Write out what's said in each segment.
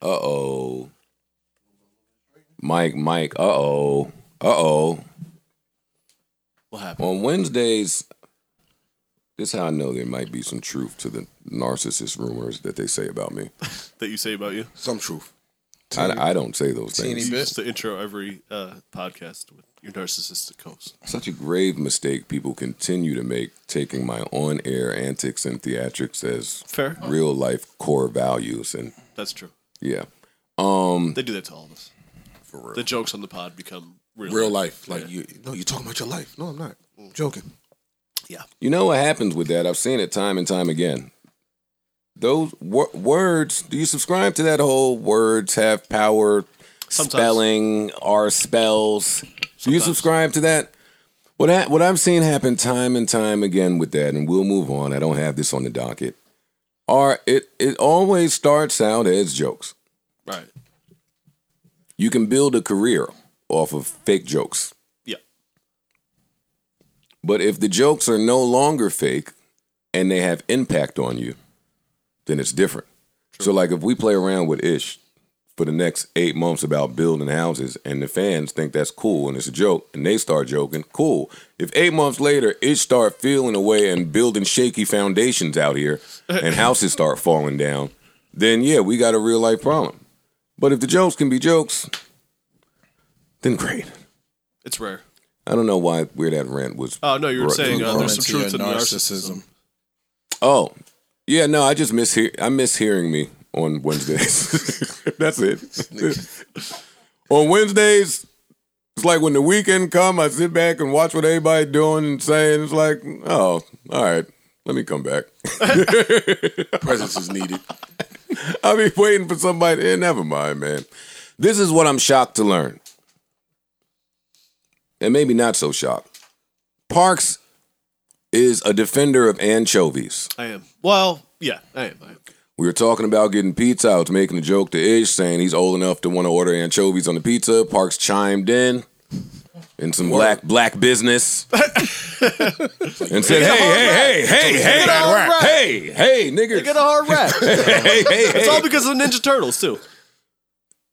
Uh oh. Mike, Mike, uh oh. Uh oh. What happened? On Wednesdays, this is how I know there might be some truth to the narcissist rumors that they say about me. That you say about you? Some truth. I, I don't say those Teeny things. You bit. used to intro every uh, podcast with your narcissistic host. Such a grave mistake people continue to make, taking my on air antics and theatrics as Fair. real life core values. And That's true. yeah. Um, They do that to all of us. For real. The jokes on the pod become real. real life. Like you no, you're talking about your life. No, I'm not. I'm joking. Yeah. you know what happens with that? I've seen it time and time again. Those wor- words, do you subscribe to that whole words have power, Sometimes. spelling are spells? Do you subscribe to that? What, ha- what I've seen happen time and time again with that, and we'll move on. I don't have this on the docket. Are it it always starts out as jokes. Right. You can build a career off of fake jokes. Yeah. But if the jokes are no longer fake and they have impact on you, then it's different. So, like, if we play around with Ish for the next eight months about building houses and the fans think that's cool and it's a joke and they start joking, cool. If eight months later Ish start feeling away and building shaky foundations out here and houses start falling down, then yeah, we got a real life problem. But if the jokes can be jokes, then great. It's rare. I don't know why where that rant was. Oh, no, you were brought- saying uh, Grown there's some into your truth to narcissism. Oh, yeah. No, I just miss hear. I miss hearing me on Wednesdays. That's it. on Wednesdays, it's like when the weekend come, I sit back and watch what everybody doing and saying. It's like, oh, all right, let me come back. Presence is needed. I'll be waiting for somebody. Eh, never mind, man. This is what I'm shocked to learn. And maybe not so shocked. Parks is a defender of anchovies. I am. Well, yeah, I am. I am. We were talking about getting pizza. I was making a joke to Ish saying he's old enough to want to order anchovies on the pizza. Parks chimed in in some black black business and said, "Hey, hey, hey, hey, hey, hey, hey, niggas, Get a hard rap. hey, hey, It's hey." all because of Ninja Turtles, too.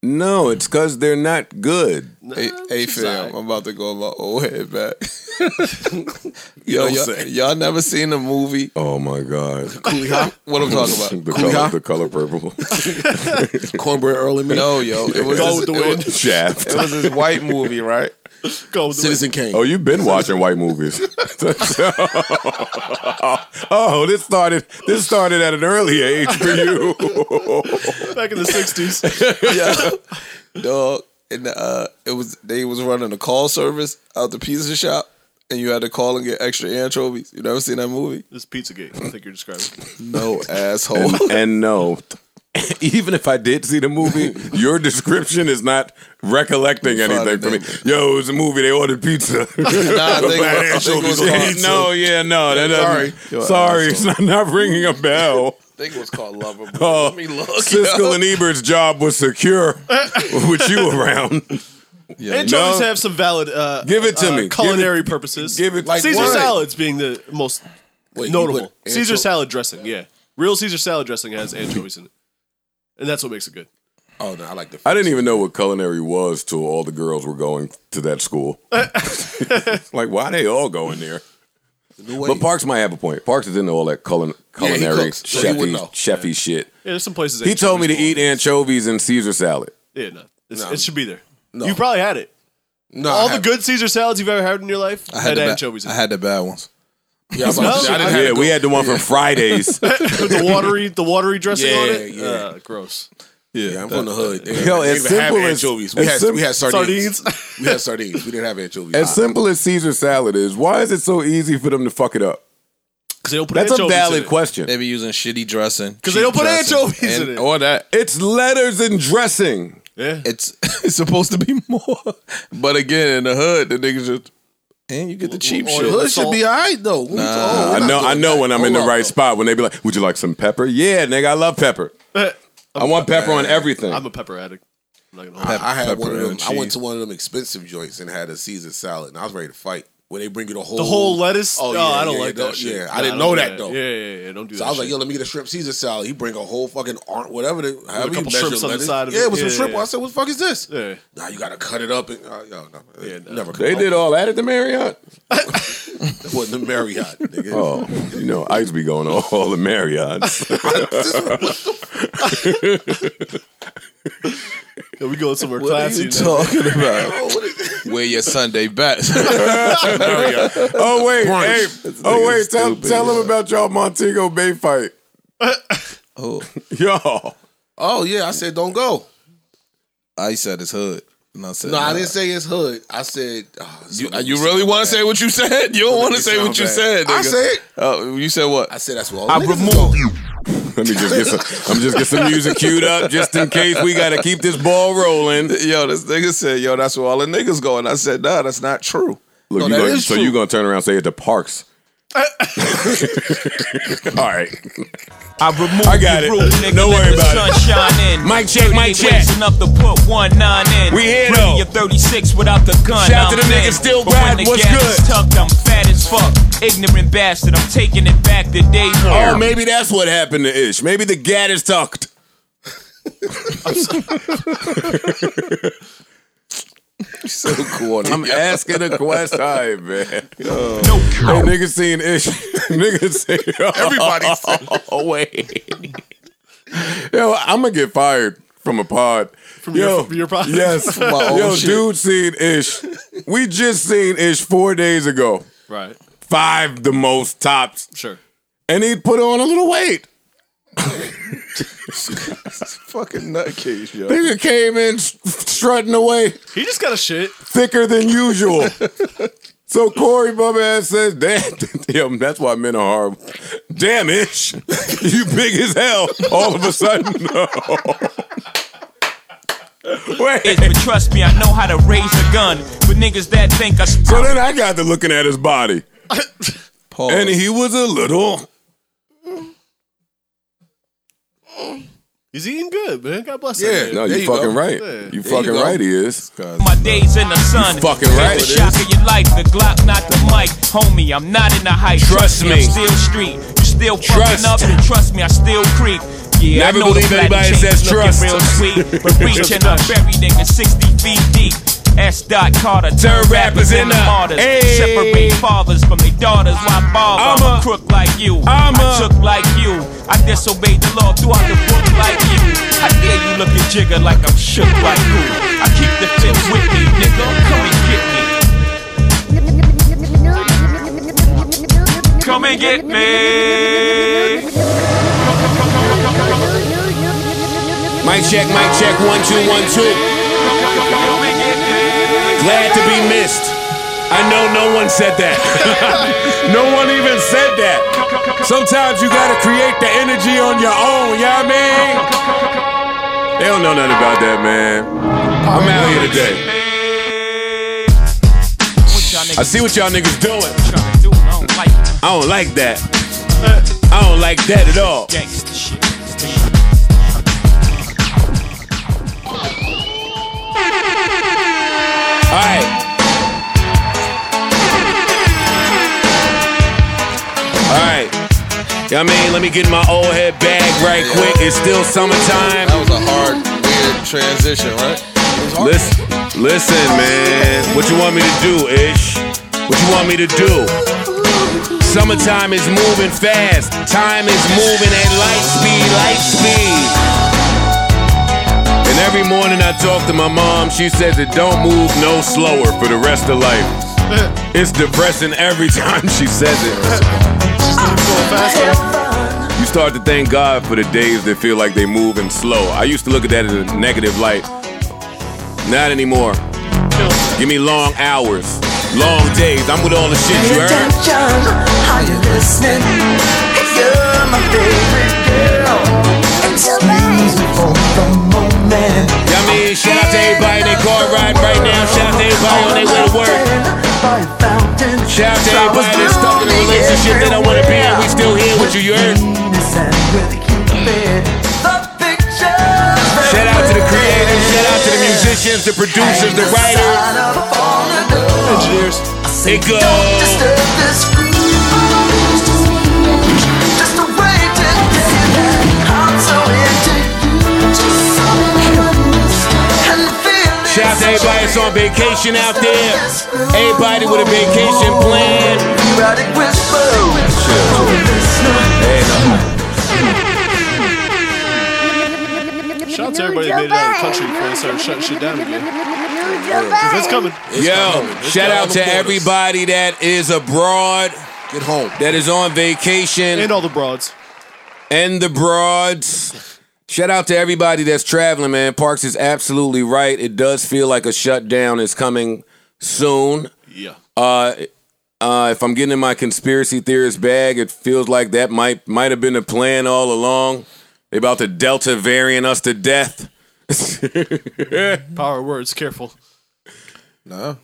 No, it's because they're not good. Hey, hey she's fam, alright. I'm about to go a long old head back. Yo, Don't y'all, say. y'all never seen the movie Oh my god, Coolie Hop? What I'm talking the about? color, Coolie Hop? the color purple, Cornbread Early Me? No, yo. It was, Go this, with the it wind. was- Shaft. it was this white movie, right? Go with the Citizen Kane. Oh, you've been watching white movies. oh, this started. This started at an early age for you. wind. back in the 60s. yeah, dog. And uh, it was they was running a call service out the pizza shop, and you had to call and get extra anchovies. You never seen that movie? This Pizzagate, I think you're describing. No asshole. and no. Even if I did see the movie, your description is not recollecting anything for me. Yo, it was a movie. They ordered pizza. Nah, I think it was- I think it was called- no, yeah, no. That Sorry. doesn't- sorry, it's not, not ringing a bell. think it was called Lover. Oh, Let me look. Siskel and Ebert's job was secure with you around. Anchovies No. have some valid uh, Give it to uh, me. Give culinary purposes. give it- like Caesar what? salads being the most Wait, you notable. put Caesar ancho- salad dressing, yeah. Real Caesar salad dressing has anchovies in it. And that's what makes it good. Oh no, I like the. I didn't even know what culinary was till all the girls were going to that school. like, why they all going there? But Parks might have a point. Parks is into all that culin- Yeah, he culinary cooks, so he would chefy, know. chefy shit. Yeah, there's some places He told me to anchovies eat anchovies and Caesar salad. belong. Yeah, no. It's, It should be there. No. You probably had it. no, All I the had- good Caesar salads you've ever had in your life I had, had, the anchovies bad, in I it. had the bad ones. Yeah, I, was No. about to say, I didn't have Yeah, to we go- had the one from Fridays. With the watery the watery dressing on Yeah, it. yeah. Uh, gross. Yeah, I'm from the hood. They- Yo, they as didn't even have simple as- anchovies. We as had sim- we had sardines. Sardines. we had sardines. We didn't have anchovies. as simple as Caesar salad is, why is it so easy for them to fuck it up? Because they don't put That's a anchovies in valid it. question. They be using shitty dressing 'Cause they cheap don't put dressing, anchovies in and- it. Or that It's letters and dressing. Yeah. it's it's supposed to be more. But again, in the hood, the niggas just and you get the cheap Or shit. the Hood should be all right though. Nah, I know. I know when I'm in the right spot when they be like, "Would you like some pepper?" Yeah, nigga, I love pepper. I want pepper on everything. I'm a pepper addict. I'm not gonna hold you. I had Pepper one of them. and I went cheese. to one of them expensive joints and had a Caesar salad, and I was ready to fight. where they bring you the whole The whole lettuce. Oh, I don't like the- that shit. Yeah, Nah, I didn't don't know do that though. Yeah, yeah, yeah. Don't do So that. I was like, shit. yo, let me get a shrimp Caesar salad. He bring a whole fucking aunt, whatever. The, however you couple measure shrimps on the lettuce. side of yeah, it. with Yeah, some shrimp. yeah. I said, what the fuck is this? Yeah. Nah, you gotta cut it up. And, uh, yo, no, Yeah, it no. never. They did all that at the Marriott. That wasn't the Marriott, nigga. Oh, you know, I used to be going to all the Marriotts. Yeah, we going somewhere What are classy. you now. talking Oh, about? wear your Sunday best. oh wait, Brunch. hey, oh wait, tell stupid, tell them about y'all Montego Bay fight, oh, y'all. oh yeah, I said don't go. I said it's hood. And I said, No, I didn't say it's hood. I said uh, oh, it's You, gonna you be really so want bad. to say what you said? You don't want to say what you sound said. bad. I nigga. said it. Oh, you said what? I said that's what all I niggas is remove talking. you. Let me just get some. I'm just get some music queued up just in case we gotta keep this ball rolling. Yo, this nigga said, yo, that's where all the niggas go. And I said, nah, that's not true. Look, No, you that gonna, is so true. you're gonna turn around and say it to Parks. All right. I remove I got your it. roof, nigga. Don't Let worry the about it. sunshine in. Mic check, mic check. Thirty ways Enough to put one nine in. We here, Bring though. Your 36 without the gun. Shout out to I'm the in. niggas still But when riding. the What's gas good? is Tucked, I'm fat as fuck. Ignorant bastard. I'm taking it back the day Oh, one. maybe that's what happened to Ish. Maybe the gat is tucked. So corny. I'm asking a question, All right, man. No Hey, niggas seen Ish. niggas seen everybody. Oh wait. Yo, I'm gonna get fired from a pod. From your- from your pod? Yes. my own Yo, shit. dude, seen Ish. We just seen Ish four days ago. Right. Five the most tops, Sure. and he put on a little weight. fucking nutcase, yo. Nigga came in s- strutting away He just got a shit. thicker than usual. So Corey bum ass says, "Damn, damn, that's why men are horrible. Damn ish, you big as hell. All of a sudden, no. is, wait. but trust me, I know how to raise a gun. But niggas that think I should. So then I got to looking at his body, Pause. and he was a little. He's eating good, man. God bless Yeah, him. No, There you you fucking go. right. Yeah. You fucking go. right. He is. my days in the sun. fucking Take right. The shock of your life, the Glock, not the mic, homie. I'm not in the hype. Trust me. I'm still street. You still Trust. fucking up, and trust me, I still creep. Yeah, Never I know the believe black anybody chains says looking trust. Real sweet, but reaching up buried nigga 60 feet deep. S. Dot Carter, turn rappers into martyrs. Hey. Separate fathers from their daughters. Why I'm bother? I'm a- a crook like you. I'm I a- took like you. I disobeyed the law throughout the book like you. I dare you look at Jigga like I'm shook like you. I keep the fifth with me, nigga. Come and get me. Come and get me. Mic check, mic check. One two, one two. Glad to be missed. I know no one said that. no one even said that. Sometimes you gotta create the energy on your own, you know what I mean? They don't know nothing about that, man. I'm out here today. What y'all I niggas see what y'all niggas doing. trying to do? I don't like this I don't like that. I don't like that at all. gangsta shit. Alright. Alright. Y'all mean, let me get my old head back right quick. It's still summertime. That was a hard, weird transition, right? It was hard. Listen, listen, man. What you want me to do, Ish? What you want me to do? Summertime is moving fast. Time is moving at light speed, light speed. And every morning I talk to my mom. She says it don't move no slower for the rest of life. It's depressing every time she says it. You start to thank God for the days that feel like they moving slow. I used to look at that in a negative light. Not anymore. Give me long hours, long days. I'm with all the shit you heard. Are you listening? You're my favorite girl. Excuse me for the moment. Y'all mean shout out to everybody in their car riding right now. Shout out to everybody on their way to work. By a fountain. Shout out to everybody that's stuck in a relationship that I want to be in. We still here with you, you heard? Shout Shout out to the creators, shout out to the musicians, the producers, the writers. engineers. It goes. Don't disturb this Just a way to get it. I'm so into you. And the feeling. Shout out to everybody that's on vacation out there. Everybody with a vacation plan. Erotic whisper. Shout out to everybody that made it out of the country before they started shutting shit down again. It's coming. Yo, shout out to everybody that is abroad, Get home. that is on vacation. And all the broads. and the broads. Shout out to everybody that's traveling, man. Parks is absolutely right. It does feel like a shutdown is coming soon. Yeah. Uh, uh, if I'm getting in my conspiracy theorist bag, it feels like that might might have been the plan all along. They about to Delta variant us to death. Power words. Careful. Nah,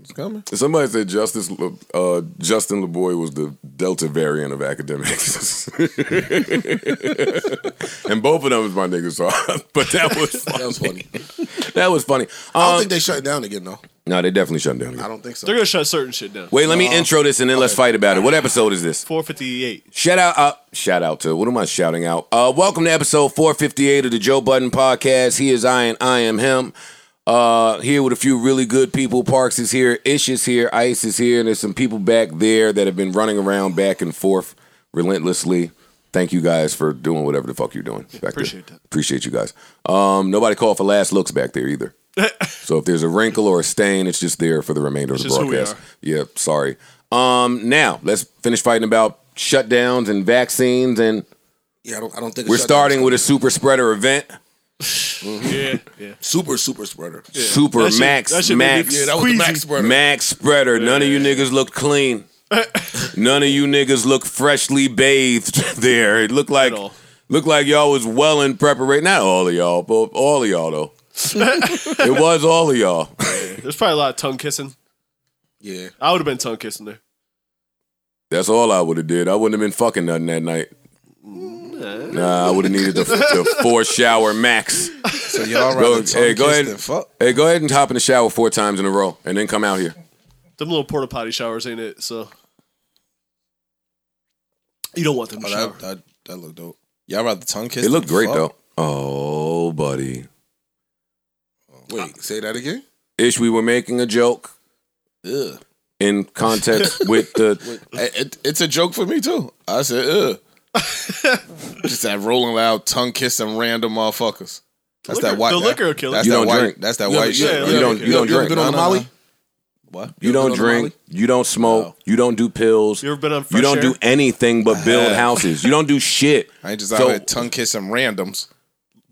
it's coming. Somebody said Justice Le- uh, Justin LeBoy was the Delta variant of academics, and both of them is my niggas. So, but that was That fun. was funny. That was funny. I don't Um, think they shut it down again though. no, they definitely shut down. I don't think so. They're going to shut certain shit down. wait, let me intro this and then let's fight about it. What episode is this? 458. Shout out, uh, shout out to what am I shouting out? Uh, welcome to episode 458 of the Joe Budden podcast. He is I and I am him. Uh, here with a few really good people. Parks is here, Ish is here, Ice is here, and there's some people back there that have been running around back and forth relentlessly. Thank you guys for doing whatever the fuck you're doing. Back appreciate there. that. Appreciate you guys. Um, nobody called for last looks back there either. So if there's a wrinkle or a stain, it's just there for the remainder of the just who we broadcast. Yeah, sorry. Um, now let's finish fighting about shutdowns and vaccines, and Yeah, I don't. I don't think we're it's shut down. starting with a super spreader event, Yeah. Yeah. super super spreader. Yeah, super Mm-hmm. That shit- max that shit made me max feel that was the Squeezy. max spreader. max spreader. None of you niggas look clean. None of you niggas look freshly bathed. There, it looked like all. looked like y'all was well in preparation. Not all of y'all, but all of y'all though. it was all of y'all. There's probably a lot of tongue kissing. yeah. I would have been tongue kissing there. That's all I would have did. I wouldn't have been fucking nothing that night. Nah, I would have needed the, the four shower max. So y'all Go- rather hey, tongue go ahead. kiss than fuck. Hey, go ahead and hop in the shower four times in a row, and then come out here. Them little porta potty showers ain't it, so. You don't want them to Oh, shower. that, that that looked dope. Y'all rather tongue kiss? It looked than great fuck? though. Oh, buddy, Wait, say that again. Ish, we were making a joke Ugh. in context with the. It, it- it's a joke for me too. I said, ugh. Just that rolling loud tongue kissing random motherfuckers. That's Liquor- that white. the that- liquor will kill That's it. You that don't white. drink. That's that You white ever- shit. yeah, bro. you don't- you don't ever drink. been on No, the no, Molly? no. What? You don't ever been on the drink. Molly? You don't smoke. You don't do pills. You ever been on You fresh don't air? do anything but build have. houses. You don't do shit. I ain't just So- out here tongue kissing randoms.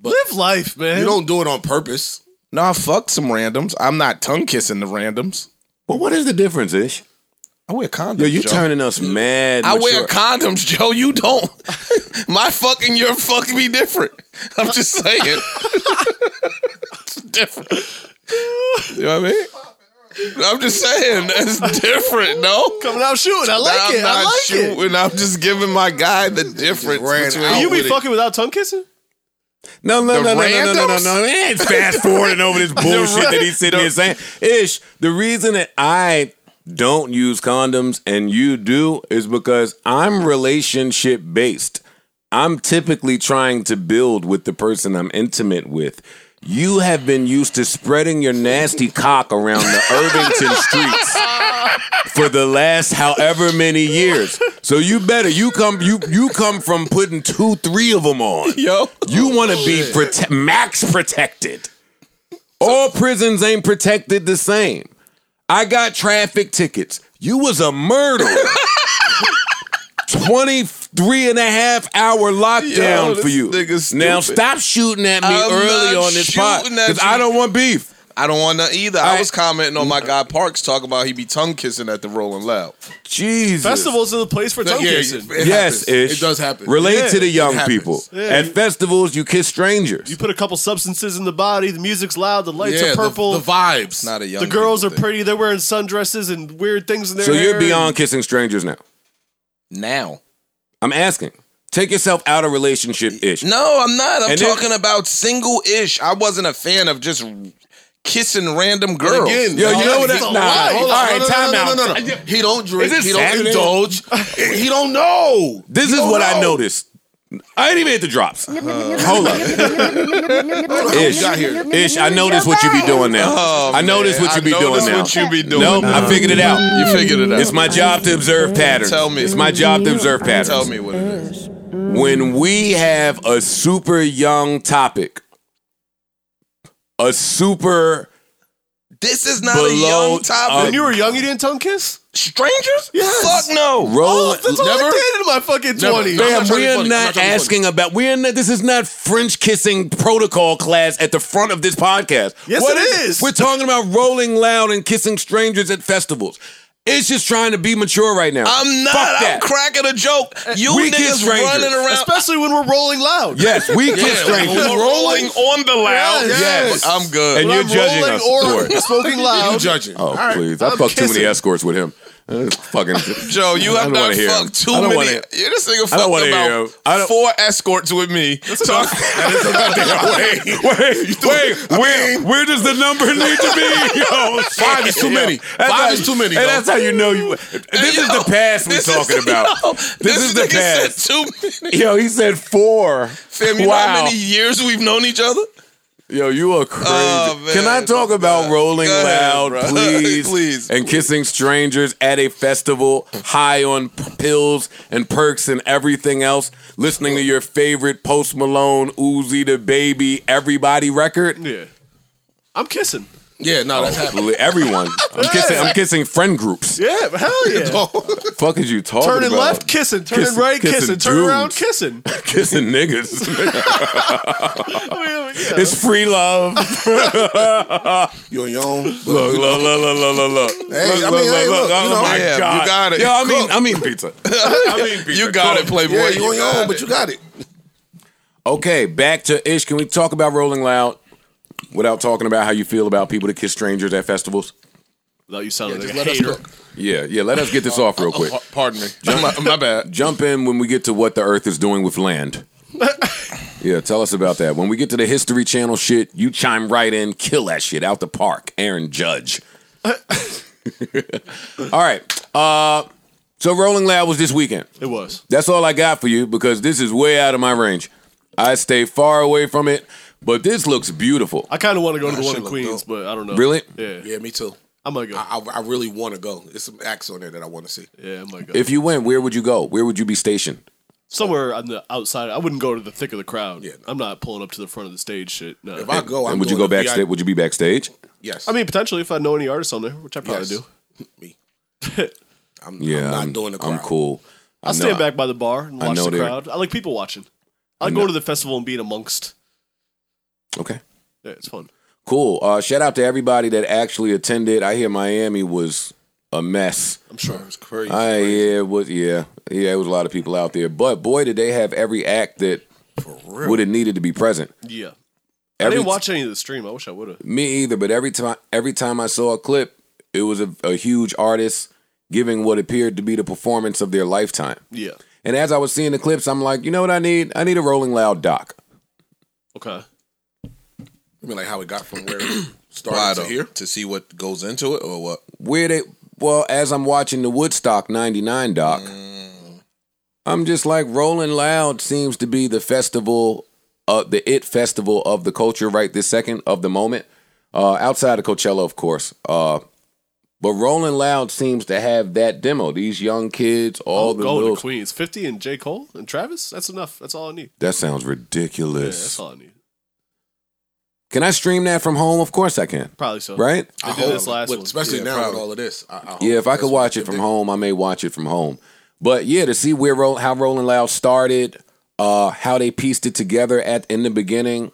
Live life, man. You don't do it on purpose. Nah, fuck some randoms. I'm not tongue kissing the randoms. Well, what is the difference, Ish? I wear condoms. Yo, you Joe. turning us mad. I wear mature. condoms, Joe. You don't. My fucking, your fucking be different. I'm just saying. it's different. You know what I mean? I'm just saying, it's different, no? Coming out shooting. I like I'm it. I like it. shooting. I'm just giving my guy the difference. between- You be fucking without tongue kissing? No, no, The no, no, no, no, no, no, randoms? no. Man, fast forwarding over this bullshit that he's sitting here saying. Ish, the reason that I don't use condoms and you do is because I'm relationship based. I'm typically trying to build with the person I'm intimate with. You have been used to spreading your nasty cock around the Irvington streets for the last however many years. So you better you come you you come from putting two three of them on. Yo. You want to be prote- max protected. All prisons ain't protected the same. I got traffic tickets. You was a murderer. 23 and a half hour lockdown Yo, for this you. nigga's Now stupid. stop shooting at me I'm early not on this pod shooting at because you. I don't want beef. I don't want to either. I, I- was commenting on my guy Parks talking about he be tongue kissing at the Rolling Loud. Jesus. Festivals are the place for tongue yeah, kissing. yeah. It yes, happens. Ish. It does happen. Relate Yeah, to the it young happens. people. Yeah, At you- festivals, you kiss strangers. You put a couple substances in the body. The music's loud. The lights Yeah, are the- purple. the Vibes. Not a young The girls are people thing. pretty. They're wearing sundresses and weird things in their so hair. you're beyond kissing strangers now. now. I'm asking. Take yourself out of relationship ish. No, I'm not. I'm And then- talking about single ish. I wasn't a fan of just kissing random girls. Again, Yo, you know what? that's Nah, a lie. all right, time out. No, no, no, no. He don't drink. Is it He don't Saturday? indulge. he don't know. This is don't what I know. noticed. I ain't even hit the drops. Hold up. Ish, got here? Ish, I noticed what you be doing now. Oh, I noticed man, what I you be noticed doing now. what you be doing Nope, now. I figured it out. You figured it out. It's my job to observe patterns. Tell me. It's my job to observe patterns. Tell me what it is. When we have a super young topic, a super This is not a Below- young topic. When you were young, you didn't tongue kiss? Strangers? Yes. Oh, Fuck no. roll. That's all I did in my fucking 20s. Fam, trying to be we are funny. not, I'm not trying to be asking about. We are not. This is not French kissing protocol class at the front of this podcast. Yes, it is. We're talking about rolling loud and kissing strangers at festivals. It's just trying to be mature right now. I'm not. Fuck I'm that. Uh, cracking a joke. You We kiss niggas strangers. running around. Especially when we're rolling loud. yes, we kiss strangers. We're rolling on the loud. Yes. Yes. I'm good. And When you're I'm judging rolling us or for it. smoking loud. You judging? Oh please! I I'm fucked too kissing. many escorts with him. Uh, Fucking Joe, you I don't have not wanna hear him. fucked too I don't many. wanna- yeah, this nigga I don't fucked wanna hear him. I about don't- four escorts with me. Talk- wait, wait, wait. Where, where does the number need to be? Yo, five is too many. That's Five how- is too many, And yo. that's how you know you. This is Yo, the past we're this is talking the- about. yo, this, this is the nigga said past. too many. Yo, he said four. Fam, you know how wow. many years we've known each other? Yo, you are crazy. Oh, man. Can I talk about rolling Go ahead, loud, bro. please? Please. And kissing strangers at a festival, high on p- pills and perks and everything else, listening to your favorite Post Malone, Uzi the Baby, everybody record. Yeah. I'm kissing. Oh. Yeah, no, that's happening. Li- Everyone, I'm kissing. I'm kissing friend groups. Yeah, hell yeah. Fuck is you talking Turning about? left, kissing. Turning Kissing- right, kissing. kissing Turn around, dudes. kissing. kissing niggas. I mean, yeah. it's free love. You're your own. Look, look, look, look, look, look, look. Hey, look, I look, mean, hey, look, look, look. Oh you know, my yeah, you god! got it. Yo, I mean, I mean pizza. I mean pizza. You got it, Cook. Playboy. Yeah, you you're on your got own, but it. you got it. Okay, back to Ish. Can we talk about Rolling Loud without talking about how you feel about people that kiss strangers at festivals? Without you sounding Just like let a us hater. cook. Yeah, yeah. Let us get this off real quick. Oh, pardon me. My, my bad. Jump in when we get to what the Earth is doing with land. yeah, tell us about that. When we get to the History Channel shit, you chime right in, kill that shit out the park, Aaron Judge. all right. Uh, so Rolling Loud was this weekend. It was. That's all I got for you because this is way out of my range. I stay far away from it, but this looks beautiful. I kind of want to go to the That one shit in look Queens, dope. but I don't know. Really? Yeah. Yeah, me too. I might go. I, I I really want to go. There's some acts on there that I want to see. yeah, I might go. If you went, where would you go? Where would you be stationed? Somewhere on the outside. I wouldn't go to the thick of the crowd. Yeah, no. I'm not pulling up to the front of the stage shit. No. If I go, I'm and would you go going to backstage? VIP. Would you be backstage? Yes. I mean, potentially if I know any artists on there, which I probably Yes. do. me. I'm, Yeah, I'm not doing the crowd. I'm cool. I'll stand back by the bar and I watch know the they're- crowd. I like people watching. I like know- going to the festival and being amongst. Okay. Yeah, it's fun. Cool. Uh, shout out to everybody that actually attended. I hear Miami was a mess. I'm sure it's crazy. I yeah, it was yeah, yeah. It was a lot of people out there, but boy, did they have every act that For real. would have needed to be present. Yeah. I Every didn't watch any of the stream. I wish I would have. me either, but every time every time I saw a clip, it was a, a huge artist giving what appeared to be the performance of their lifetime. Yeah. And as I was seeing the clips, I'm like, you know what I need? I need a Rolling Loud doc. Okay. I mean, like how it got from where it Why, started though? to here. To see what goes into it or what? where they well as i'm watching the woodstock 99 doc Mm. i'm just like rolling loud seems to be the festival uh, the it festival of the culture right this second of the moment uh, outside of coachella of course uh, but rolling loud seems to have that demo these young kids all I'll the go little to Queens. 50 and J. Cole and Travis. That's enough. That's all I need. that sounds Yeah, ridiculous that's all I need. can i stream that from home of course i can Probably so. right I did hope- this last with- one. Especially Yeah, now probably. with all of this. I, I hope Yeah, if I that's could what watch they it from did. home, I may watch it from home. But yeah, to see where Ro- how Rolling Loud started, uh, how they pieced it together at in the beginning,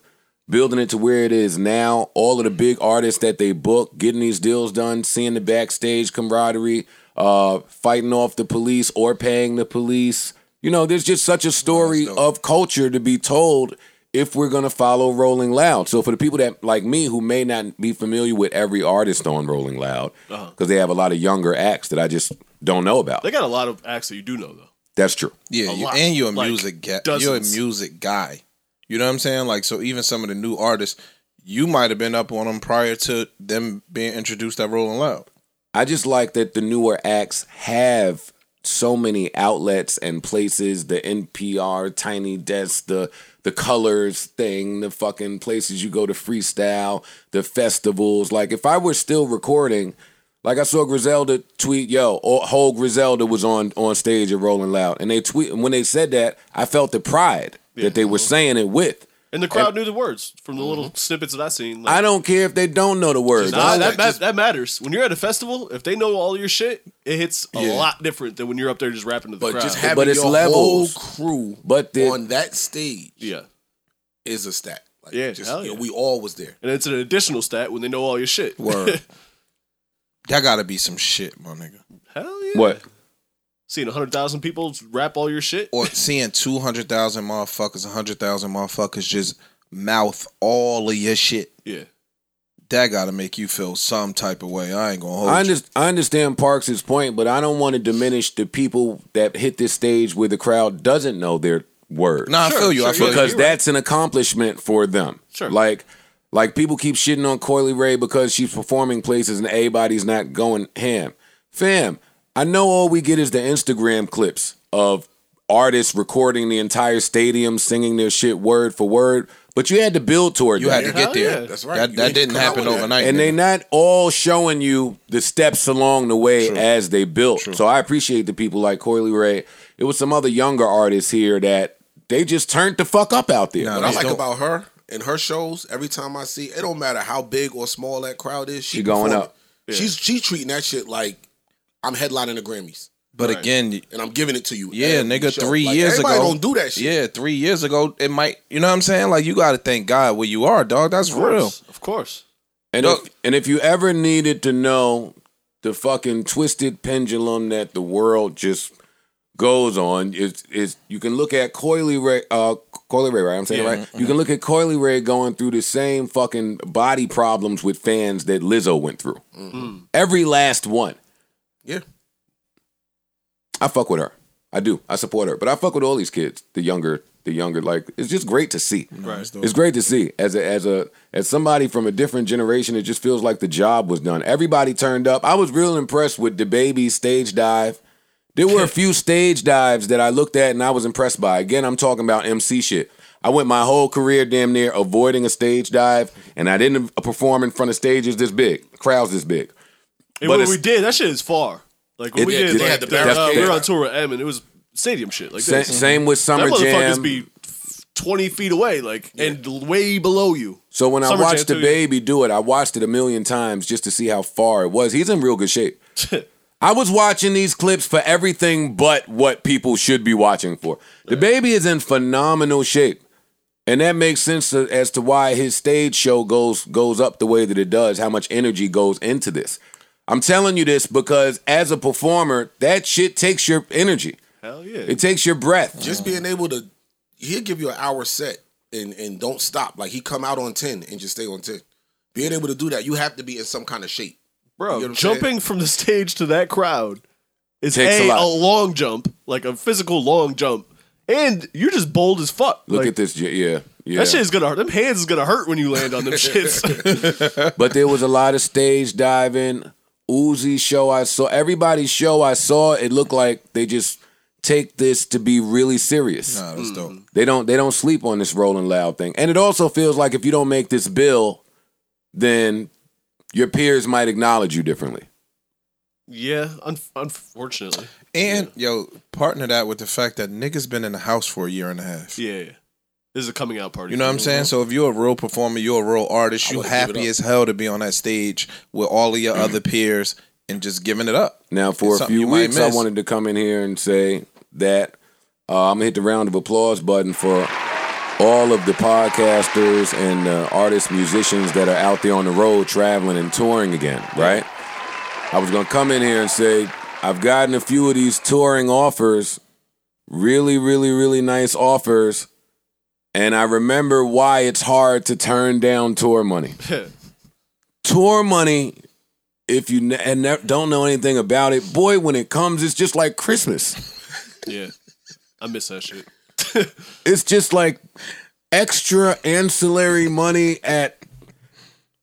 building it to where it is now. All of the big artists that they booked, getting these deals done, seeing the backstage camaraderie, uh, fighting off the police or paying the police. You know, there's just such a story of culture to be told if we're gonna follow Rolling Loud. So for the people that like me who may not be familiar with every artist on Rolling Loud, because they have a lot of younger acts that I just don't know about. Uh-huh. They got a lot of acts that you do know, though. That's true. Yeah, you, lot. and you're a Like, music guy. You're a dozens. music guy. You know what I'm saying? Like so, even some of the new artists, you might have been up on them prior to them being introduced at Rolling Loud. I just like that the newer acts have so many outlets and places. The NPR, Tiny Desk, the the Colors thing, the fucking places you go to freestyle, the festivals. Like if I were still recording, like I saw Griselda tweet, "Yo, all- whole Griselda was on on stage at Rolling Loud," and they tweet. And when they said that, I felt the pride that they were saying it with. And the crowd knew the words from the little snippets that I seen. Like, I don't care if they don't know the words. Nah, I- that, ma- that matters. When you're at a festival, if they know all your shit, it hits a lot different than when you're up there just rapping to the But crowd. just having But it's your levels. whole crew But the- on that stage yeah, is a stat. Like, Yeah, just, hell you know, yeah. we all was there. and it's an additional stat when they know all your shit. Word. that gotta be some shit, my nigga. Hell yeah. what? Seeing hundred thousand people rap all your shit. Or seeing 200,000 motherfuckers, 100,000 motherfuckers just mouth all of your shit. Yeah. That gotta make you feel some type of way. I ain't gonna hold I, you. under- I understand Parks' point, but I don't want to diminish the people that hit this stage where the crowd doesn't know their word. Nah, I feel you. I feel because you. that's an accomplishment for them. Sure. Like, like people keep shitting on Coily Ray because she's performing places and everybody's not going ham. Fam, I know all we get is the Instagram clips of artists recording the entire stadium singing their shit word for word, but you had to build toward You that. had to get Hell there. yeah. That's right. That, You that ain't didn't come out happen with that. overnight. and they not all showing you the steps along the way as they built. So I appreciate the people like Coily Ray. It was some other younger artists here that they just turned the fuck up out there. Nah, What I they like don't. about her and her shows, every time I see, it don't matter how big or small that crowd is, she, She going performing. up. She's she treating that shit like I'm headlining the Grammys But again, and I'm giving it to you. Yeah, every nigga, show. three Like, years everybody ago. don't do that shit. Yeah, three years ago, it might, you know what I'm saying? Like, you gotta thank God where you are, dog. That's Of real. course. Of course. And if, and if you ever needed to know the fucking twisted pendulum that the world just goes on, is is you can look at Coily Ray, uh, Coily Ray, right? I'm saying it right. mm-hmm. You can look at Coily Ray going through the same fucking body problems with fans that Lizzo went through. Mm-hmm. Every last one. Yeah. I fuck with her. I do. I support her. But I fuck with all these kids, the younger, the younger. Like it's just great to see. Right. It's great to see as a as a as somebody from a different generation. It just feels like the job was done. Everybody turned up. I was real impressed with the baby stage dive. There were a few stage dives that I looked at and I was impressed by. Again, I'm talking about MC shit. I went my whole career damn near avoiding a stage dive, and I didn't perform in front of stages this big, crowds this big. And But when it's- we did, that shit is far. Like when It- we yeah, did, they like, had the the, uh, barricade. we were on tour with M, and it was stadium shit. Like Sa- this. same with Summer that motherfuckers Jam. be twenty feet away, like and way below you. So when Summer I watched the Jam too, baby do it, I watched it a million times just to see how far it was. He's in real good shape. I was watching these clips for everything but what people should be watching for. The baby is in phenomenal shape. And that makes sense to- as to why his stage show goes goes up the way that it does, how much energy goes into this. I'm telling you this because as a performer, that shit takes your energy. Hell yeah. It takes your breath. Just being able to he'll give you an hour set and and don't stop. Like he come out on ten and just stay on ten. Being able to do that, you have to be in some kind of shape. You Bro, know what I'm jumping from the stage to that crowd is Takes a, a lot. a long jump, like a physical long jump, and you're just bold as fuck. Look like, at this, j- yeah, yeah. That shit is gonna hurt. Them hands is gonna hurt when you land on them shits. but there was a lot of stage diving. Uzi show I saw everybody's show I saw it looked like they just take this to be really serious. Nah, that's dope. They don't they don't sleep on this rolling loud thing. And it also feels like if you don't make this bill, then your peers might acknowledge you differently. yeah, un- unfortunately. And, yo, partner that with the fact that niggas been in the house for a year and a half. Yeah, yeah. This is a coming out party. You know what I'm saying? So if you're a real performer, you're a real artist, Mm-hmm. you would've gave happy it up. as hell to be on that stage with all of your other peers and just giving it up. Now for It's a something few you might weeks I miss. wanted to come in here and say that uh, I'm gonna hit the round of applause button for all of the podcasters and uh, artists, musicians that are out there on the road traveling and touring again, right? I was gonna come in here and say, I've gotten a few of these touring offers, really, really, really nice offers, and I remember why it's hard to turn down tour money. tour money, if you ne- and ne- don't know anything about it, boy, when it comes, it's just like Christmas. Yeah. I miss that shit. It's just like extra ancillary money at uh,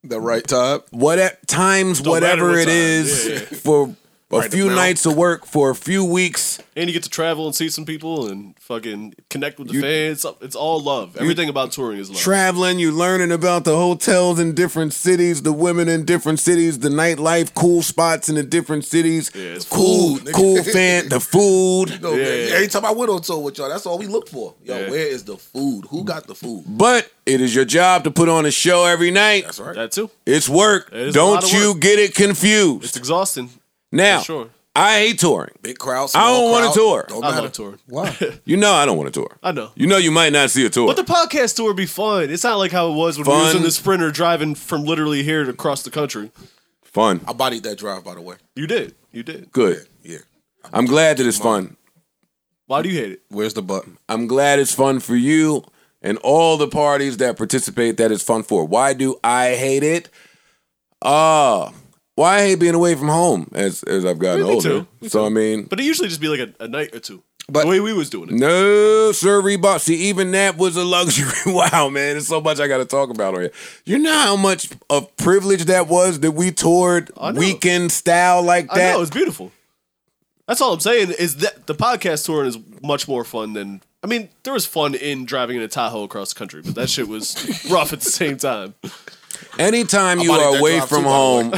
The right time. what at times whatever what it time. is Yeah, for a few amount. nights of work for a few weeks And you get to travel and see some people and fucking connect with the fans. It's all love. Everything about touring is love. traveling you learning about the hotels in different cities the women in different cities the nightlife cool spots in the different cities it's cool cool fan the food No, man. Yeah. Every time I went on tour with y'all, that's all we looked for. Yo, Yeah. where is the food? Who got the food? but it is your job to put on a show every night That's right. that too. it's work It is a lot don't of you work. get it confused It's exhausting. now for sure. i hate touring Big crowd. I don't small wanna crowd, tour. Don't I matter. love touring. Why? you know i don't want to tour I know. you know you might not see a tour But the podcast tour would be fun. It's not like how it was when we was Fun. in the sprinter driving from literally here to across the country. fun I bodied that drive, by the way. You did. You did. good Yeah. i'm glad that it's fun Why do you hate it? Where's the button? I'm glad it's fun for you and all the parties that participate that it's fun for. Why do I hate it? Uh why I hate being away from home as as I've gotten Me too. older. Me So I mean But it usually just be like a, a night or two. But- the way we was doing it. no sir Reebok. See, even that was a luxury. wow, man. There's so much I gotta talk about on here. You know how much of privilege that was that we toured I know. weekend style like I that. know it's beautiful. That's all I'm saying is that the podcast touring is much more fun than. I mean, there was fun in driving in a Tahoe across the country, but that shit was rough at the same time. Anytime you bought it are that away drive from too, by the home,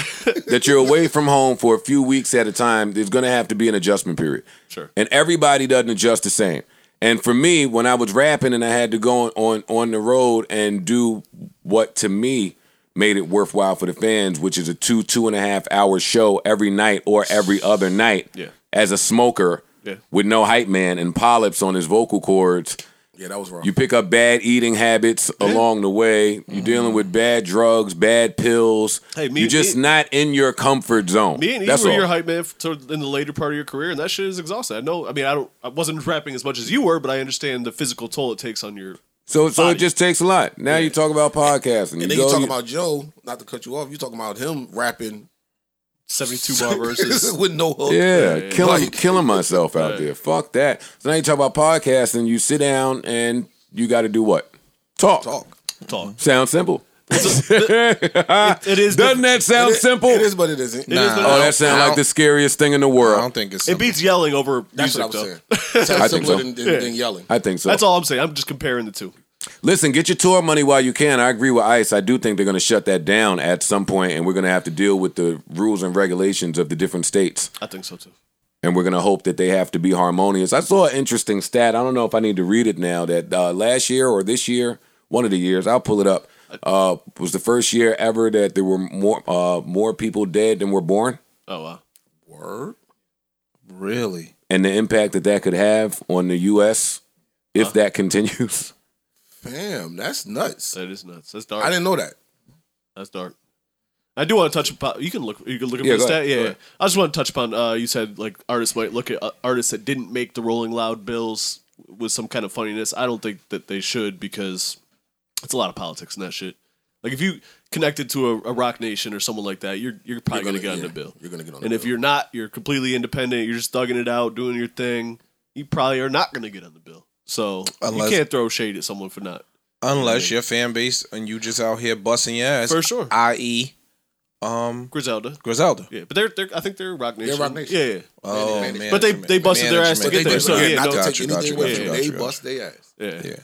that you're away from home for a few weeks at a time, there's going to have to be an adjustment period. Sure. And everybody doesn't adjust the same. And for me, when I was rapping and I had to go on, on, on the road and do what to me made it worthwhile for the fans, which is a two, two and a half hour show every night or every other night Yeah. as a smoker Yeah. with no hype man and polyps on his vocal cords. Yeah, that was wrong. You pick up bad eating habits along the way. You're dealing Mm. with bad drugs, bad pills. Hey, me- You're just E- me- not in your comfort zone. Me and Eve Oh, That's were all. your hype man f- toward, in the later part of your career, and that shit is exhausting. I know. I mean, I don't. I wasn't rapping as much as you were, but I understand the physical toll it takes on your. so, so it body. just takes a lot. Now you talk about podcasting. and then you talking about Joe, not to cut you off, you talking about him rapping 72 bar verses. with no hook. yeah, killing Like- killing myself out there. Fuck that. So now you talk about podcasting. You sit down and you got to do what? Talk. Talk. Talk. Sounds simple. It is. Ah, Doesn't it that sound simple? It is, but it isn't. is what it oh, is. that sounds I like don't- the scariest thing in the I world. don't think it's. it beats yelling over That's music, what I though. was saying. Sounds think so. simpler than, than, than yelling. I think so. That's all I'm saying. I'm just comparing the two. Listen, get your tour money while you can. I agree with Ice. I do think they're going to shut that down at some point, and we're going to have to deal with the rules and regulations of the different states. I think so too. And we're going to hope that they have to be harmonious. I saw an interesting stat. I don't know if I need to read it now. That uh, last year or this year, one of the years, I'll pull it up. Uh, was the first year ever that there were more uh, more people dead than were born, Oh wow. Word. really. and the impact that that could have on the U.S. if that continues. Damn, that's nuts. That is nuts. That's I dark. didn't know that. That's dark. I do want to touch upon. You can look. You can look at Yeah, the go stat. ahead. Yeah, Go yeah. ahead. I just want to touch upon. Uh, you said like artists might look at uh, artists that didn't make the Rolling Loud bills with some kind of funniness. I don't think that they should because it's a lot of politics in that shit. Like if you connected to a, a Rock Nation or someone like that, you're you're probably gonna, gonna- get on yeah, the bill. you're gonna get on And the if you're not, you're completely independent. You're just thugging it out, doing your thing. You probably are not gonna get on the bill. So Unless- you can't throw shade at someone for not. Unless your fan base and you just out here busting your ass. For sure. I.e., um, Griselda. Griselda. Yeah, but they're they're. I think they're Rock Nation. Rock Nation. Yeah, yeah. Oh, management. man. But they- they busted their ass to get But there, they so did, yeah, not no, to gotcha, take gotcha, anything gotcha, away from them. gotcha, They gotcha. bust their ass. Yeah. Yeah.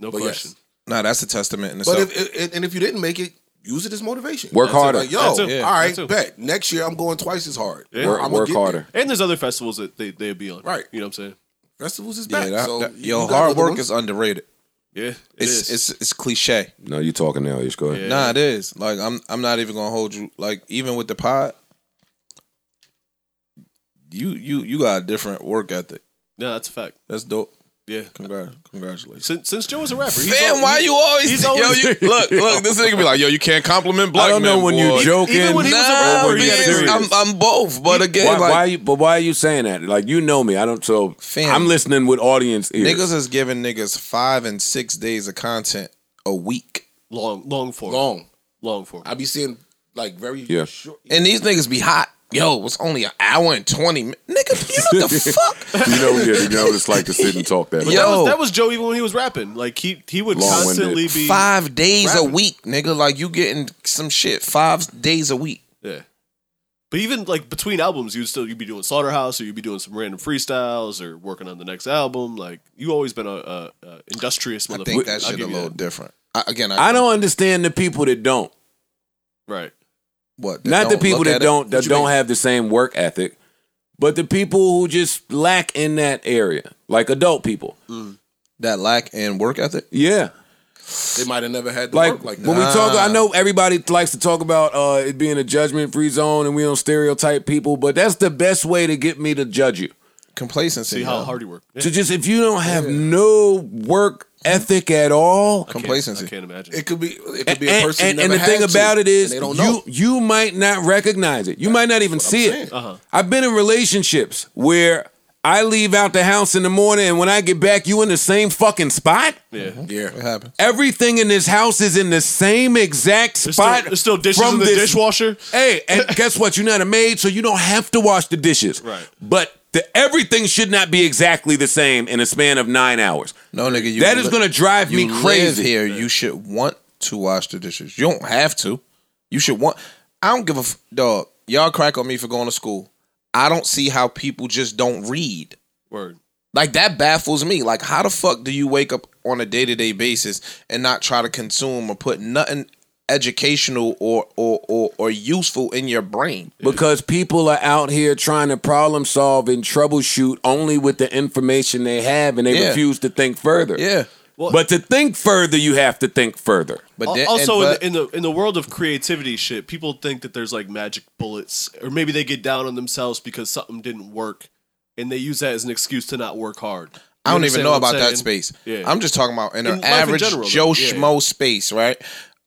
No But yes. question. Nah, that's a testament in But itself. if, if and if you didn't make it, use it as motivation. Work It's harder. Like, yo, That too. all That too. right, bet next year I'm going twice as hard. Yeah. Work, I'm work harder. And there's other festivals that they, they'd be on. Right. You know what I'm saying? Festivals is yeah, back. that- so that- you yo, got hard other work ones. is underrated. Yeah. it is. It's it's it's cliche. No, you talking now? Ish, go ahead. Yeah. Nah, it is. Like I'm I'm not even gonna hold you. Like even with the pod, you you you got a different work ethic. no, that's a fact. That's dope. Yeah. Congrats, congratulations. Since, since Joe was a rapper, he's Fam, al- why he- you always, he's yo, always- you, look, look, this nigga be like, yo, you can't compliment black I don't know men, when boy. you joking. Even when he was a Nah, rapper, he man, had a serious- I'm, I'm both, but again, Why, like, why you, but why are you saying that? Like you know me, I don't. So Fam. I'm listening with audience ears. niggas is giving niggas five and six days of content a week, long long form. long. long form. I be seeing like very Yeah. short. and these niggas be hot. Yo, it's only an hour and twenty. mi- Nigga, you know what the fuck? You know, yeah, you know what it's like to sit and talk that. That was, Yo, that was Joe even when he was rapping. Like he he would Long-winded. constantly be five days rapping. a week, nigga. Like you getting some shit five days a week. Yeah. But even like between albums, you'd still you'd be doing Slaughterhouse or you'd be doing some random freestyles or working on the next album. Like you always been a, a, a industrious motherfucker. I think that I'll shit a give you little that. different. I, again, I, I don't understand the people that don't. right. what that Not the don't people look that at it? don't What that you don't mean? have the same work ethic, but the people who just lack in that area, like adult people. that lack in work ethic. Yeah. They might have never had to Like, work like that. when we talk, I know everybody likes to talk about uh, it being a judgment free zone and we don't stereotype people, but that's the best way to get me to judge you. Complacency. See how yo. hard you work. Yeah. To just if you don't have no work ethic at all, Can't- Complacency. I can't imagine. it could be it could and, be a person and, who and the never thing had to, about it is and they don't you know. you might not recognize it. You might not even see it. Uh-huh. I've been in relationships where I leave out the house in the morning and when I get back, you in the same fucking spot. yeah. yeah. What happened? Everything in this house is in the same exact There's still, spot. there's still dishes from in the this- dishwasher. Hey, and guess what? You're not a maid, so you don't have to wash the dishes. Right. But the, everything should not be exactly the same in a span of nine hours. No, nigga. You that is going to drive you me crazy. Live here, you should want to wash the dishes. You don't have to. You should want. I don't give a f- dog. Y'all crack on me for going to school. I don't see how people just don't read. Word. Like that baffles me. Like how the fuck do you wake up on a day to day basis and not try to consume or put nothing educational or or or, or useful in your brain? Because people are out here trying to problem solve and troubleshoot only with the information they have, and they Yeah. refuse to think further. Yeah. but to think further, you have to think further. But Al- then, also and, but, in, the, in the in the world of creativity shit, people think that there's like magic bullets, or maybe they get down on themselves because something didn't work, and they use that as an excuse to not work hard. You I don't even understand know what I'm about saying? that space. Yeah. I'm just talking about in In an life in average general, Joe though. Yeah, yeah. Schmo space, right?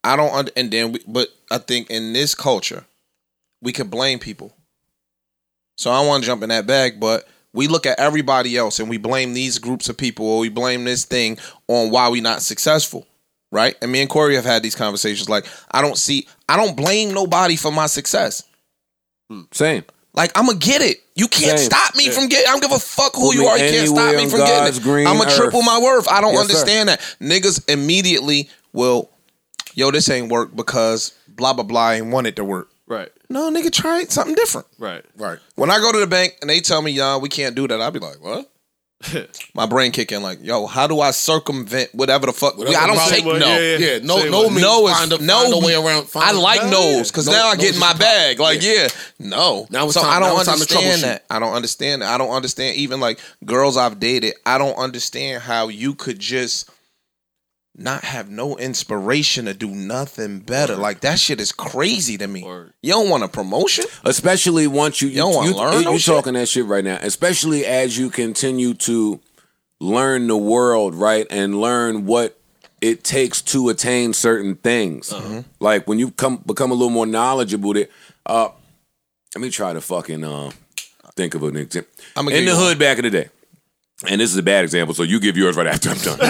I don't under, and then we, but I think in this culture, we could blame people. So I don't want to jump in that bag, but we look at everybody else and we blame these groups of people or we blame this thing on why we not successful, right? And me and Corey have had these conversations. Like I don't see, I don't blame nobody for my success. Hmm. Same. Like I'm gonna get it. You can't Same. stop me from getting. I don't give a fuck who Put you me are. You can't stop anywhere me on from getting God's it. green I'm gonna earth. triple my worth. I don't Yes, sir. understand that. Niggas immediately will. Yo, this ain't work because blah blah blah ain't want it to work. Right. No, nigga, try it, something different. Right. Right. When I go to the bank and they tell me, y'all, we can't do that, I'll be like, what? My brain kicking like, yo, how do I circumvent whatever the fuck? Whatever I don't problem- take no. Yeah, yeah. Yeah, no, Same no one. means No is- find a, no find a way mean- around. Find I like no's because No- now I no's get in is my a problem. bag. Like, yeah, no. Now it's so time- I now don't it's time to understand troubleshoot. that. I don't understand that. I don't understand even like girls I've dated. I don't understand how you could just not have no inspiration to do nothing better. Like that shit is crazy to me. Word. You don't want a promotion. Especially once you you, don't wanna you, learn you, no you shit? talking that shit right now. Especially as you continue to learn the world, right, and learn what it takes to attain certain things. Like when you come become a little more knowledgeable. That uh, let me try to fucking uh, think of an example. I'ma in give the you one. hood back in the day. And this is a bad example, so you give yours right after I'm done.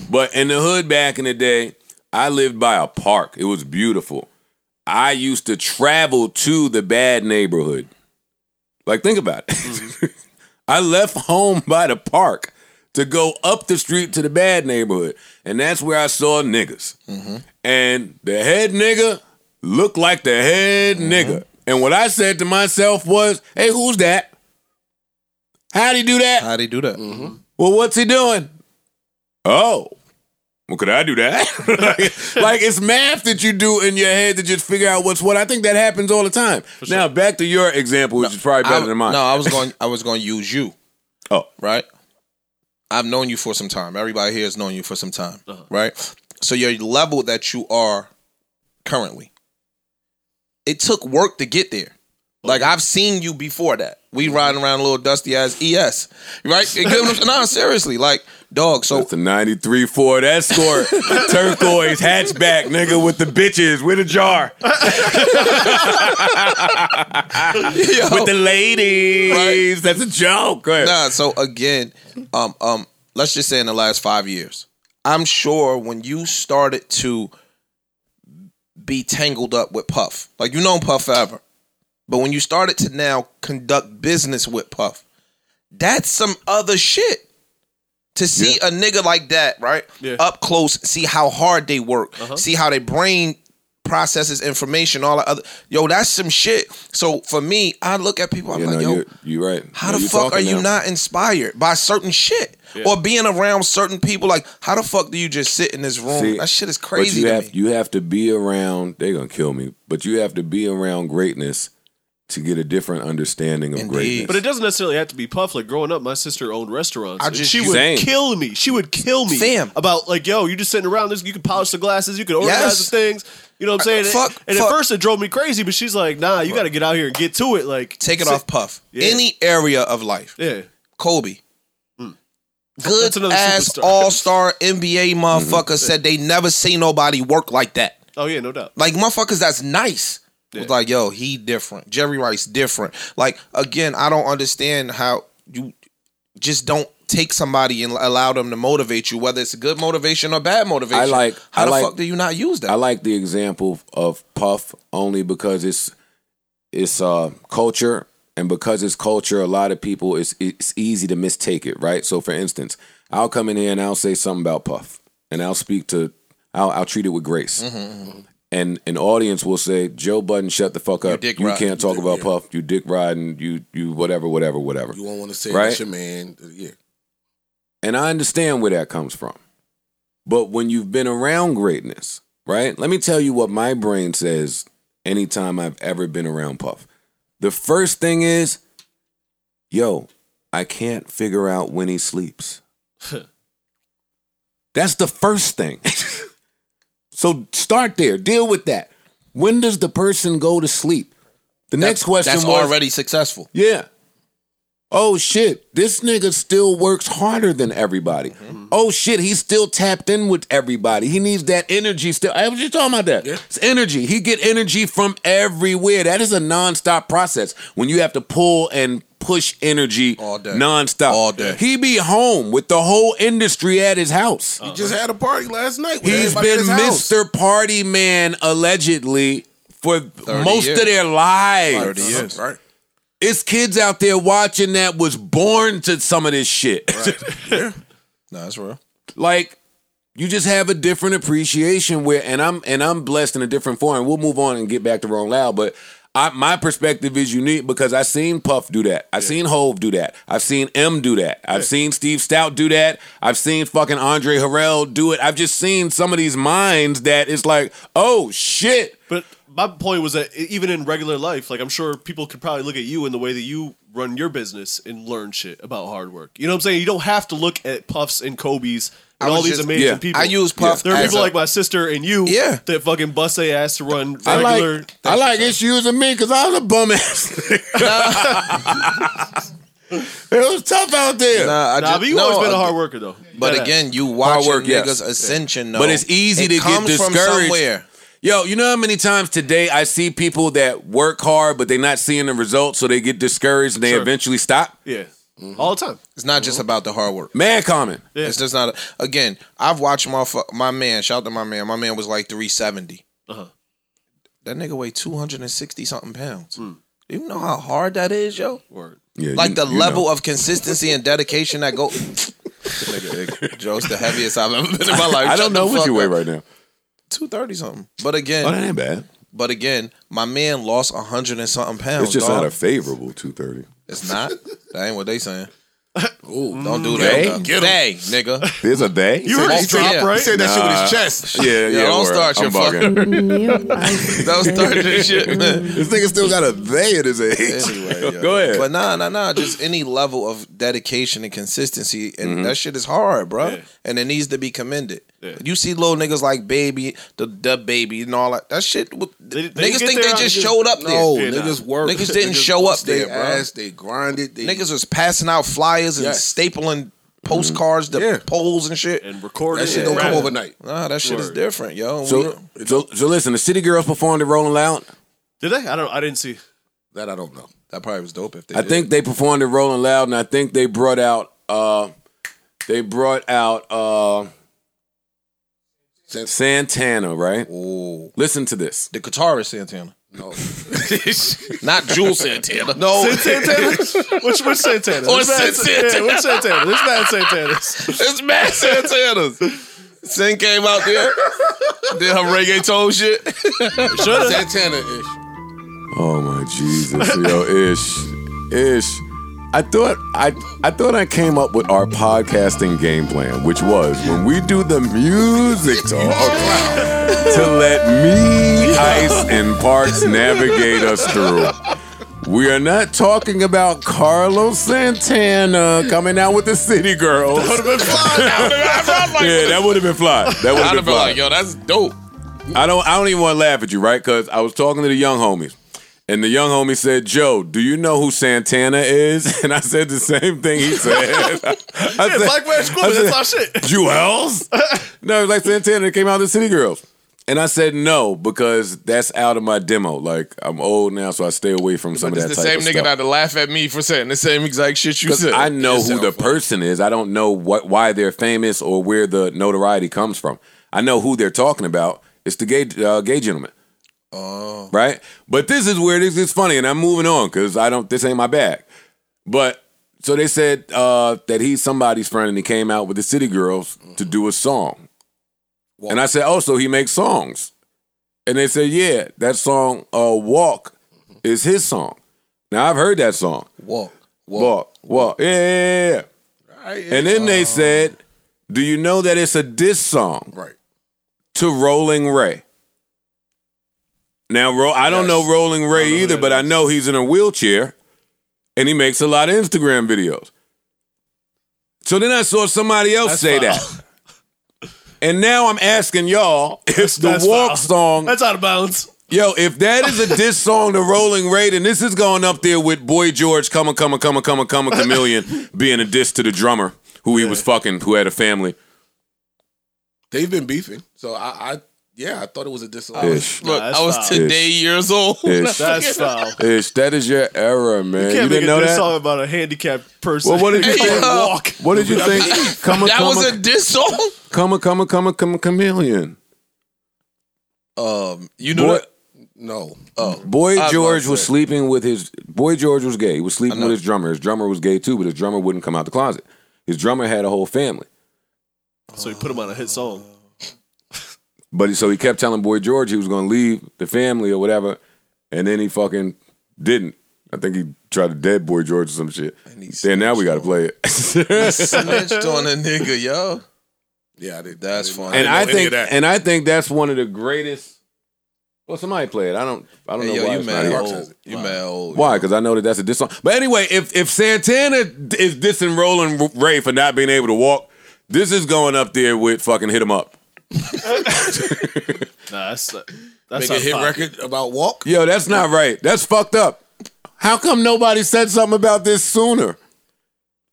but in the hood back in the day, I lived by a park. It was beautiful. I used to travel to the bad neighborhood. Like, think about it. Mm-hmm. I left home by the park to go up the street to the bad neighborhood. And that's where I saw niggas. And the head nigga looked like the head Mm-hmm. nigga. And what I said to myself was, hey, who's that? How'd he do that? How'd he do that? Well, what's he doing? Oh. Well, could I do that? like, like, it's math that you do in your head to just figure out what's what. I think that happens all the time. Now back to your example, which is probably better I- than mine. No, I was going. I was going to use you. Oh. right. I've known you for some time. Everybody here has known you for some time, right? So your level that you are currently, it took work to get there. Like I've seen you before that. We riding around a little dusty ass ES, right? It give them- no, seriously, like dog. So It's a 93 Ford Escort, turquoise hatchback, nigga, with the bitches, with a jar, Yo. with the ladies. That's a joke. Go ahead. Nah, so again, um, um, let's just say in the last five years, I'm sure when you started to be tangled up with Puff, like you known Puff forever, but when you started to now conduct business with Puff, That's some other shit. To see a nigga like that, right? Yeah. Up close, see how hard they work, see how their brain processes information, all that other yo, that's some shit. So for me, I look at people, I'm You like, know, yo, you're, you're right. how No, the you're fuck are talking you now. not inspired by certain shit or being around certain people? Like, how the fuck do you just sit in this room? See, that shit is But crazy. you to have me. you have to be around. They're gonna kill me. But you have to be around greatness to get a different understanding of Indeed. greatness. But it doesn't necessarily have to be puff. Like growing up, my sister owned restaurants. I and just- she would Same. kill me. She would kill me. Fam. About like, yo, you just sitting around. This, you can polish the glasses. You can organize Yes. the things. You know what I'm saying? Uh, fuck, and fuck. at first it drove me crazy, but she's like, nah, you got to get out here and get to it. Like, Take it sit- off, puff. Yeah. Any area of life, Yeah. Kobe. Good That's another ass superstar. all star NBA motherfucker said they never see nobody work like that. Oh yeah, no doubt. Like motherfuckers, that's nice. Yeah. It's like, yo, he different. Jerry Rice different. Like again, I don't understand how you just don't take somebody and allow them to motivate you, whether it's good motivation or bad motivation. I like- how I the like- fuck do you not use that? I like the example of Puff only because it's it's uh, culture, and because it's culture, a lot of people it's it's easy to mistake it, right? So, for instance, I'll come in here and I'll say something about Puff, and I'll speak to I'll, I'll treat it with grace, Mm-hmm. Mm-hmm. and an audience will say, "Joe Budden, shut the fuck up! You, dick ride- can't talk dick- about yeah. Puff. You dick riding. You you whatever, whatever, whatever." You won't want to say Right? that's your man. uh, Yeah. And I understand where that comes from. But when you've been around greatness, right? Let me tell you what my brain says anytime I've ever been around Puff. The first thing is, yo, I can't figure out when he sleeps. That's the first thing. so start there. Deal with that. When does the person go to sleep? The That- next question That's was already successful. yeah. Oh shit, this nigga still works harder than everybody. Mm-hmm. Oh shit, he's still tapped in with everybody. He needs that energy still. I was just talking about that. It's energy. He get energy from everywhere. That is a nonstop process when you have to pull and push energy All day. nonstop. All day. He be home with the whole industry at his house. We just had a party last night. with He's everybody at been his house. Mr. Party Man allegedly for most years. of their lives. Uh-huh. Thirty years. Right. It's kids out there watching that was born to some of this shit. No, that's real. like you just have a different appreciation where and I'm and I'm blessed in a different form. We'll move on and get back to Wrong Loud, but I, my perspective is unique because I seen Puff do that. I've seen Hove do that. I've seen M do that. I've seen Steve Stout do that. I've seen fucking Andre Harrell do it. I've just seen some of these minds that it's like, oh shit. But my point was that e- even in regular life, like I'm sure people could probably look at you in the way that you run your business and learn shit about hard work. You know what I'm saying? You don't have to look at Puffs and Kobe's and was all these just- amazing yeah. people. I use Puff There are as people a- like my sister and you Yeah. that fucking bust their ass to run I regular. like I like issues and me because I was a bum ass. it was tough out there. Nah, nah, I just- but you've no, always been a uh, hard worker though. But Deadass. again, you watch work, niggas yes. ascension. Though. But it's easy It to get comes from discouraged. somewhere. Yo, you know how many times today I see people that work hard but they're not seeing the results, so they get discouraged and they Sure. eventually stop. yeah, Mm-hmm. all the time. Mm-hmm. It's not just about the hard work. Mad comment. Yeah. It's just not. A, again, I've watched my fu- my man. Shout out to my man. My man was like three seventy. Uh-huh. That nigga weighed two hundred and sixty something pounds. Hmm. You know how hard that is, yo. Word. Yeah, Like you- the you level know. of consistency and dedication that go. nigga, Joe's the heaviest I've ever been in my life. I don't know what you weigh right now. Two thirty something. But again, Oh, that ain't bad. but again, my man lost hundred and something pounds. It's just dog. not a favorable two thirty. It's not. That ain't what they saying. Ooh, don't do They? that. Get hey, nigga. There's a day. You heard his said- drop, yeah. right? He said that shit with his chest. yeah, yeah. don't word. start your I'm bugging. That was thirty shit. this nigga still got a they at his age. anyway, yo. Go ahead. But nah, nah, nah. Just any level of dedication and consistency, and that shit is hard, bro. Mm-hmm. Yeah. And it needs to be commended. Yeah. You see little niggas like baby, the the baby, and all that. That shit. w- They- they niggas get think they there on just you. showed up No, there. Yeah, niggas nah. work. Niggas didn't show up they there, bro. Ass, they grinded. They, Niggas was passing out flyers and Yes. stapling postcards to Yeah. poles and shit. Mm-hmm. And recorded. that shit and don't come rapped. overnight. Nah, that shit is Word. different, yo. So, so, so listen. The City Girls performed at Rolling Loud. Did they? I don't. I didn't see. That I don't know. that probably was dope if they I think they performed at Rolling Loud, and I think they brought out. uh They brought out. uh Since Santana, right? Ooh. Listen to this. The guitarist Santana. Not Jewel Santana. No, Sin Santana? which which Santana? Or Which man- Sin Santana. Yeah, which Santana? This man Santana. it's Matt Santana's. Sin came out there, did her reggaeton shit. Santana ish. Oh my Jesus, yo, ish, ish. I thought I I thought I came up with our podcasting game plan, which was when we do the music talk to let me, Ice, and Parks navigate us through. We are not talking about Carlos Santana coming out with the City Girls. yeah, that would have been fly. That would have I'd been have been fly. like, yo, that's dope. I don't I don't even want to laugh at you, right? Because I was talking to the young homies. And the young homie said, Joe, do you know who Santana is? And I said the same thing he said. I said, Black man school, I said- that's our shit. Jewels? no, it was like Santana came out of the City Girls. And I said no, because that's out of my demo. Like I'm old now, so I stay away from some of It's that the type same of nigga stuff. that laugh at me for saying the same exact shit you 'Cause said. I know who the Yourself. person is. I don't know what why they're famous or where the notoriety comes from. I know who they're talking about. It's the gay uh, gay gentleman. uh, Oh, right. But this is where this is funny, and I'm moving on because I don't. This ain't my bag. But so they said uh, that he's somebody's friend, and he came out with the City Girls to do a song. And I said, oh, so he makes songs. And they said, yeah, that song uh, "Walk" is his song. Now I've heard that song. Walk. Walk, walk, yeah, yeah, yeah. Uh, And then they said, "Do you know that it's a diss song Right. to Rolling Ray?" Now, Ro- I don't know Rolling Ray either, but I know he's in a wheelchair, and he makes a lot of Instagram videos. So then I saw somebody else say that, and now I'm asking y'all if the that's walk foul. song That's out of bounds. Yo, if that is a diss song to Rolling Ray, then this is going up there with Boy George, come on, come on, come on, come on, come on, Chameleon, being a diss to the drummer who he was fucking, who had a family. They've been beefing. So I, I yeah, I thought it was a disallow. Ish, Look, Nah, that's I was foul. today years old. ish, That's foul. ish. That is your era, man. You, Can't make didn't a know diss that. song about a handicapped person. Well, what did you They think? can't Yo. walk? What did you think? Come on, that come was a on, diss song. come on, come on, come on, come on, Chameleon. Um, You know Boy, that? No. Boy I George love was that. sleeping with his Boy George was gay. He was sleeping with his drummer. His drummer was gay too, but his drummer wouldn't come out the closet. His drummer had a whole family. So he put him on a hit song. But he- so he kept telling Boy George he was going to leave the family or whatever, and then he fucking didn't. I think he tried to dead Boy George or some shit. Then now we got to play it. snitched on a nigga, yo. Yeah, I did. That's I didn't- funny. and I, know any think of that. and I think that's one of the greatest. Well, somebody play it. I don't. I don't Hey, know yo, why. you it's mad not here. old. You mad old. Why? Because I know that that's a diss song. But anyway, if if Santana is dissing Rolling Ray for not being able to walk, this is going up there with fucking hit him up. Nah, that's not, that's not Make a hit pop. record about walk. Yo, that's not right. That's fucked up. How come nobody said something about this sooner?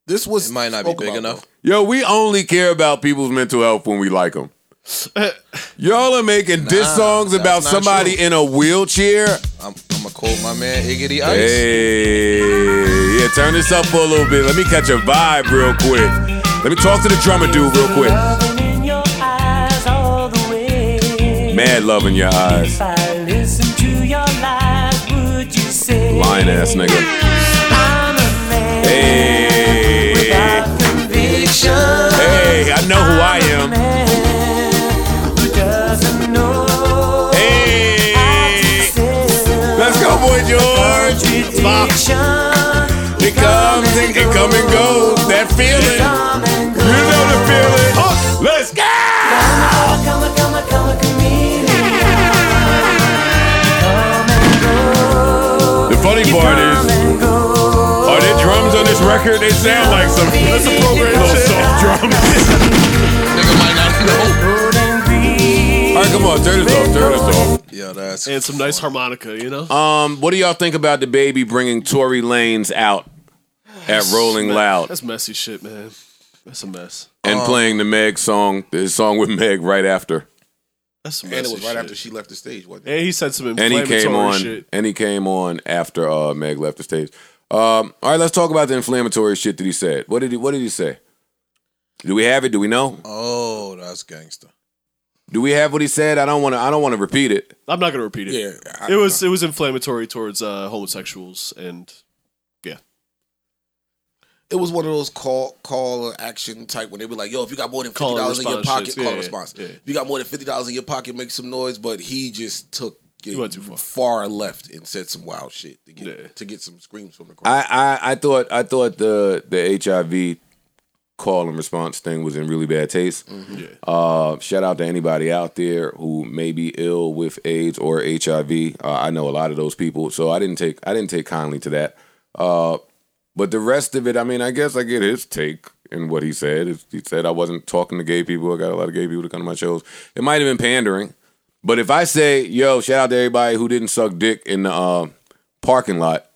This was It might not be spoke big about, enough. Yo, we only care about people's mental health when we like them. Y'all are making diss songs about not somebody in a wheelchair. I'm, I'm gonna quote my man Iggy Ice. Hey, yeah, turn this up for a little bit. Let me catch a vibe real quick. Let me talk to the drummer dude real quick. Mad love in your eyes. Lying ass nigga. Hey. Hey, I know who I am. Hey. Let's go, boy George. Bop. It comes and it come and goes. That feeling. You know the feeling. Oh, let's go. The funny part is, are there drums on this record? They sound like some that's a program little soft drums. Nigga might not know. All right, come on, turn this off, turn this off. Yo, that's and some nice harmonica, you know. Um, what do y'all think about the baby bringing Tory Lanez out at Rolling Loud That's messy shit, man. That's a mess. and Uh, playing the Meg song, his song with Meg right after? That's some messy And it was right shit. after she left the stage. Wasn't it? And he said some and he inflammatory came on shit. and he came on after uh, Meg left the stage. Um, all right, let's talk about the inflammatory shit that he said. What did he What did he say? Do we have it? Do we know? oh, that's gangster. Do we have what he said? I don't want to. I don't want to repeat it. I'm not gonna repeat it. Yeah, I it was it was inflammatory towards uh, homosexuals and yeah. It was one of those call call action type when they be like, "Yo, if you got more than Call fifty and dollars in your response pocket, shits. call Yeah, and yeah, response. yeah. If you got more than fifty dollars in your pocket, make some noise." But he just took it went too far. left and said some wild shit to get Yeah. to get some screams from the crowd. I, I I thought I thought the the HIV call and response thing was in really bad taste. Yeah. Uh, shout out to anybody out there who may be ill with AIDS or HIV. Uh, I know a lot of those people, so I didn't take I didn't take kindly to that. Uh, but the rest of it, I mean, I guess I get his take in what he said. If He said I wasn't talking to gay people. I got a lot of gay people to come to my shows. It might have been pandering, but if I say, "Yo, shout out to everybody who didn't suck dick in the uh, parking lot,"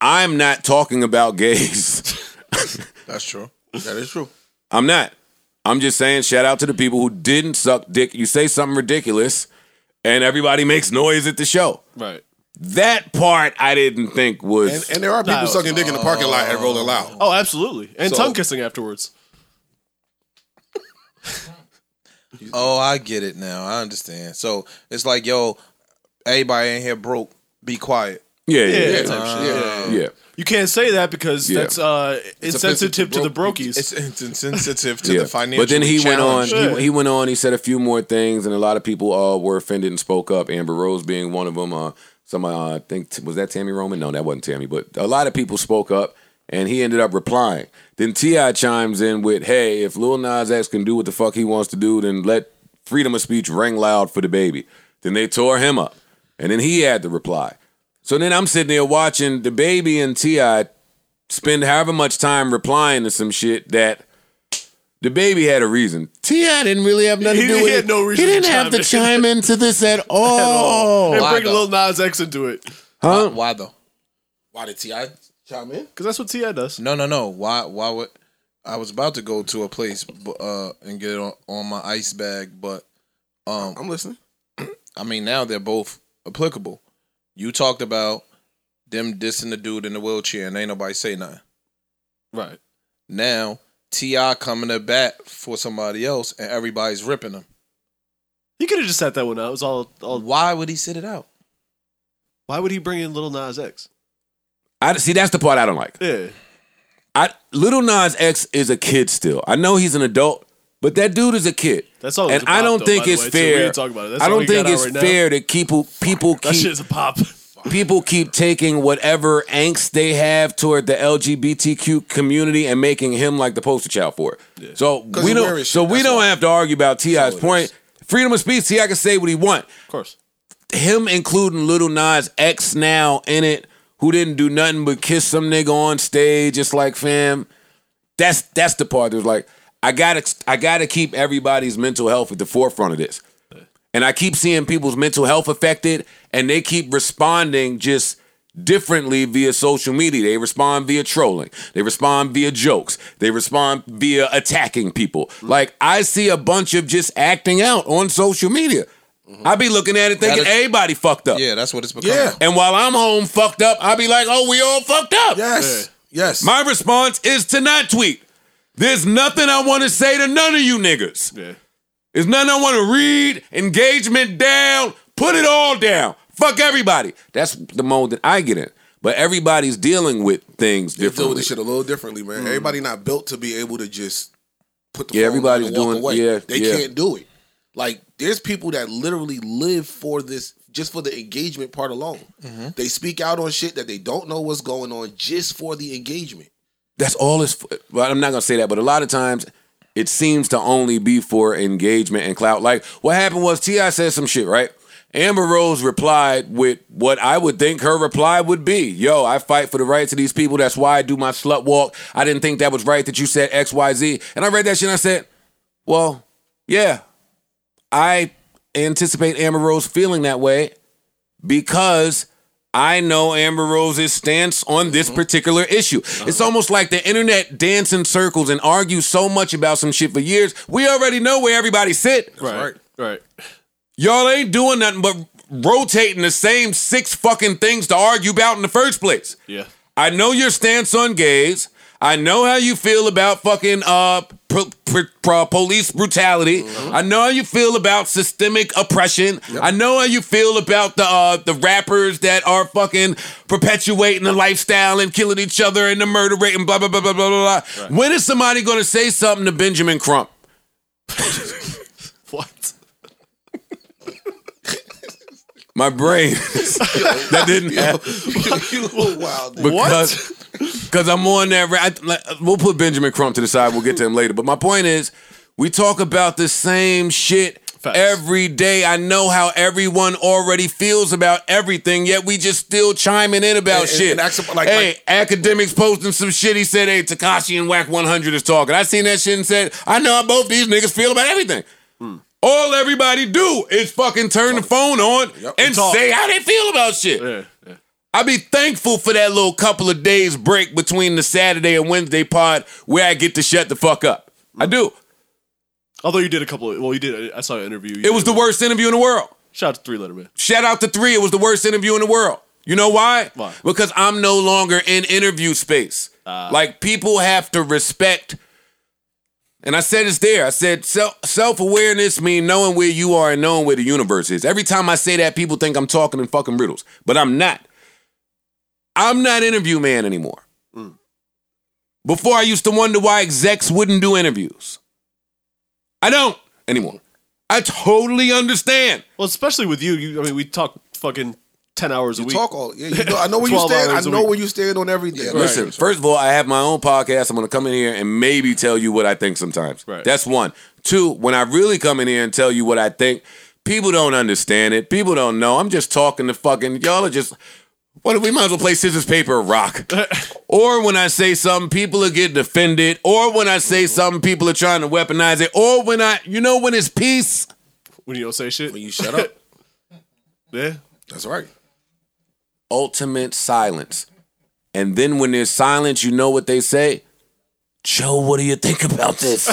I'm not talking about gays. That's true. that is true. I'm not. I'm just saying shout out to the people who didn't suck dick. You say something ridiculous and everybody makes noise at the show. Right. That part I didn't think was And, and there are people Nah, sucking dick in the parking lot and rolling loud. Oh, absolutely. And So- tongue kissing afterwards. Oh, I get it now. I understand. So it's like, yo, everybody in here broke. Be quiet. Uh, yeah, yeah, Yeah. yeah. type shit. Yeah. You can't say that because Yeah. that's uh, insensitive to the to bro- brokies. It's, it's insensitive to Yeah. the financial. But then he went on. challenge. He, Yeah. he went on. He said a few more things, and a lot of people uh, were offended and spoke up. Amber Rose being one of them. Uh, some uh, I think was that Tammy Roman? No, that wasn't Tammy. But a lot of people spoke up, and he ended up replying. Then Ti chimes in with, "Hey, if Lil Nas X can do what the fuck he wants to do, then let freedom of speech ring loud for the baby." Then they tore him up, and then he had to reply. So then I'm sitting there watching the baby and Ti spend however much time replying to some shit that the baby had a reason. Ti didn't really have nothing He- to do he with had it. no reason He didn't to have to chime chime into this at "Oh." all. and Why bring a though? little Nas X into it. Huh? Why though? Why did Ti chime in? Because that's what T.I. does. No, no, no. Why? Why would? I was about to go to a place bu- uh, and get it on, on my ice bag, but um, I'm listening. I mean, now they're both applicable. You talked about them dissing the dude in the wheelchair, and ain't nobody say nothing. Right. Now Ti coming to bat for somebody else, and everybody's ripping him. He could have just sat that one out. It was all, all. Why would he sit it out? Why would he bring in little Nas X? I see. That's the part I don't like. Yeah. I Little Nas X is a kid still. I know he's an adult, but that dude is a kid. That's all. and I don't think it's fair. I don't think it's fair to keep people That keep shit's a pop. people keep taking whatever angst they have toward the LGBTQ community and making him like the poster child for it. So we he don't. wearing So shit, we that's don't why. have to argue about Ti's point. Freedom of speech. Ti can say what he want. Of course. Him including Little Nas X now in it, who didn't do nothing but kiss some nigga on stage. It's like fam. That's that's the part that was like I gotta I gotta keep everybody's mental health at the forefront of this. And I keep seeing people's mental health affected and they keep responding just differently via social media. They respond via trolling, they respond via jokes, they respond via attacking people. Like, I see a bunch of just acting out on social media. I be looking at it thinking is- everybody fucked up. Yeah, that's what it's becoming. Yeah. And while I'm home fucked up, I be like, oh, we all fucked up. Yes, yes. My response is to not tweet. There's nothing I want to say to none of you niggas. Yeah. There's nothing I want to read. Engagement down. Put it all down. Fuck everybody. That's the mode that I get in. But everybody's dealing with things they deal with differently. this shit a little differently, man. Everybody not built to be able to just put the Mm. Yeah, phone everybody's down and walk doing- away. yeah, they yeah. can't do it. Like there's people that literally live for this just for the engagement part alone. Mm-hmm. They speak out on shit that they don't know what's going on just for the engagement. That's all it's. For. Well, I'm not gonna say that, but a lot of times it seems to only be for engagement and clout. Like what happened was Ti said some shit, right? Amber Rose replied with what I would think her reply would be. Yo, I fight for the rights of these people. That's why I do my slut walk. I didn't think that was right that you said X, Y, Z. And I read that shit and I said, well, yeah, I anticipate Amber Rose feeling that way because I know Amber Rose's stance on Mm-hmm. this particular issue. Uh-huh. It's almost like the internet dance in circles and argue so much about some shit for years. We already know where everybody sit. Right. Right. Y'all ain't doing nothing but rotating the same six fucking things to argue about in the first place. Yeah. I know your stance on gays. I know how you feel about fucking uh pro- pro- pro- police brutality. I know how you feel about systemic oppression. I know how you feel about the uh the rappers that are fucking perpetuating the lifestyle and killing each other and the murder rate and blah blah blah blah blah blah. blah. When is somebody going to say something to Benjamin Crump? What? My brain that didn't happen. you little wild. nigga. because because I'm on that. Ra- I, like, we'll put Benjamin Crump to the side. We'll get to him later. But my point is, we talk about the same shit Facts. every day. I know how everyone already feels about everything, yet we just still chiming in about And- and- shit. and ask him, like- hey, like- academics posting some shit. He said, "Hey, Takashi and Whack 100 is talking." I seen that shit and said, "I know how both these niggas feel about everything." All everybody do is fucking turn the phone on and Talk. say how they feel about shit. Yeah, yeah. I be thankful for that little couple of days break between the Saturday and Wednesday pod where I get to shut the fuck up. I do. Although you did a couple. Of, well, you did. I saw an interview. You It was did the with- worst interview in the world. Shout out to Three Letter Man. Shout out to three. It was the worst interview in the world. You know why? Why? Ah. Because I'm no longer in interview space. like people have to respect. And I said it's there. I said self awareness mean knowing where you are and knowing where the universe is. Every time I say that, people think I'm talking in fucking riddles, but I'm not. I'm not interview man anymore. Mm. Before I used to wonder why execs wouldn't do interviews. I don't anymore. I totally understand. Well, especially with you. you I mean, we talk fucking ten hours a week. Talk all. Yeah, you know, I know where you 12 stand. I hours a know week. where you stand on everything. Listen, first of all, I have my own podcast. I'm going to come in here and maybe tell you what I think sometimes. Right. That's one. Two, when I really come in here and tell you what I think, people don't understand it. People don't know. I'm just talking to fucking, y'all are just, what, we might as well play scissors, paper, or rock. or when I say something, people are getting offended. Or when I say something, people are trying to weaponize it. Or when I, you know, when it's peace. when you don't say shit. When you shut up. yeah. That's right. ultimate silence. And then when there's silence, you know what they say? Joe, what do you think about this?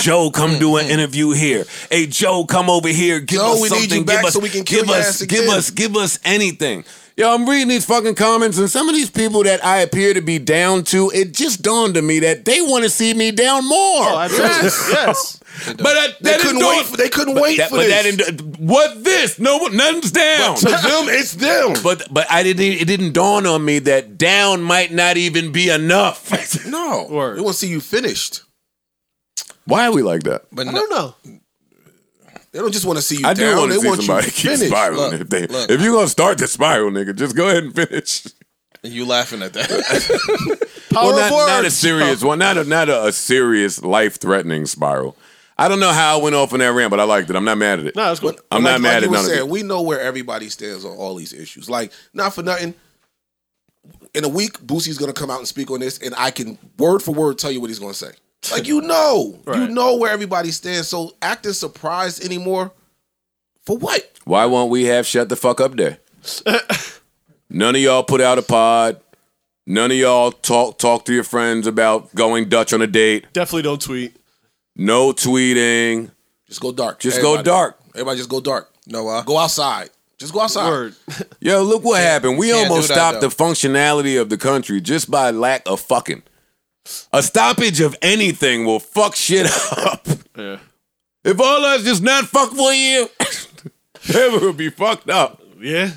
Joe, come do an interview here. Hey, Joe, come over here. Give Joe, us we need something. you back give us, so we can kill give your us, ass give again. us, give us anything. Yo, I'm reading these fucking comments, and some of these people that I appear to be down to, it just dawned on me that they want to see me down more. Oh, absolutely. yes. but I, They that couldn't wait. endorsed- For, they couldn't wait that, for but this. that endo- what this? No, one- nothing's down. to them, it's them. But but I didn't. It didn't dawn on me that down might not even be enough. no, Word. they want to see you finished. Why are we like that? But I no, don't know. They don't just want to see you I do down. want they to see want somebody you keep finished. spiraling. Look, if they, look. if you're gonna start the spiral, nigga, just go ahead and finish. you laughing at that. Power well, not, of not a words. serious one. Not a not a, a serious life threatening spiral. I don't know how I went off on that rant, but I liked it. I'm not mad at it. No, that's good. I'm not like, mad at like you were none saying, of it. we know where everybody stands on all these issues. Like, not for nothing. In a week, Boosie's gonna come out and speak on this, and I can word for word tell you what he's gonna say. Like you know, you Right. know where everybody stands. So acting surprised anymore for what? Why won't we have shut the fuck up day? None of y'all put out a pod. None of y'all talk talk to your friends about going Dutch on a date. Definitely don't tweet. No tweeting. Just go dark. Just go Everybody. dark. Everybody, just go dark. no, uh, Go outside. Just go outside. Word. Yo, look what happened. We Can't almost do that, stopped though. the functionality of the country just by lack of fucking. A stoppage of anything will fuck shit up. Yeah. If all us just not fuck for a year, it will be fucked up. Yeah.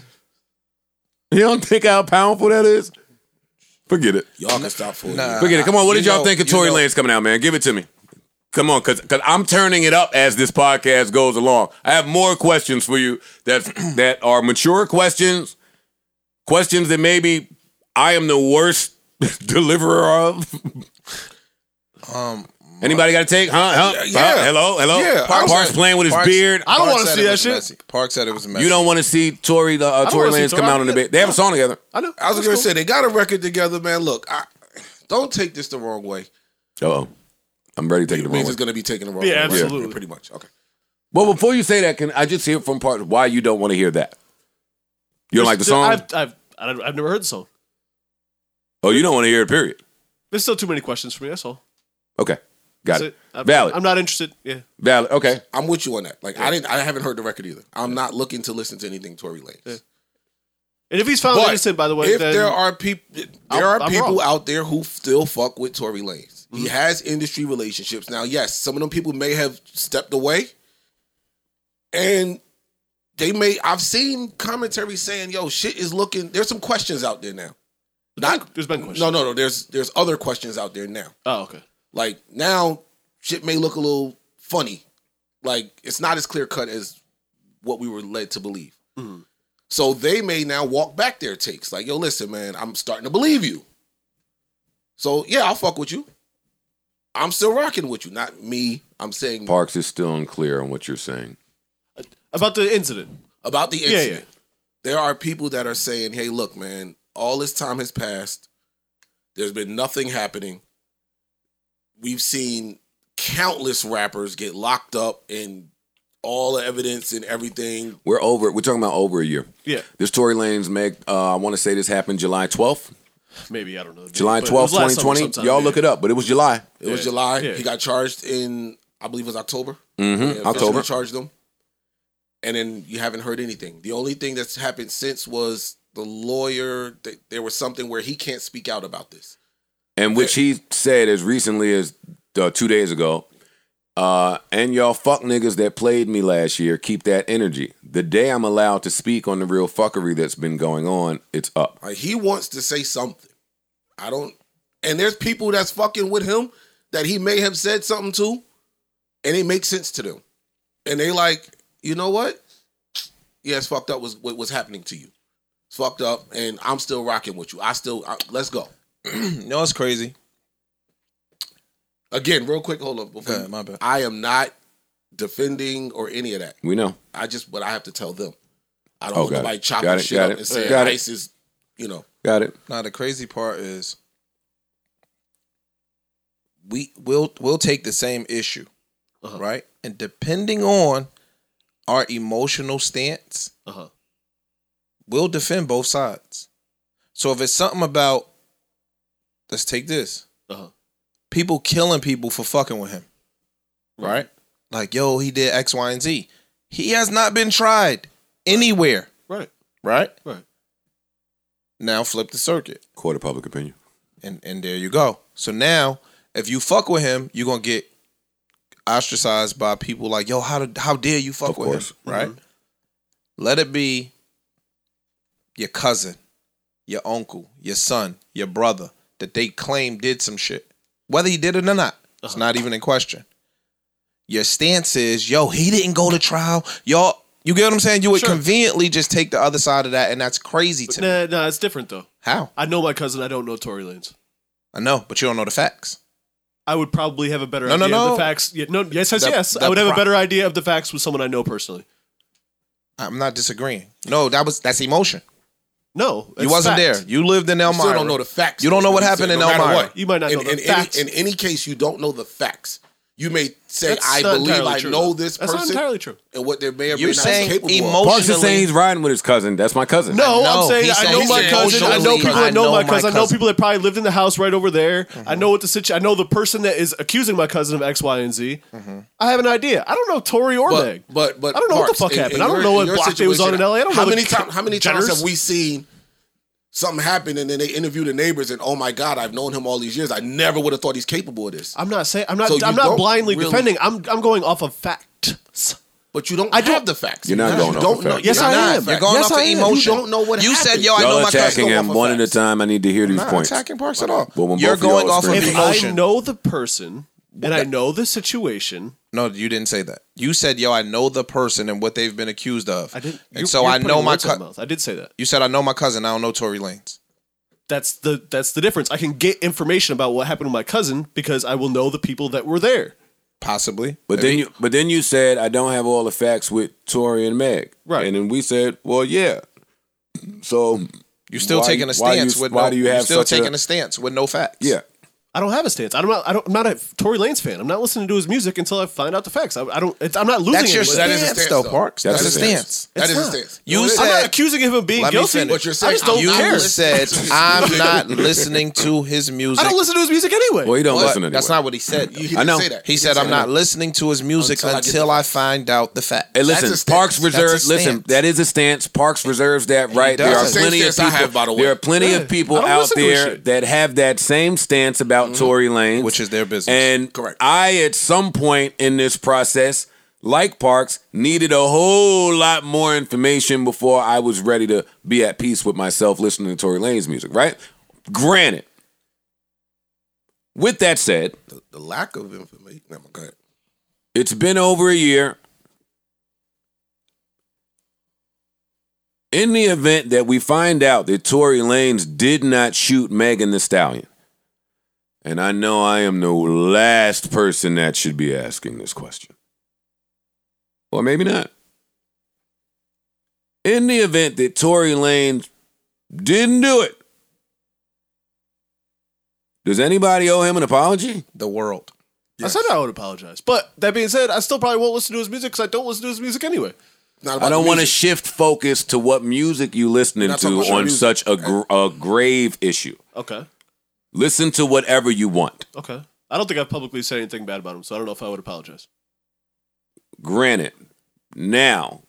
You don't think how powerful that is? Forget it. Y'all can stop fooling. me. Nah. Forget it. Come on, what did Uh, You y'all know- think of you Tory know- Lane's coming out, man? Give it to me. Come on, cause cause I'm turning it up as this podcast goes along. I have more questions for you that that are mature questions, questions that maybe I am the worst deliverer of. um, Anybody got to take? Huh? huh? Yeah. Huh? Hello, hello. Yeah, I Parks, was like- playing with his Parks- beard. I don't Park wanna said see it that was shit. Messy. Park said it was messy. you don't want to see Tory the uh, wanna Tory see Lanez come Tory. out on the bit. They have a song together. I know. I was That's cool. gonna say they got a record together, man. Look, I, don't take this the wrong way. Oh, I'm ready to take it the It wrong means way. it's gonna be taken the wrong Yeah, way. right? absolutely. pretty much. Okay. Well, before you say that, can I just hear from Parks why you don't want to hear that? You don't like the There's- song? I've, I've, I don't- I've never heard the song. Oh, you don't want to hear it. Period. There's still too many questions for me. That's all. Okay. That's Got it. I'm, Valid. I'm not interested. Yeah. Valid. Okay. I'm with you on that. Like I didn't, I haven't heard the record either. I'm not looking to listen to anything Tory Lanez. And if he's found But innocent, by the way, if then there are people, there I'm- are I'm people wrong. Mm-hmm. out there who still fuck with Tory Lanez. He has industry relationships now. Yes, some of them people may have stepped away, and they may. I've seen commentary saying, "Yo, shit is looking." There's some questions out there now. Not there's been questions. no, no, no. There's there's other questions out there now. Oh, okay. Like now, shit may look a little funny. Like it's not as clear cut as what we were led to believe. Mm. So they may now walk back their takes. Like, yo, listen, man, I'm starting to believe you. So yeah, I'll fuck with you. I'm still rocking with you, not me. I'm saying Parks is still unclear on what you're saying. About the incident. about the Yeah, incident. There are people that are saying, "Hey, look, man, all this time has passed. There's been nothing happening. We've seen countless rappers get locked up and all the evidence and everything. We're over. We're talking about over a year. yeah. This Tory Lanez Meg. Uh, I want to say this happened July 12th. Yeah. Maybe I don't know. July But it 12th, was last summer 2020. sometime, Y'all yeah. look it up, but it was July. It was Yeah, July. yeah. He got charged in, I believe, it was October. Mm-hmm. They October. officially charged them, and then you haven't heard anything. The only thing that's happened since was the lawyer. Th- there was something where he can't speak out about this. and which he said as recently as uh, two days ago. Uh, and y'all fuck niggas that played me last year, keep that energy. The day I'm allowed to speak on the real fuckery that's been going on, it's up. Like he wants to say something. I don't. And there's people that's fucking with him that he may have said something to, and it makes sense to them. And they like, you know what? Yeah, it's fucked up. Was what was happening to you? It's fucked up, and I'm still rocking with you. I still I, let's go You know it's crazy. again, real quick. Hold on. Before Go ahead, you- my bad. I am not defending or any of that. We know. I just, but I have to tell them. I don't Oh, want got nobody it. chopping Got it, shit got up it, and saying got it. ICE is, you know. Got it. Now the crazy part is we will we'll take the same issue, Uh-huh. right? And depending on our emotional stance, Uh-huh. we'll defend both sides. So if it's something about let's take this. Uh-huh. People killing people for fucking with him. Right? Like, yo, he did X, Y, and Z. He has not been tried anywhere, Right. right? Right. Now flip the circuit. Court of public opinion. and and there you go. So now, if you fuck with him, you're gonna get ostracized by people like, yo, how did, how dare you fuck Of with course. him, right? Mm-hmm. Let it be your cousin, your uncle, your son, your brother that they claim did some shit, whether he did it or not, it's Uh-huh. not even in question. Your stance is, yo, he didn't go to trial, y'all. You get what I'm saying? You would Sure. conveniently just take the other side of that, and that's crazy to me. Nah, nah, it's different though. How? I know my cousin. I don't know Tory Lanez. I know, but you don't know the facts. I would probably have a better No, no, idea of no. the facts. Yeah, no, yes, yes, The- yes. the I would have pro- a better idea of the facts with someone I know personally. I'm not disagreeing. No, that was that's emotion. No, you it's wasn't fact. there. You lived in Elmira. Still don't know the facts. You don't know what He said, happened in no matter Elmira. what. You might not in, know the in facts. Any, in any case, you don't know the facts. You may say, That's "I not believe entirely I true, know though. this That's person not entirely true. and what they may or may You're not be saying capable of." emotion- Parks is saying he's riding with his cousin. That's my cousin. No, know. I'm saying He's I saying- know he's my saying cousin. I know emotionally, people I that know know my my cousin. I know cousin. people that probably lived in the house right over there. I know what the situation. I know the person that is accusing my cousin of X, Y, and Z. I have an idea. I don't know Tory or Meg. But, but but I don't know what the fuck Marks, in- happened. in I don't your- know in what your block they was on in situation, LA. I don't how know many the times how many times Jenners. have we seen something happen and then they interview the neighbors and oh my god, I've known him all these years. I never would have thought he's capable of this. I'm not saying I'm not. So you I'm don't not blindly really- defending. I'm I'm going off of facts. But you don't I have don't- the facts. You're not You going off don't the know- facts. Yes, you're I not. am. You're going Yes, off I the am. emotion. You don't know what you said. happened. Yo, I know Y'all my cousin. attacking go him off of one at a facts. time. I need to hear these Not points. attacking Parks at all. Well, when You're both of y'all going off of scream. If emotion. I know the person and I know the situation, No, you didn't say that. You said, "Yo, I know the person and what they've been accused of." I didn't. And you're- so you're I know putting my words in cousin. mouth. I did say that. You said I know my cousin. I don't know Tory Lanez. That's the that's the difference. I can get information about what happened to my cousin because I will know the people that were there. Possibly, But then you, but then you said I don't have all the facts with Tori and Meg, Right. And then we said, well, yeah. So you're still why- taking a why you- stance with. why no, do you you're have still such a- taking a stance with no facts? yeah, I don't have a stance. I don't. I don't. I'm not a Tory Lanez fan. I'm not listening to his music until I find out the facts. I, I don't. It's, I'm not losing. That's your anybody. That is a stance, stance, though, though. Parks. That's, That's a a stance. That It's is a not. stance. You It is. said- I'm not accusing him of being Let me guilty. finish. What you're I saying- just don't you care. said I'm not listening to his I music. don't listen to his music anyway. Well, he don't But listen to That's not what he said. He though. didn't know. say that. He He said didn't I'm say not that. listening to his music Until I get the until I find out the facts. Hey, That's listen, a stance. Parks That's a reserves. Listen, stance. that is a stance. Parks reserves that right. There are does. Same plenty of stance I people. have, by the way. There are plenty Yeah. of people I don't out listen to his there shit. that have that same stance Mm-hmm. about Tory Lanez, Which is their business. And Correct. I, at some point in this process, like Parks, needed a whole lot more information before I was ready to be at peace with myself listening to Tory Lanez music. Right? Granted. With that said, The, the lack of information. No, go ahead. it's been over a year. In the event that we find out that Tory Lanez did not shoot Megan the Stallion, and I know I am the last person that should be asking this question. Or maybe not. In the event that Tory Lanez didn't do it, does anybody owe him an apology? The world. I said I would apologize. But that being said, I still probably won't listen to his music because I don't listen to his music anyway. It's not about I don't the want to music. shift focus to what music you listening Not to talking about your on music. such a, gr- a grave issue. Okay. Listen to whatever you want. Okay. I don't think I've publicly said anything bad about him, so I don't know if I would apologize. Granted, now,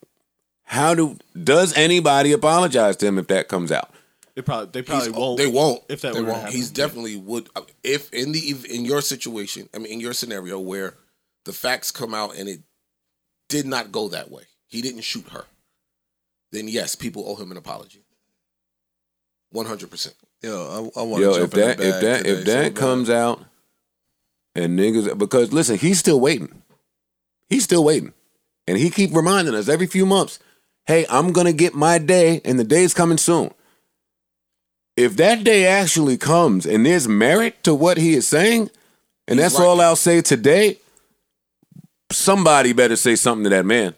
how do does anybody apologize to him if that comes out? They probably they He's- probably won't. They won't. If that they were to won't. happen. He's definitely would. uh, If in the in your situation, I mean, in your scenario where the facts come out and it did not go that way, he didn't shoot her. Then yes, people owe him an apology. One hundred percent. Yo, I, I want Yo, if that if that if that comes out and niggas because listen, he's still waiting. He's still waiting. And he keep reminding us every few months, "Hey, I'm going to get my day and the day's coming soon." If that day actually comes and there's merit to what he is saying, and He's that's right. all I'll say today, somebody better say something to that man.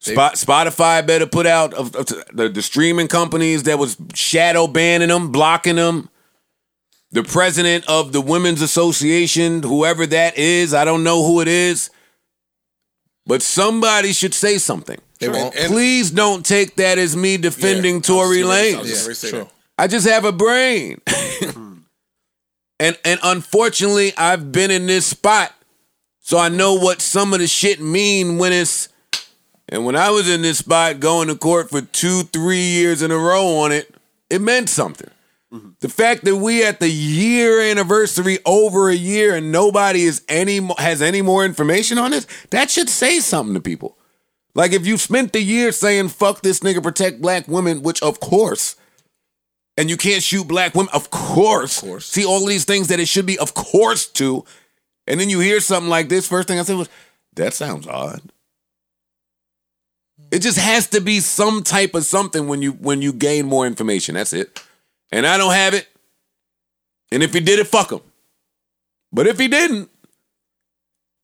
Spot, Spotify better put out of, of the, the streaming companies that was shadow banning them, blocking them. The president of the Women's Association, whoever that is, I don't know who it is, but somebody should say something. they won't. And- Please don't take that as me defending Tory Lanez. Yeah, true. I just have a brain. and and unfortunately, I've been in this spot. So I know what some of the shit mean when it's and when I was in this spot going to court for 2 3 years in a row on it, it meant something. The fact that we at the year anniversary over a year and nobody is any mo- has any more information on this, that should say something to people. Like if you spent the year saying fuck this nigga protect black women, which of course and you can't shoot black women. Of course. course. See all of these things that it should be of course to. And then you hear something like this. First thing I said was, that sounds odd. It just has to be some type of something when you when you gain more information. That's it. And I don't have it. And if he did it, fuck him. But if he didn't,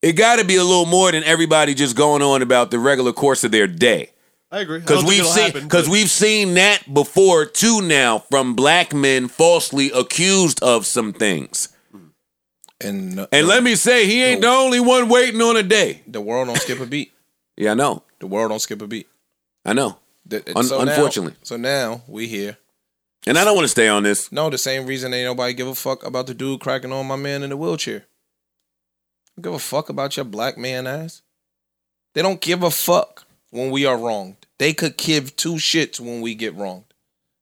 it got to be a little more than everybody just going on about the regular course of their day. I agree. I Because don't think we've it'll seen happen, because but- we've seen that before too now from black men falsely accused of some things. And, uh, And let me say, he ain't the only one waiting on a day. the world don't skip a beat. Yeah, I know. The world don't skip a beat. I know. The- Un- so now- unfortunately. so now we here. And I don't want to stay on this. No, the same reason ain't nobody give a fuck about the dude cracking on my man in the wheelchair. Don't give a fuck about your black man ass. They don't give a fuck when we are wronged. They could give two shits when we get wronged.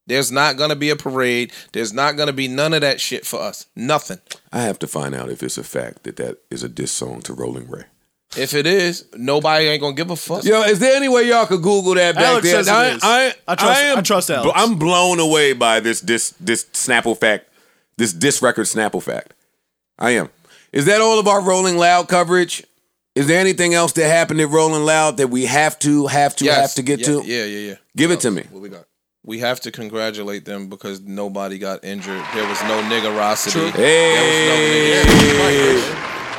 There's not gonna be a parade. There's not gonna be none of that shit for us. Nothing. I have to find out if it's a fact that that is a diss song to Rolling Ray. If it is, nobody ain't gonna give a fuck. Yo, is there any way y'all could Google that back Alex there? says it I, is. I, I trust- am, I trust Alex. I'm blown away by this this this Snapple fact, this disc record Snapple fact. I am. Is that all of our Rolling Loud coverage? Is there anything else that happened at Rolling Loud that we have to have to have to get yeah, to? Yeah, yeah, yeah. Give it to me. What we got? We have to congratulate them because nobody got injured. There was no niggerosity. Hey,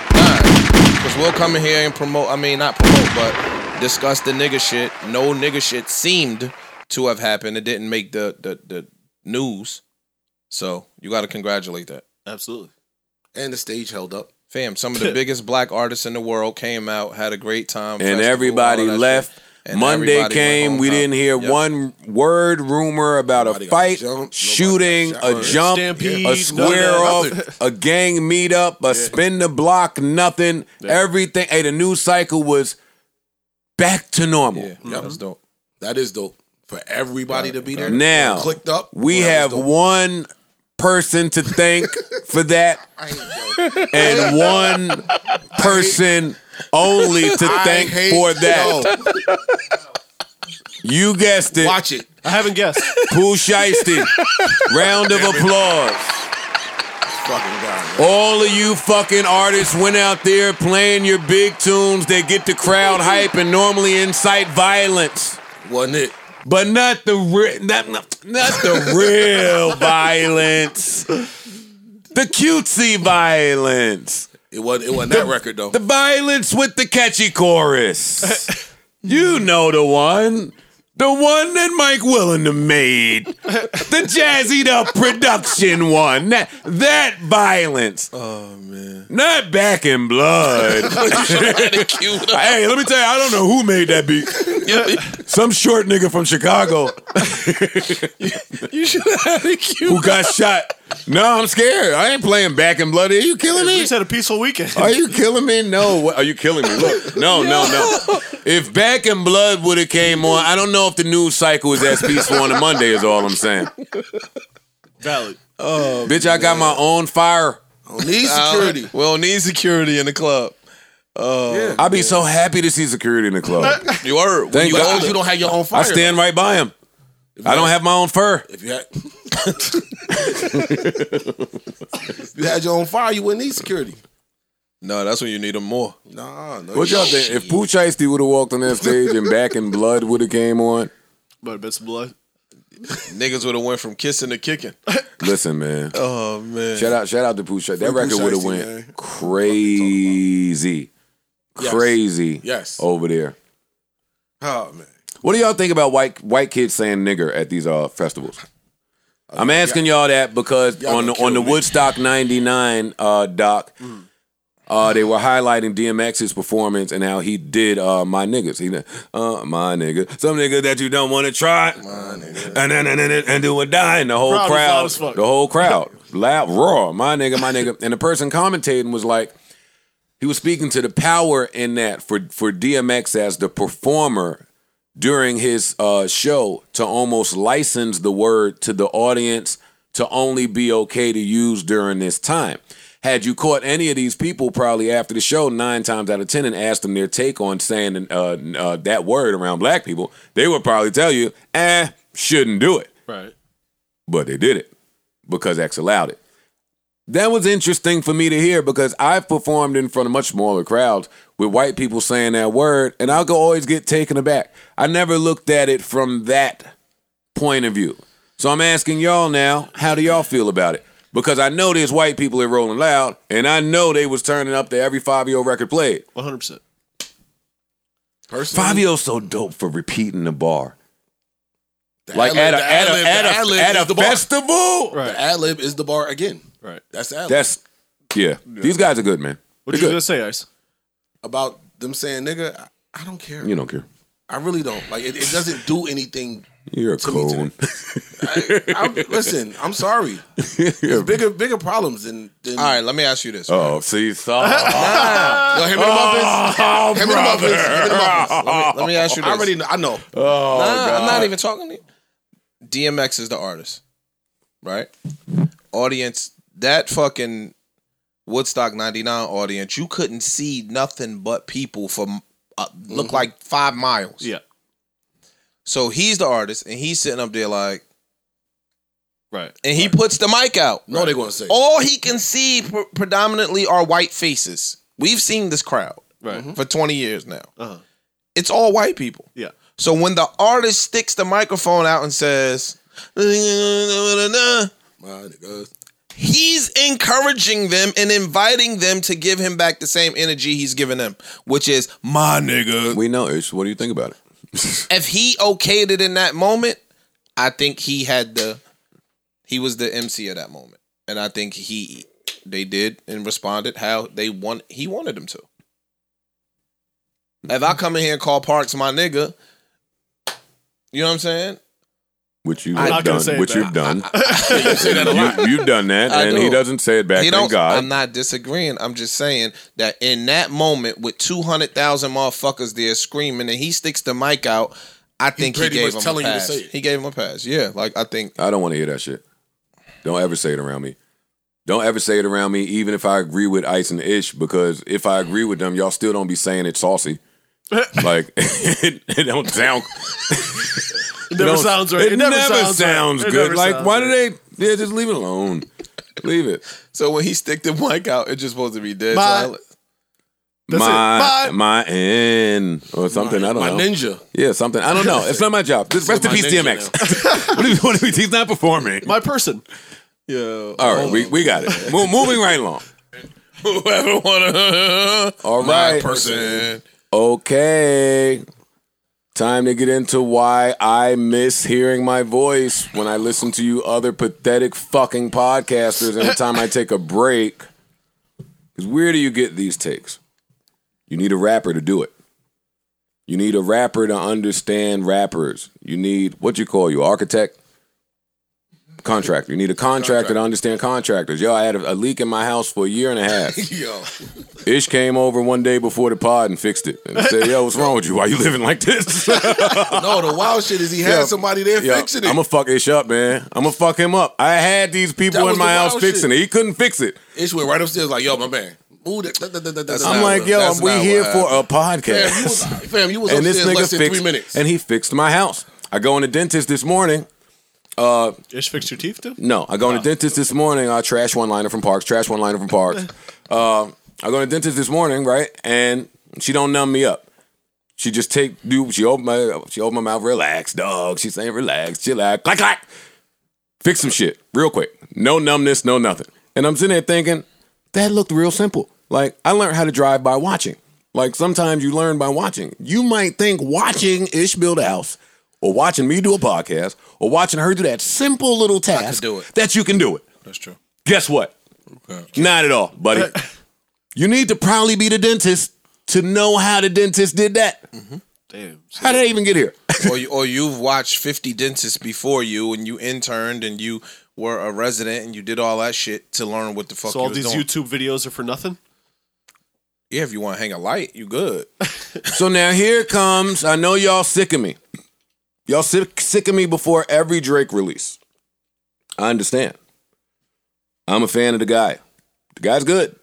Because we'll come in here and promote, I mean, not promote, but discuss the nigga shit. No nigga shit seemed to have happened. It didn't make the, the, the news. So you got to congratulate that. Absolutely. and the stage held up. Fam, some of the biggest black artists in the world came out, had a great time, and festival, everybody all that shit. left. And Monday everybody went came. home We top. didn't hear Yep. one word rumor about Nobody a got fight, jumped, nobody shooting, got a shot. jump, Stampede, a square nothing. off, a gang meetup, a spin the block, nothing. Everything. Hey, the news cycle was back to normal. Yeah, that was dope. That is dope for everybody to be there. Now, clicked up. We Well, that have was dope. one person to thank for that, I hate yo. and one person only to I thank hate for that. yo. You guessed it. Watch it. I haven't guessed. Pooh Shiesty. Round of applause. Fucking God. man. All of you fucking artists went out there playing your big tunes that get the crowd hype and normally incite violence. Wasn't it? But not the real, not, not, not the real violence. The cutesy violence. It wasn't. It wasn't that record though. The violence with the catchy chorus. you know the one. The one that Mike Willingham made. the jazzied up production one. That, that violence. Oh, man. Not back in blood. hey, let me tell you, I don't know who made that beat. Some short nigga from Chicago You should have had a cue. who got shot. No, I'm scared. I ain't playing back in blood. Are you killing We me? just had a peaceful weekend. Are you killing me? No. What, are you killing me? Look. No, no, no. If Back in Blood would have came on, I don't know if the news cycle is as peaceful on a Monday, is all I'm saying. Valid. Bitch, I got my own fire. Oh, Need security. Oh, We don't need security in the club. I'd be so happy to see security in the club. You are. when Thank you God. If you don't have your own fire. I stand right by him. I don't have my own fur. If you had, if you had your own fire, you wouldn't need security. No, that's when you need them more. Nah, no. What y'all think? If Pooh Shiesty would have walked on that stage and Back in Blood would have came on, Might have been some blood. Niggas would have went from kissing to kicking. listen, man. Oh man. Shout out, shout out to Pooh Shiesty. That Free Pooh record would have Shiesty, went man. crazy, Yes. crazy Yes. over there. Oh man. What do y'all think about white white kids saying nigger at these uh festivals? I'm asking y'all that because Y'all on the, gonna on the kill me. Mm. Woodstock '99 uh, doc, uh, they were highlighting DMX's performance and how he did uh, my niggas. He done, uh, my nigga, some nigga that you don't want to try, and and and and, and do a die, and the whole Crowd was loud crowd, as fuck. the whole crowd, loud, raw, my nigga, my nigga, and the person commentating was like, he was speaking to the power in that for for DMX as the performer during his uh, show to almost license the word to the audience to only be okay to use during this time. Had you caught any of these people probably after the show nine times out of ten and asked them their take on saying uh, uh, that word around black people, they would probably tell you, eh, shouldn't do it Right. but they did it because X allowed it. That was interesting for me to hear because I've performed in front of much smaller crowds with white people saying that word, and I'll go always get taken aback. I never looked at it from that point of view. So I'm asking y'all now, how do y'all feel about it? Because I know there's white people at Rolling Loud, and I know they was turning up to every Fabio record played. 100%. Personally, Fabio's so dope for repeating the bar. the Like ad-lib- at a, the at ad-lib- a, at the a, ad-lib at is a the bar. festival. Right. The ad lib is the bar again. Right. That's the ad lib. That's yeah. These guys are good, man. What you They're going good. to say, Ice? about them saying nigga. I, I don't care. You don't care. I really don't. Like it, it doesn't do anything. You're a To me, to cone. I, listen, I'm sorry. There's bigger bigger problems than. than All right, let me ask you this. Oh, see, saw. Yo, hit me the muffins. oh, Hit me the muffins. Hit me the muffins. Let me- Let me ask you I this. already know. I know. Oh, Nah, I'm Uh, not even talking to you. DMX is the artist, right? Audience, that fucking Woodstock 99 audience, you couldn't see nothing but people from uh, look like five miles. Mm-hmm. Yeah. So he's the artist and he's sitting up there like, Right. and he puts the mic out. No, they're gonna say. All he can see pre- predominantly are white faces. We've seen this crowd Right. for 20 years now. Uh-huh. It's all white people. Yeah. So when the artist sticks the microphone out and says, he's My niggas. encouraging them and inviting them to give him back the same energy he's giving them, which is my nigga. We know, Ish. What do you think about it? If he okayed it in that moment, I think he had the he was the MC of that moment. And I think he they did and responded how they want he wanted them to. If I come in here and call Parks my nigga, you know what I'm saying? Which you I'm have not gonna done. say which that. you've done. you, have done that, I and do. he doesn't say it back. He Thank don't- God. I'm not disagreeing. I'm just saying that in that moment with 200,000 motherfuckers there screaming and he sticks the mic out, I think he, pretty gave much him a telling you to pass. say it. He gave him a pass. Yeah, like I think I don't want to hear that shit. Don't ever say it around me. Don't ever say it around me, even if I agree with Ice and Ish, because if I agree with them, y'all still don't be saying it saucy. like it, it don't sound. It never don't- sounds right. It, never, sounds, right. It good. never like sounds why right. do they? Yeah, just leave it alone. leave it. so when he stick the mic out, it's just supposed to be dead My- silent. That's my it. Bye. my N or something. I don't My know. ninja. Yeah, something. I don't know. It's not my job. Just rest in my peace, ninja DMX. what, do you, what do you- He's not performing. My person. Yeah. All right, we, we got it. Mo- moving right along. Whoever wanna All my right. person. Okay. Time to get into why I miss hearing my voice when I listen to you other pathetic fucking podcasters every time I take a break. Because where do you get these takes? You need a rapper to do it. You need a rapper to understand rappers. You need, what you call you, architect? Contractor. You need a contractor to understand contractors. Yo, I had a, a leak in my house for a year and a half. Yo, Ish came over one day before the pod and fixed it. And said, "Yo, what's wrong with you? Why you living like this?" no, the wild shit is he had Yeah. somebody there Yo, fixing it. I'ma fuck Ish up, man. I'ma fuck him up. I had these That people was in my the house wild fixing shit. it. He couldn't fix it. Ish went right upstairs like, yo, my man. Ooh, that, that, that, that, that, that. I'm not like, what- "Yo, that's we not here what for a fam, you was, podcast." fam, you was and this upstairs nigga less than fixed, three minutes. and he fixed my house. I go in the dentist this morning. uh, Ish fixed your teeth too. Oh. No, I go in the dentist this morning. I trash one liner from Parks. Trash one liner from Parks. uh, I go in the dentist this morning, right? And she don't numb me up. She just take do. She open my she open my mouth. Relax, dog. She's saying relax, chill out, clack clack. Fix some shit real quick. No numbness, no nothing. And I'm sitting there thinking that looked real simple. Like I learned how to drive by watching. Like sometimes you learn by watching. You might think watching Ish build a house, or watching me do a podcast, or watching her do that simple little task do it. that you can do it. That's true. Guess what? Not at all, buddy. you need to probably be the dentist to know how the dentist did that. Mm-hmm. Damn. So How did I even get here? or you, or you've watched 50 dentists before you and you interned and you were a resident and you did all that shit to learn what the fuck you all was these doing. YouTube videos are for nothing. yeah, if you want to hang a light, you good. So now here comes. I know y'all sick of me. Y'all sick, sick of me before every Drake release. I understand. I'm a fan of the guy. The guy's good.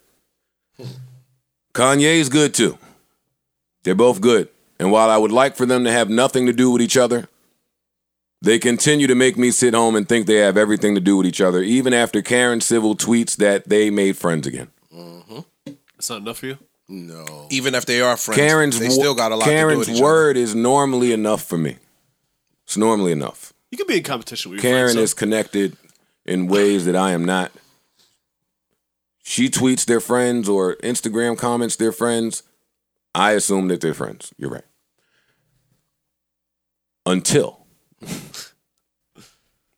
Kanye's good too. They're both good. And while I would like for them to have nothing to do with each other, they continue to make me sit home and think they have everything to do with each other, even after Karen Civil tweets that they made friends again. It's not enough for you. no, Even if they are friends, Karen's they wo- still got a lot Karen's to do with each other. word is normally enough for me. It's normally enough. You can be in competition with your Karen friends, is connected in ways that I am not. She tweets their friends or Instagram comments their friends. I assume that they're friends. You're right. Until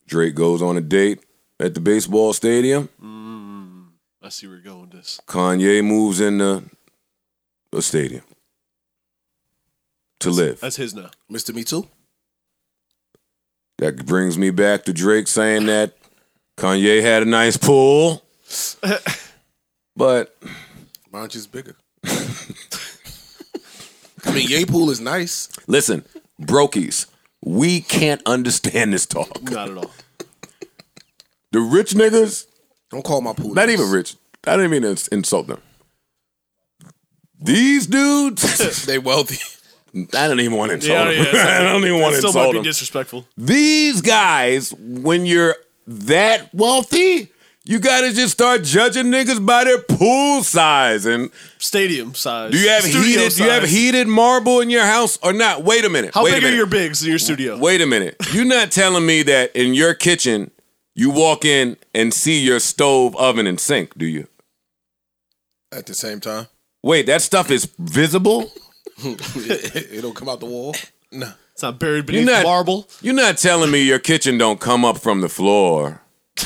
Drake goes on a date at the baseball stadium. so I see where you're going with this. Kanye moves into a stadium to live. That's his now. Mister Me Too. That brings me back to Drake saying that Kanye had a nice pool, but Mine's just bigger. I mean, Yay Pool is nice. listen, brokies, we can't understand this talk. Not at all. The rich niggas, Don't call my pool. not nice. even rich. I didn't mean to ins- insult them. These dudes, They wealthy. I don't even want to insult Yeah, them. yeah, it's I don't even want to Still might insult be them. disrespectful. These guys, when you're that wealthy, you gotta just start judging niggas by their pool size and Stadium size. Do you have studio heated? Do you have size. heated marble in your house or not? Wait a minute. How Wait a big are minute. your bigs in your studio? Wait a minute. You're not telling me that in your kitchen you walk in and see your stove, oven, and sink, do you? At the same time, Wait, that stuff is visible. It'll come out the wall. It's not buried beneath not- marble. You're not telling me your kitchen don't come up from the floor.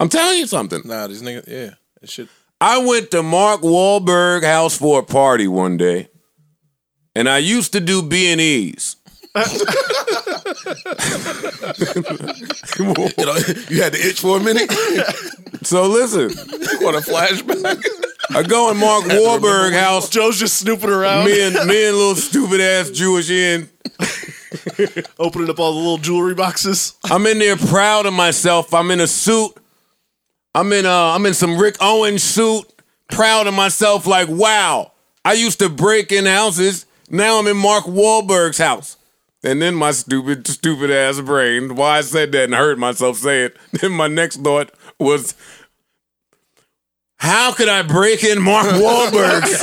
I'm telling you something. Nah, these niggas, yeah, it should. I went to Mark Wahlberg house for a party one day, and I used to do B and E's. You, know, you had to itch for a minute. So listen, What a flashback. I go in Mark Wahlberg house. Joe's just snooping around, Me and me and little stupid ass Jewish in. opening up all the little jewelry boxes. I'm in there proud of myself. I'm in a suit. I'm in uh I'm in some Rick Owens suit. Proud of myself. Like wow, I used to break in houses. Now I'm in Mark Wahlberg's house. And then my stupid, stupid ass brain. Why I said that and heard myself say it. Then my next thought was, how could I break in Mark Wahlberg's?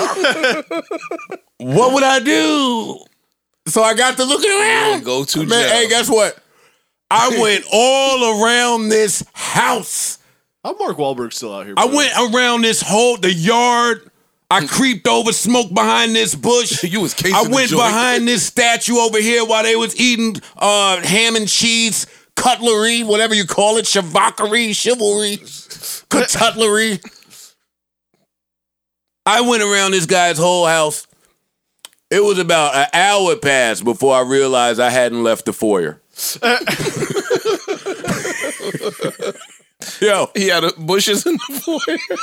what would I do? So I got to looking around. Go to Man, jail. hey, guess what? I went all around this house. I'm Mark Wahlberg still out here. I brother. went around this whole the yard. I creeped over smoke behind this bush. You was casing I the went joint. behind this statue over here while they was eating uh, ham and cheese, cutlery, whatever you call it, chivalry, chivalry, cutlery. I went around this guy's whole house. It was about an hour passed before I realized I hadn't left the foyer. Yo, He had a, bushes in the foyer.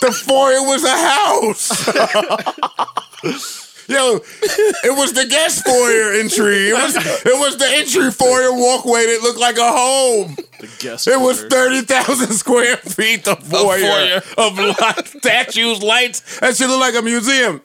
the foyer was a house. Yo, it was the guest foyer entry. It was it was the entry foyer walkway that looked like a home. The guest. It was brother. thirty thousand square feet the foyer, of light, statues, lights. That shit looked like a museum.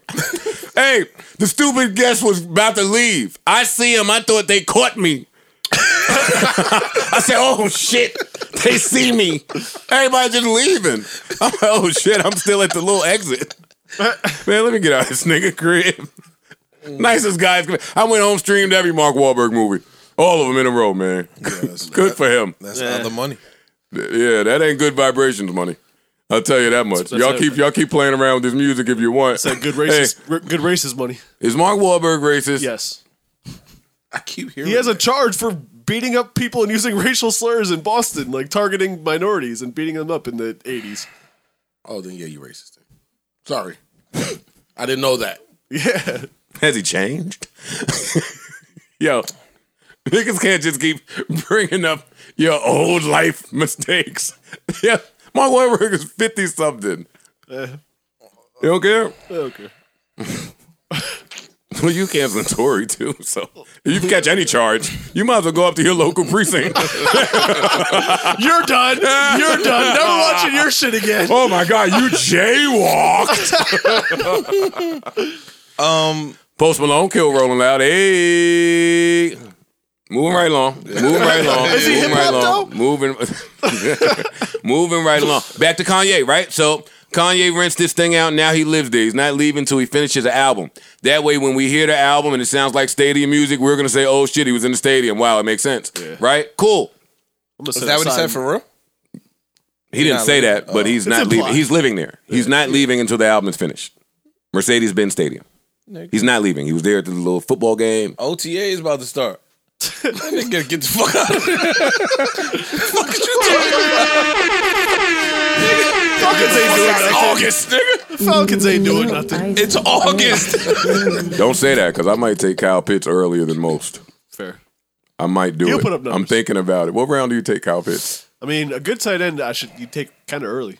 hey, the stupid guest was about to leave. I see him. I thought they caught me. I said, "Oh shit, they see me." Everybody just leaving. I'm like, "Oh shit, I'm still at the little exit." Man, let me get out of this nigga crib. Nicest guys. I went home streamed every Mark Wahlberg movie, all of them in a row, man. Good for him. That's other money. Yeah, that ain't good vibrations, money. I'll tell you that much. y'all it. keep y'all keep playing around with this music if you want. That good racist, r- good racist money. Hey, is Mark Wahlberg racist? Yes, I keep hearing. he has a that. charge for beating up people and using racial slurs in Boston, like targeting minorities and beating them up in the '80s. oh, then yeah, you racist. Then. Sorry, I didn't know that. Yeah, Has he changed? Yo, niggas can't just keep bringing up your old life mistakes. yeah, Mark Wahlberg is fifty something. Eh. You don't care? okay. Well, you canceling Tory too, so if you catch any charge, you might as well go up to your local precinct. You're done. You're done. Never watching your shit again. oh my God, you jaywalked. Um, Post Malone kill Rolling Loud. Hey, moving right along. Moving right along. Is he moving hip-hop, right along. though? Moving, moving right along. Back to Kanye, right? So Kanye rents this thing out. Now he lives there. He's not leaving until he finishes the album. That way, when we hear the album and it sounds like stadium music, we're gonna say, "Oh shit, he was in the stadium." Wow, it makes sense, right? Cool. I'm gonna is set that what he aside- said for real? He didn't not say leaving. that, but he's not Uh, implied. leaving. He's living there. He's not leaving until the album is finished. Mercedes Benz Stadium. He's not leaving. He was there at the little football game. OTA is about to start. Nigga, get the fuck out of here. fuck is you talking about? Falcons ain't doing nothing. It's August, nigga. Falcons ain't doing Mm-hmm. nothing. It's August. Don't say that because I might take Kyle Pitts earlier than most. Fair. I might do He'll it. put up I'm numbers. thinking about it. What round do you take Kyle Pitts? I mean, a good tight end, I should you take kind of early.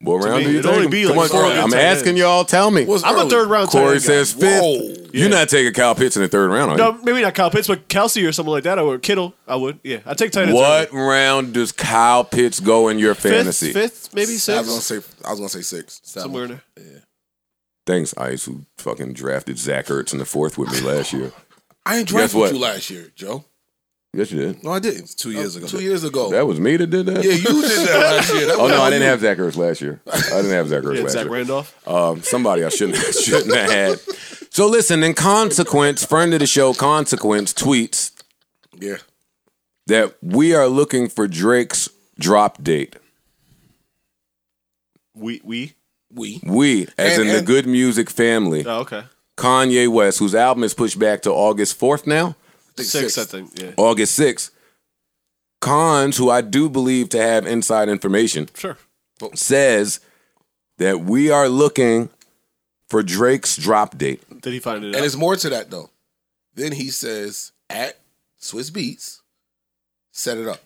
What round me, do you it'd take? only him? be Come like on, four Corey, I'm good tight asking ends. y'all. Tell me. What's I'm early? a third round. tight Corey end guy. says fifth. Whoa. You're not taking Kyle Pitts in the third round, are No, you? maybe not Kyle Pitts, but Kelsey or someone like that. I would Kittle. I would. Yeah, I take tight ends. what early. round does Kyle Pitts go in your Fifth, fantasy? fifth, maybe I was gonna sixth, say. I was gonna say six. somewhere in there. Thanks, Ice, who fucking drafted Zach Ertz in the fourth with me last year. I ain't Guess drafted what? you last year, Joe. Yes, you did. No, I didn't. Uh, Two years ago. Two years ago. That was me that did that. Oh. yeah, you did that last year. That Oh was no, all I didn't you. have Zach Ertz last year. I didn't have Zach Ertz Yeah, last Zach year. Randolph. Um, somebody I shouldn't shouldn't have had. So listen, in consequence, friend of the show, consequence tweets Yeah. that we are looking for Drake's drop date. We we. We. We, as And- in the and- good music family, Oh, okay. Kanye West, whose album is pushed back to August fourth now, Oh. Six, I think. Yeah. August sixth. Cons, who I do believe to have inside information, Sure. says that we are looking for Drake's drop date. Did he find it And out? it's more to that though. Then he says at Swiss Beats, set it up.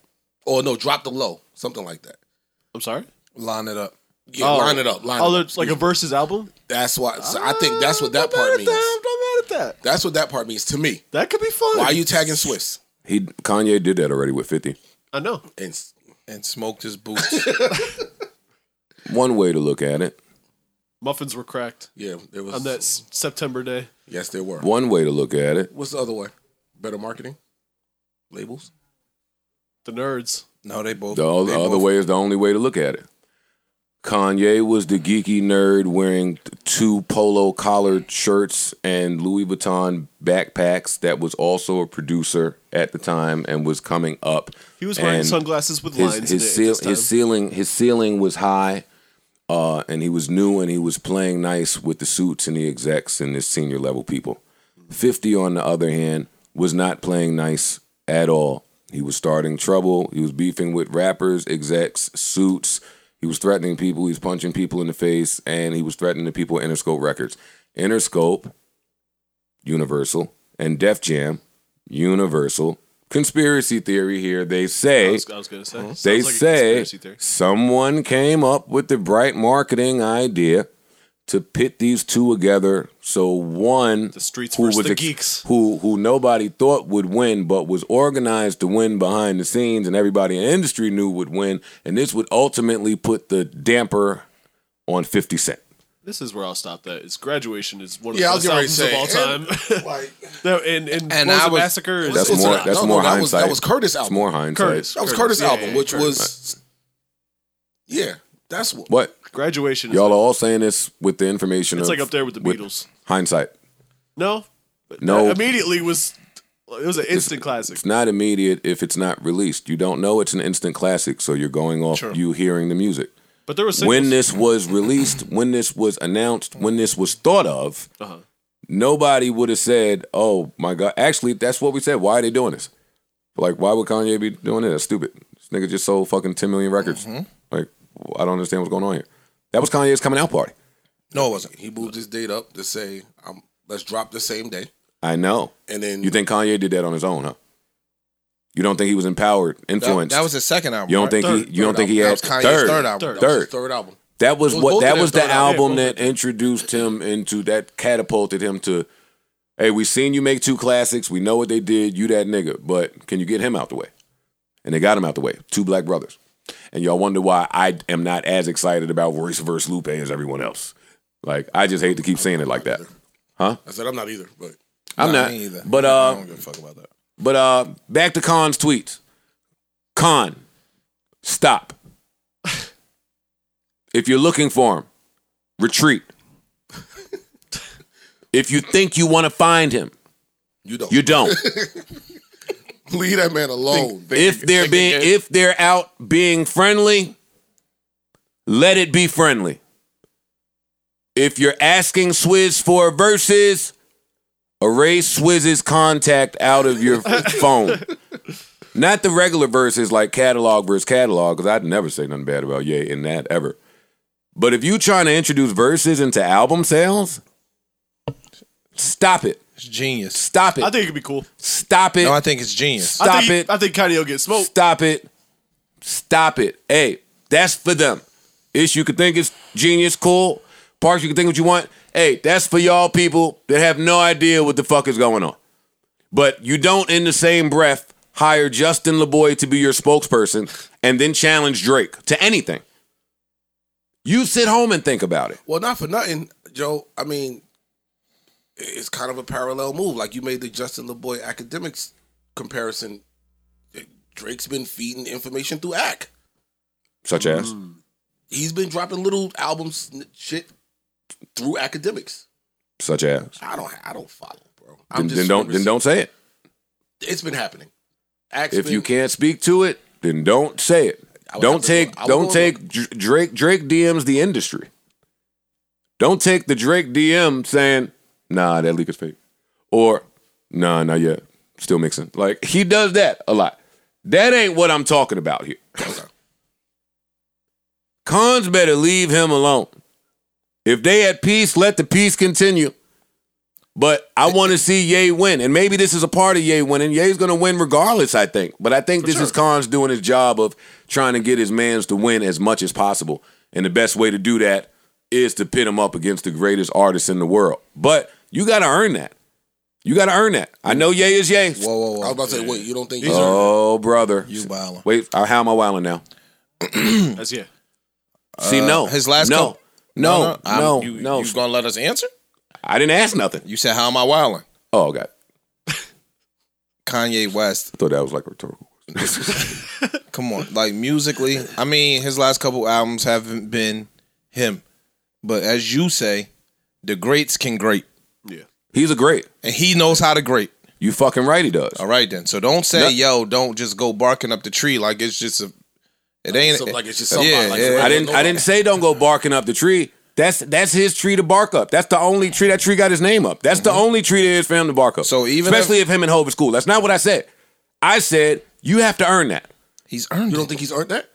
Or no, drop the low, something like that. I'm sorry? Line it up. Yeah, Oh. line it up. Line Oh, it up. it's like a versus album? That's why so I think that's what that I'm not part mad at means. that. I'm not mad at that. That's what that part means to me. That could be fun. Why are you tagging Swiss? He Kanye did that already with 50. I know. And s- And smoked his boots. One way to look at it. Muffins were cracked yeah, there was on that s- September day. Yes, there were. One way to look at it. What's the other one? Better marketing? Labels? The nerds. no, they both. The, o- they the other both- way is the only way to look at it. Kanye was the geeky nerd wearing t- two polo collared shirts and Louis Vuitton backpacks that was also a producer at the time and was coming up. He was wearing And sunglasses with his, lines his, in it. ceil- at this his time. ceiling his ceiling was high uh, and he was new and he was playing nice with the suits and the execs and his senior level people 50 on the other hand was not playing nice at all he was starting trouble he was beefing with rappers execs suits he was threatening people he was punching people in the face and he was threatening the people at interscope records interscope universal and def jam universal conspiracy theory here they say I was, I was going to say. Sounds they like a say conspiracy theory. someone came up with the bright marketing idea to pit these two together so one The streets versus the ex- geeks. who who nobody thought would win but was organized to win behind the scenes and everybody in the industry knew would win and this would ultimately put the damper on 50 cent This is where I'll stop. That is graduation is one of Yeah, I the was best albums getting of all time. ready Like No, and and, And What Was I It, was- massacre. is- that's it's more not- that's no, no, more that was- hindsight that was Curtis' it's album. more hindsight Curtis. that was Curtis' Yeah, album, yeah, which Curtis. was Yeah, that's what what graduation. Is y'all are all saying this with the information It's of- like up there with the Beatles. hindsight no, But No. that immediately was it was an instant classic. it's not immediate if it's not released. You don't know it's an instant classic, so you're going off you hearing the music. But there was singles. When this was released, when this was announced, when this was thought of, Uh-huh. nobody would have said, "Oh my god!" Actually, that's what we said. Why are they doing this? Like, why would Kanye be doing it? That's stupid. This nigga just sold fucking ten million records. Hmm? Like, I don't understand what's going on here. That was Kanye's coming out party. No, it wasn't. he moved his date up to say, um, let's drop the same day. I know. And then You think Kanye did that on his own, huh? You don't think he was empowered, That, influenced? that was his second album. you don't right? think Third- he? You don't think he That had was Kanye's third? third Third. album. that was Third. his third album. That was Those what both that of was them the thrown out. album Yeah, both that introduced him into that catapulted him to hey, we seen you make two classics, we know what they did, you that nigga, but can you get him out the way? And they got him out the way. Two black brothers. And y'all wonder why I am not as excited about Royce versus Lupe as everyone else. Like I just hate to keep saying it like that. I said, I'm not either, but I'm Nah, not. me either. But I uh don't give a fuck about that. but uh back to Khan's tweets. Khan, stop. if you're looking for him, retreat. if you think you want to find him, you don't. you don't. Leave that man alone. if they're being if they're out being friendly, let it be friendly. If you're asking Swizz for verses, erase Swizz's contact out of your phone. Not the regular verses like catalog versus catalog, because I'd never say nothing bad about Ye in that ever. But if you trying to introduce verses into album sales, stop it. It's genius. Stop I it. think it'd be cool. Stop it. No, I think it's genius. I Stop think, it. I think Kanye will get smoked. Stop it. Stop it. Hey, that's for them. Ish, you can think it's genius, cool. Parks, you can think what you want. Hey, that's for y'all people that have no idea what the fuck is going on. But you don't, in the same breath, hire Justin LeBoy to be your spokesperson and then challenge Drake to anything. You sit home and think about it. well, not for nothing, Joe. I mean, it's kind of a parallel move. Like you made the Justin LeBoy academics comparison. Drake's been feeding information through ACK. Such as He's been dropping little albums n- shit through academics. such as. I don't I don't follow, bro. Then, I'm just then don't then don't say it. it's been happening. Ack's If been- you can't speak to it, then don't say it. I would have Don't to take go- I would don't go take Dr- Drake Drake DMs the industry. Don't take the Drake DM saying, "Nah, that leak is fake," or "Nah, not yet, still mixing." Like he does that a lot. That ain't what I'm talking about here. Cons better leave him alone. If they at peace, let the peace continue. But I want to see Ye win. And maybe this is a part of Ye winning. Ye's going to win regardless, I think. But I think this is Khan's doing his job of trying to get his mans to win as much as possible. And the best way to do that is to pit him up against the greatest artists in the world. But you got to earn that. You got to earn that. I know Ye is Ye. Whoa, whoa, I was whoa. about to say, wait, you don't think Oh, brother. You wildin'. Wait, uh, how am I wilding now? As yeah. See, no. Uh, his last no. couple- No, no, I'm- no. you, You gonna let us answer? I didn't ask nothing. You said, "How am I wilding?" Oh, God. Kanye West. I thought that was like rhetorical. Come on, like musically. I mean, his last couple albums haven't been him, but as you say, the greats can great, Yeah. He's a great. and he knows how to great. You fucking right, he does. All right, then. So don't say, No- "Yo, don't just go barking up the tree like it's just a." It ain't so- like it's just somebody, Yeah, like, yeah. I didn't. I didn't say don't go barking up the tree. That's that's his tree to bark up. That's the only tree that tree got his name up. That's the only tree there is for him to bark up. Mm-hmm. So even especially if, him and Hove is cool. That's not what I said. I said you have to earn that. He's earned you it. don't think he's earned that?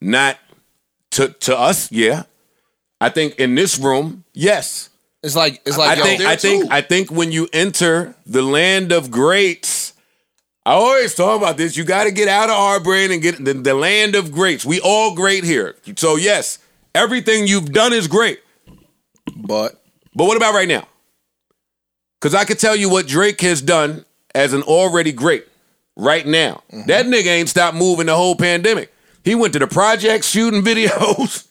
Not to to us. Yeah, I think in this room, yes. It's like it's like I yo, think I think I think when you enter the land of greats, I always talk about this. You got to get out of our brain and get the, the land of greats. We all great here. So yes, everything you've done is great. but But what about right now? Because I could tell you what Drake has done as an already great right now. Mm-hmm. That nigga ain't stopped moving the whole pandemic. He went to the projects shooting videos.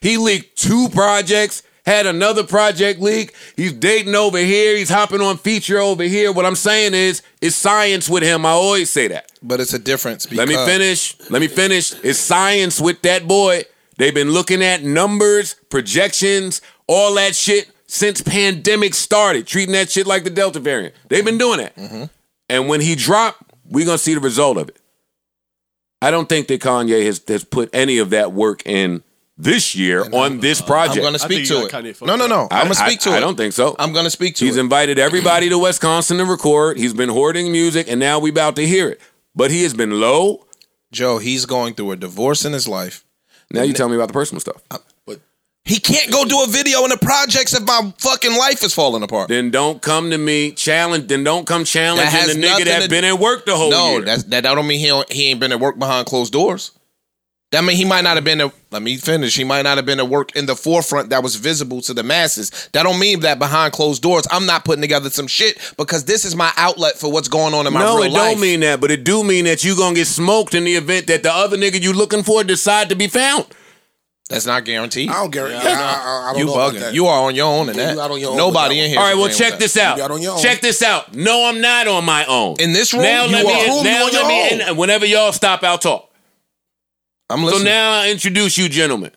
he leaked two projects, had another project leak. He's dating over here. He's hopping on feature over here. What I'm saying is, it's science with him. I always say that. but it's a difference. Let Because, me finish. Let me finish. It's science with that boy. They've been looking at numbers, projections, all that shit since pandemic started, treating that shit like the Delta variant. They've been doing that. Mm-hmm. And when he dropped, we're gonna see the result of it. I don't think that Kanye has, has put any of that work in this year on this project. I'm gonna I think speak to you it. got Kanye fucked no, no, up. no. I, am gonna I- speak to I, it. I don't think so. I'm gonna speak to He's it. invited everybody to Wisconsin to record. He's been hoarding music, and now we about to hear it. But he has been low. Joe, he's going through a divorce in his life. Uh, Now you tell me about the personal stuff. He can't go do a video in the projects if my fucking life is falling apart. then don't come to me challenge. Then don't come That has challenging the nigga nothing that to- been at work the whole no, year. that's that, that don't mean he don't, he ain't been at work behind closed doors. That mean he might not have been. At, let me finish. He might not have been at work in the forefront that was visible to the masses. That don't mean that behind closed doors, I'm not putting together some shit because this is my outlet for what's going on in my no, real it life. don't mean that, but it do mean that you gonna get smoked in the event that the other nigga you looking for decide to be found. That's not guaranteed. I don't guarantee. I, I, I don't You know about bugging. that. You are on your own in Yeah, that. you out on your own Nobody with that in here. All right, is well agreeing check with this You out on your out. own. Check this out. No, I'm not on my own. that. In this room, now you let are. me. room, you now on let your me. own. And whenever y'all stop, I'll talk. I'm So listening. now I introduce you, gentlemen.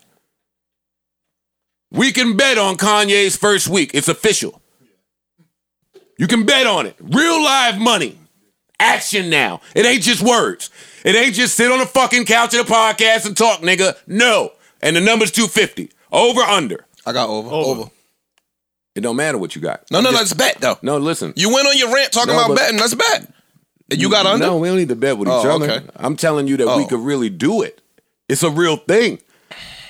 We can bet on Kanye's first week. It's official. You can bet on it. Real live money. Action now. It ain't just words. It ain't just sit on the fucking couch of the podcast and talk, nigga. No. And the number's 250. Over, under. I got over. Over. Over. It don't matter what you got. No, no, let's bet though. No, listen. You went on your rant talking No, about but- betting. Let's bet. You got under. No, we don't need to bet with each Oh, other. okay. I'm telling you that we Oh. could really do it. It's a real thing.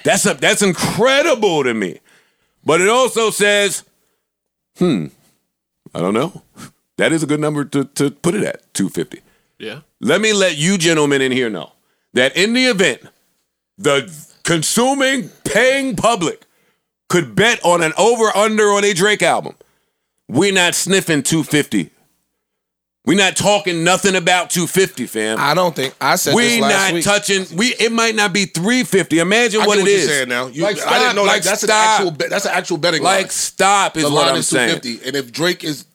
That's a, that's incredible to me. But it also says, hmm, I don't know. That is a good number to, to put it at, 250. Yeah. Let me let you gentlemen in here know that in the event the consuming, paying public could bet on an over under on a Drake album, we're not sniffing 250. We're not talking nothing about 250, fam. I don't think I said we this last not week. touching. We it might not be 350. Imagine I what get it what you're is. saying now. You, like I stop. didn't know like like, that's stop. an actual bet. That's an actual betting line. like stop is The what line I'm is saying. 250, and if Drake is,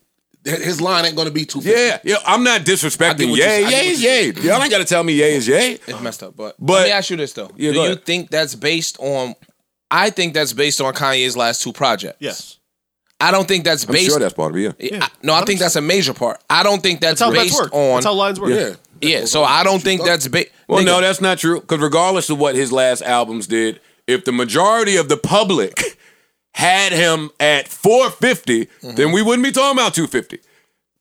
his line ain't going to be 250. Yeah, yeah. I'm not get disrespecting. what you- I Yay, get yay, what you- yay. Y'all ain't gotta tell me yay is yay. It's messed up, but, But- let me ask you this though: Yeah, Do go you ahead. think that's based on? I think that's based on Kanye's last two projects. Yes. I don't think that's I'm based. sure that's part of it. Yeah. I- no, I think that's a major part. I don't think that's, That's how bets based work. on. That's how lines work. Yeah. yeah, so I don't think that's based. Well, no, that's not true. Because regardless of what his last albums did, if the majority of the public had him at 450, then we wouldn't be talking about 250.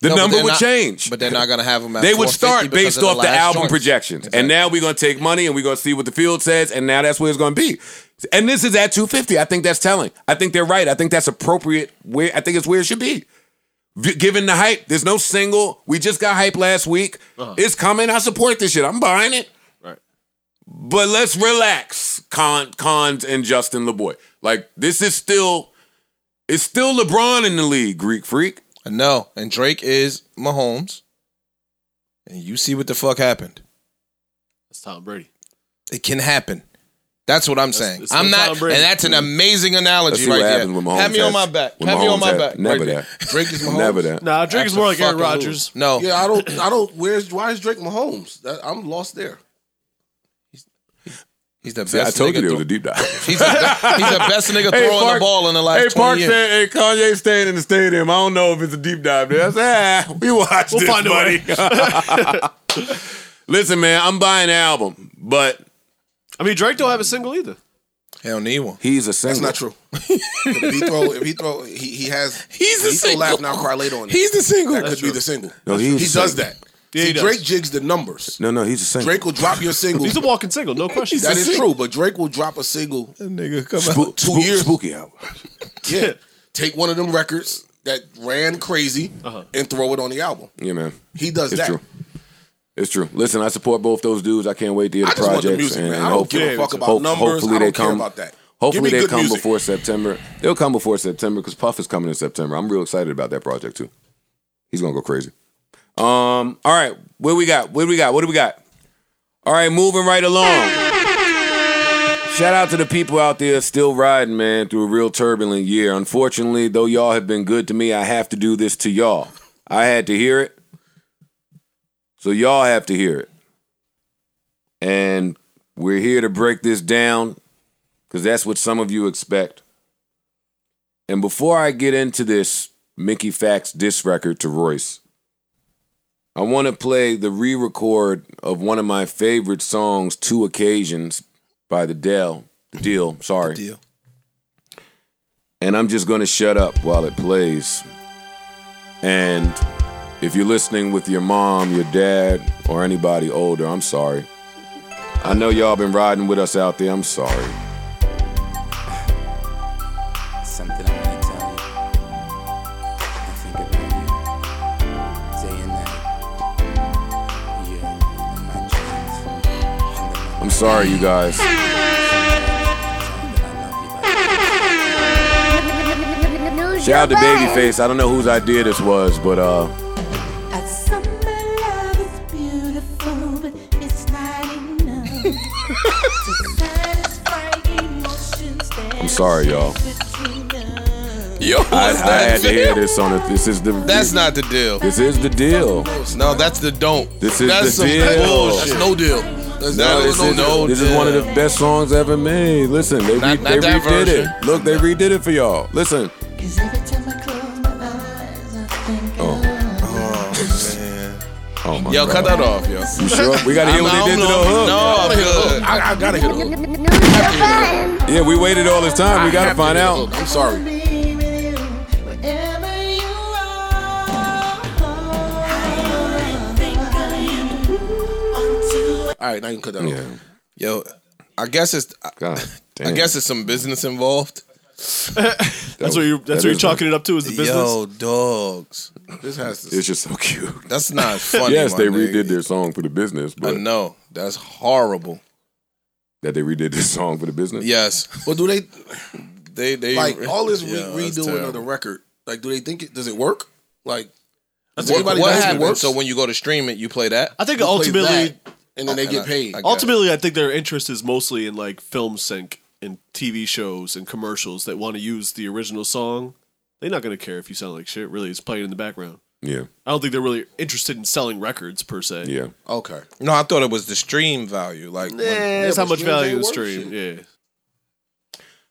The Mm-hmm. No, but number they're would not- change. But they're not gonna have them. At They would 450 start because based of off the, last album joint. projections. And now we're going to take money and we're going to see what the field says. And now that's what it's going to be. And this is at 250. I think that's telling. I think they're right. I think that's appropriate. Where I think it's where it should be. V- given the hype, there's no single. We just got hype last week. Uh-huh. It's coming. I support this shit. I'm buying it. Right. But let's relax, Con, Cons and Justin LeBoy. Like this is still, it's still LeBron in the league. Greek freak. No, and Drake is Mahomes, and you see what the fuck happened. That's Tom Brady. It can happen. That's what I'm saying. it's I'm like not, Tom and Brady. that's an amazing analogy Let's see right what there. happens when Mahomes Have me on has- my back. when Have me on Mahomes my has- back. Never right there. that. Drake is Mahomes. Never that. Nah, Drake is more like Aaron Absolutely. Rodgers. No, Yeah, I don't. I don't. Where's why is Drake Mahomes? That, I'm lost there. he's the best. See, I told nigga you there was a throw- deep dive. he's, the, he's the best nigga throwing the Park- ball in the Hey, last Park 20 years. said, hey, Kanye staying in the stadium. I don't know if it's a deep dive there. I said, ah, we watch this, find a way." buddy. Listen, man, I'm buying an album, but I mean, Drake don't have a single either. He don't need one. he's a single. That's not true. if he throw, if he throw, he, he has. He's the he throw single. Laugh now, cry later on. it. He's the single. that could be the single. No, he's he the does single. that. Yeah, See, he does. Drake jigs the numbers. No, no, he's a single. Drake will drop your single. He's a that walking single, no question. a is single. true, but Drake will drop a single. nigga come out. Spook- two spook- years. Spooky hour. Yeah, take one of them records that ran crazy Uh-huh. and throw it on the album. Yeah, man. He does It's that. true. It's true. Listen, I support both those dudes. I can't wait to hear the I just want projects. the music, and, man. and I don't give a hopefully- fuck about ho- numbers. Hopefully I don't they care come, about that. Hopefully Give me they good come music. before September. They'll come before September because Puff is coming in September. I'm real excited about that project too. He's gonna go crazy. Um. All right. What we got? What do we got? What do we got? All right. Moving right along. Shout out to the people out there still riding, man, through a real turbulent year. Unfortunately, though y'all have been good to me, I have to do this to y'all. I had to hear it. So y'all have to hear it. And we're here to break this down because that's what some of you expect. And before I get into this Mickey Fax diss record to Royce, I want to play the re record of one of my favorite songs, Two Occasions by The Dell. The Deal, sorry. Deal. And I'm just going to shut up while it plays. And if you're listening with your mom, your dad, or anybody older, I'm sorry. I know y'all been riding with us out there. I'm sorry. Something I wanna tell you. I think about you day and night. You're in my dreams. And the I'm moment sorry, you guys. that I love you, baby. Shout out to Babyface. I don't know whose idea this was, but uh, At summer love is beautiful, but it's not enough to satisfy emotions that I'm sorry, y'all. Yo, what's I, I that? had to hear this on it. This is the That's not the deal. this is the deal. No, that's the don't. This is that's the some deal. bullshit. That's no deal. That's No, no, this no, is, no this is deal. one of the best songs ever made. Listen, they, re- Not- not they that redid version. it. Look, they redid it for y'all. Listen, Cause every time I close my eyes, I think Oh, oh my Yo, god, cut that off, yo. you sure? We gotta hear what they did to the hook. No, I'm good. I, I gotta hit a hook. Yeah, we waited all this time. We I gotta have to find hit a out. hook. I'm sorry. be with you wherever you are. Think I All right, now you can cut that Yeah, off. Yo, I guess it's I, god damn. I guess it's some business involved. That's what you're. That's what That you're is chalking it up to is the business. Yo, dogs. This has to. It's just so cute. That's not funny. Yes, my they nigga. redid their song for the business, I but know. That's horrible. that they redid this song for the business. Yes. Well, do they They they like all this re- Yeah, that's redoing terrible. of the record? Like, do they think it does it work? Like, does What, anybody what know if it happened? works? So when you go to stream it, you play that. I think You play ultimately, that, and then they And get I- paid. I guess. ultimately, I think their interest is mostly in like film sync and TV shows and commercials that want to use the original song. They're not gonna care if you sound like shit. Really, it's playing in the background. Yeah, I don't think they're really interested in selling records per se. yeah. okay, No, I thought it was the stream value. Like when- Eh, it's Yeah, not much but streams value ain't in worth stream. Yeah.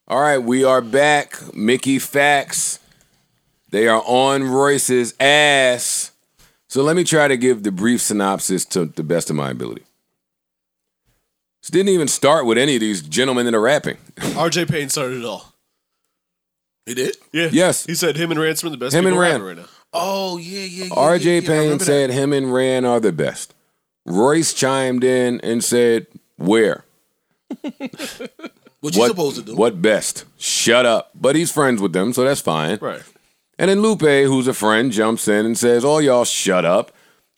All right, we are back. Mickey Facts. They are on Royce's ass. So let me try to give the brief synopsis to the best of my ability. This didn't even start with any of these gentlemen that are rapping. RJ Payne started it all. he did. Yeah. Yes. He said him and Ransom are the best. Him and people Ram. rapping right now. Oh yeah, yeah. yeah yeah, yeah, RJ I Payne remember that. said him and Rand are the best. Royce chimed in and said, Where? "What you supposed to do?" What best? Shut up. But he's friends with them, so that's fine. Right. And then Lupe, who's a friend, jumps in and says, All y'all shut up.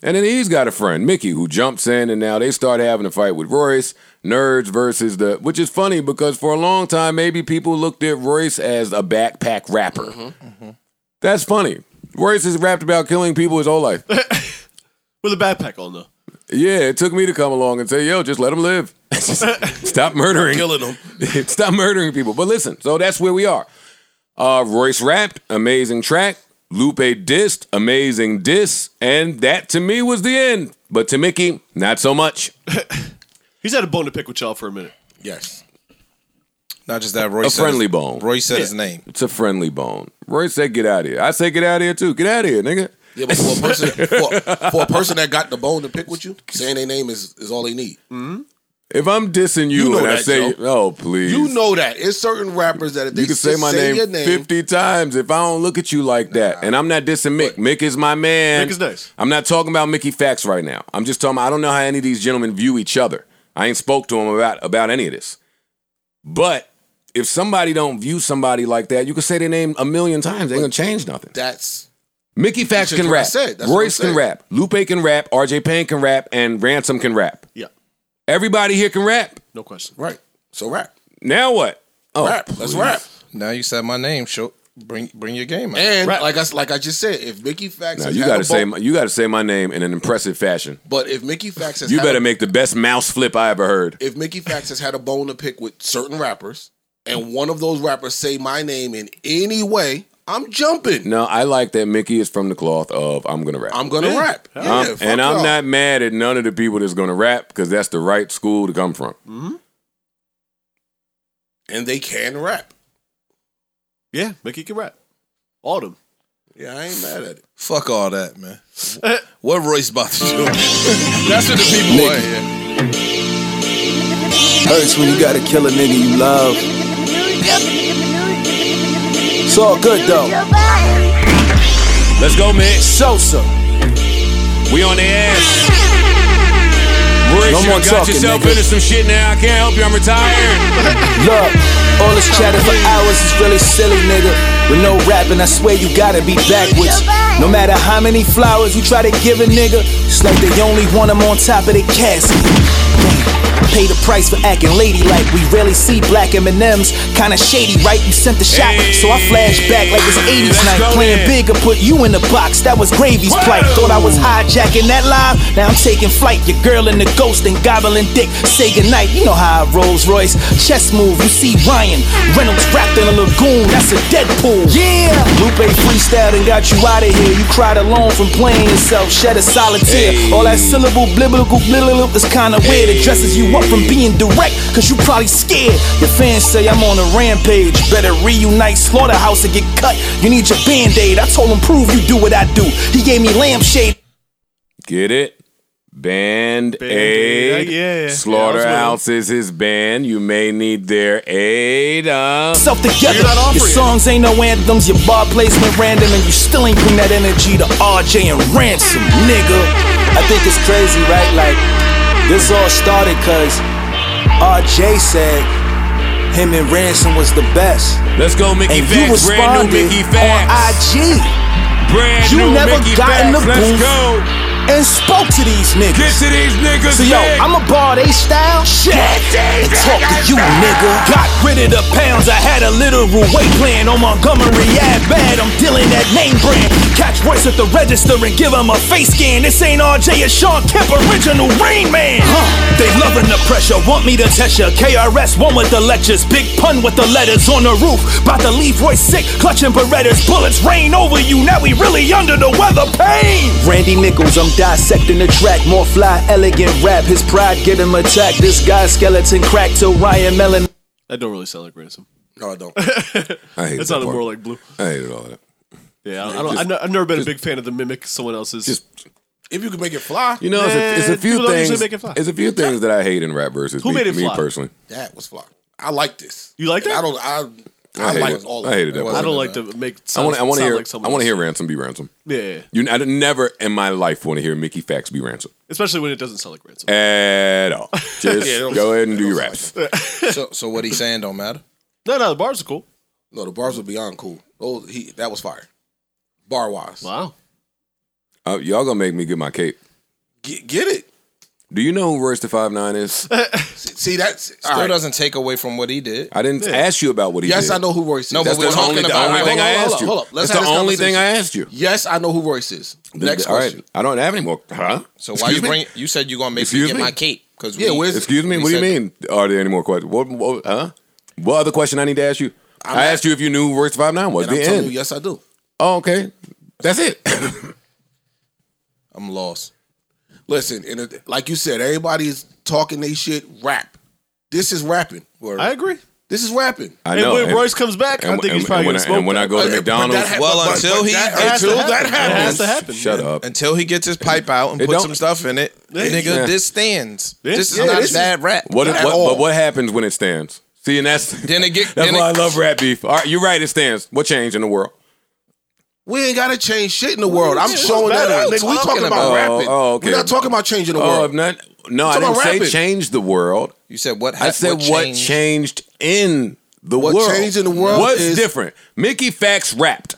And then he's got a friend, Mickey, who jumps in, and now they start having a fight with Royce, nerds versus the, which is funny because for a long time, maybe people looked at Royce as a backpack rapper. That's funny. Royce has rapped about killing people his whole life. With a backpack on though. Yeah, it took me to come along and say, yo, just let them live. Stop murdering. Killing them. Stop murdering people. But listen, so that's where we are. Uh, Royce rapped, amazing track. Lupe dissed, amazing diss. And that to me was the end. But to Mickey, not so much. He's had a bone to pick with y'all for a minute. Yes. Not just that. Roy A said friendly his, bone. Roy said his name. It's a friendly bone. Royce said, get out of here. I say, get out of here too. Get out of here, nigga. Yeah, but for a person for, for a person that got the bone to pick with you, saying their name is, is all they need. Mm-hmm. If I'm dissing you, You know and I that, say, Joe. oh, please. You know that. It's certain rappers that if they You can say just my your name, 50 times if I don't look at you like that. And I'm not dissing Mick. Mick is my man. Mick is nice. I'm not talking about Mickey facts right now. I'm just talking about, I don't know how any of these gentlemen view each other. I ain't spoke to him about, about any of this. But if somebody don't view somebody like that, you can say their name a million times. They ain't gonna change nothing. that's Mickey Fax That's can what I rap. said. That's what Royce I'm can saying. rap. Lupe can rap. RJ Payne can rap. And Ransom can rap. Yeah. Everybody here can rap. No question. right. So rap. Now what? Oh, Rap. Let's rap. Now you said my name. Show bring bring your game out. And Rap. like I s- like I just said, if Mickey Fax Now has you had a gotta say bone- my, you gotta say my name in an impressive fashion. but if Mickey Fax has You had a- better make the best mouse flip I ever heard. if Mickey Fax has had a bone to pick with certain rappers, and one of those rappers say my name in any way, I'm jumping. No, I like that Mickey is from the cloth of I'm gonna rap. I'm gonna Yeah. rap. I'm- Yeah, fuck and I'm y'all. not mad at none of the people that's gonna rap because that's the right school to come from. Mm-hmm. And they can rap. Yeah, Mickey can rap. All of them. Yeah, I ain't mad at it. Fuck all that, man. what Royce about to do? That's what the people want. here. Hurts when you gotta kill a nigga you love. It's all good though. Let's go, Mitch. Sosa, We on the ass. Royce, No you more got talking, yourself nigga. into some shit now. I can't help you. I'm retired. look. All this chatter for hours is really silly, nigga. With no rapping, I swear you gotta be backwards. No matter how many flowers you try to give a nigga, it's like they only want him on top of the casket. Damn, Pay the price for acting ladylike. We rarely see black M&Ms. Kinda shady, right? You sent the shot, so I flash back like it's Hey, 80s let's night. go Playing then. big nigga put you in the box. That was gravy's plight. Thought I was hijacking that live. Now I'm taking flight. Your girl in the ghost and gobbling dick. Say goodnight. You know how I Rolls Royce. Chess move. You see Ryan Reynolds wrapped in a lagoon. That's a Deadpool. Yeah. Lupe freestyled and got you out of here. You cried alone from playing yourself. Shed a solid tear. All that syllable biblical blibble is kinda weird. It dresses you up from being direct. Cause you probably scared. Your fans say I'm on a rampage. Better reunite slaughterhouse and get cut. You need your band-aid. I told him prove you do what I do. He gave me lampshade. Get it? Band Band-Aid. aid. Yeah, yeah, yeah. Slaughterhouse is his band. You may need their aid. Uh. Self together. You're not offering Your it. songs ain't no anthems. Your bar placement random, and you still ain't bring that energy to RJ and Ransom, nigga. I think it's crazy, right? Like, this all started cause RJ said him and Ransom was the best. Let's go, Mickey And you Facts. Brand new responded Mickey on Facts. IG Brand You new never Mickey got in Facts. the Let's booth. go. and spoke to these niggas. Get to these niggas. So yo, Mick. I'ma bar they style. Shit, and talk to you, nigga. Got rid of the pounds. I had a literal weight plan on Montgomery Ave. Bad, I'm dealing that name brand. Catch Royce at the register and give him a face scan. This ain't RJ, it's Sean Kemp, original Rain Man. Huh, they loving the pressure. Want me to test ya? KRS one with the lectures. Big pun with the letters on the roof. About to leave Royce sick, clutching Berettas. Bullets rain over you. Now we really under the weather. Pain. Randy Nichols, I'm dissecting the track. More fly, elegant rap. His pride get him attacked. This guy's skeleton crack to Ryan Mellon. That don't really sound like ransom. No, I don't. I hate That that sounded part. more like blue. I hated all of that. Yeah, I don't, I don't, I've ne- I've never been a big fan of the mimic someone else's. Just If you can make it fly, You know, it's a, it's a Man, few people don't usually things. make it fly. It's a few things that I hate in rap verses. Who me, made it me fly? personally? that was fly. I like this. You like And that? I don't. I I, I hated like it. all of I it. hated that. I Part. don't like to make. I Sound, want. I want to sound hear. Like someone I want to else. hear ransom be ransom. Yeah, yeah. You, I never in my life want to hear Mickey Fax be ransom especially when it doesn't sound like ransom. at all. Just go ahead and do your raps. So, so what he's saying don't matter. No, no, the bars are cool. No, the bars were beyond cool. Oh, he that was fire. Bar wise, Wow. Uh, y'all gonna make me get my cape. get, get it. Do you know who Royce the Five Nine is? See that's all Still right. doesn't take away from what he did. I didn't ask you about what he Yes, did. I know who Royce is. No, but That's we're the talking Only, the about- only All right, thing I hold asked up, you. hold up. Let's That's have the this only thing I conversation. asked you. Yes, I know who Royce is. Next All right, question. I don't have any more. Huh? So why you Excuse me? bring? You said you gonna make Excuse me get me? my cape because Yeah, where's- Excuse me. we What do you said- mean? Are there any more questions? What? what huh? What other question I need to ask you? i asked you if you knew who Royce the Five Nine was. And I'm The telling you, end. yes, I do. Oh, okay. That's it. I'm lost. Listen, and it, like you said, everybody's talking they shit. Rap. This is rapping. I agree. This is rapping. I and know. when And- Royce comes back, I and- think he's and- probably and when gonna I- smoke And when I that. go But- to but McDonald's, that- Well, but- but- until but he- that- that has to until happen. that That has happens, to happen. shut yeah. up. Until he gets his pipe out and It puts don't- some stuff in it, nigga, yeah. this stands. Yeah, This is yeah, not this is- bad rap. What, at what, all. but what happens when it stands? See, and that's Then it get- that's then why it- I love rap beef. All right, you're right. It stands. What changed in the world? we ain't gotta change shit in the world. I'm Yeah, showing what that. are out. you Nigga, we talking talking about about? rapping. Oh, oh, okay. We're not talking about changing the Oh, world. if not, no, I Talking didn't about say rapping. change the world. You said what? ha- I said what changed, in the What world. changed in the world What's is- different? Mickey Fax rapped.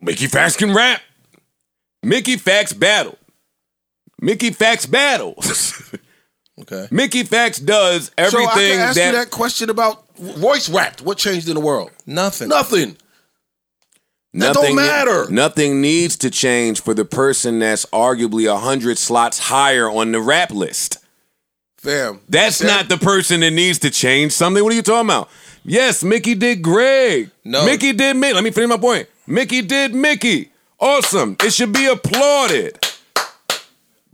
Mickey Fax can rap. Mickey Fax battle. Mickey Fax battles. Okay. Mickey Fax does So everything I can ask that, you that question about Royce rapped. What changed in the world? Nothing. Nothing. That don't matter. Nothing needs to change for the person that's arguably hundred slots higher on the rap list. Fam. That's Fam, not the person that needs to change something. What are you talking about? Yes, Mickey did Greg. No. Mickey did Mickey. Let me finish my point. Mickey did Mickey. Awesome. It should be applauded.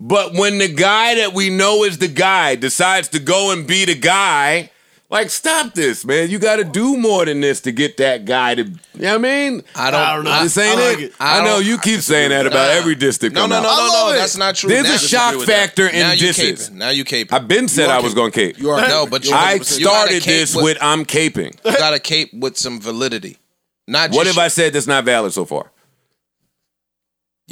But when the guy that we know is the guy decides to go and be the guy, like, stop this, man. You got to do more than this to get that guy to, you know what I mean? I don't. I don't know. This ain't I like it. it. I, I know don't- you keep saying that about every district. No, no, no, I no, love no. it. That's not true. There's Now a you shock disagree with that. factor in now you disses. caping. Now you caping. I've been said I was going to cape. You are no, but you I 100% you gotta started cape this with, with I'm caping. You got to cape with some validity. Not just What have I said that's not valid so far?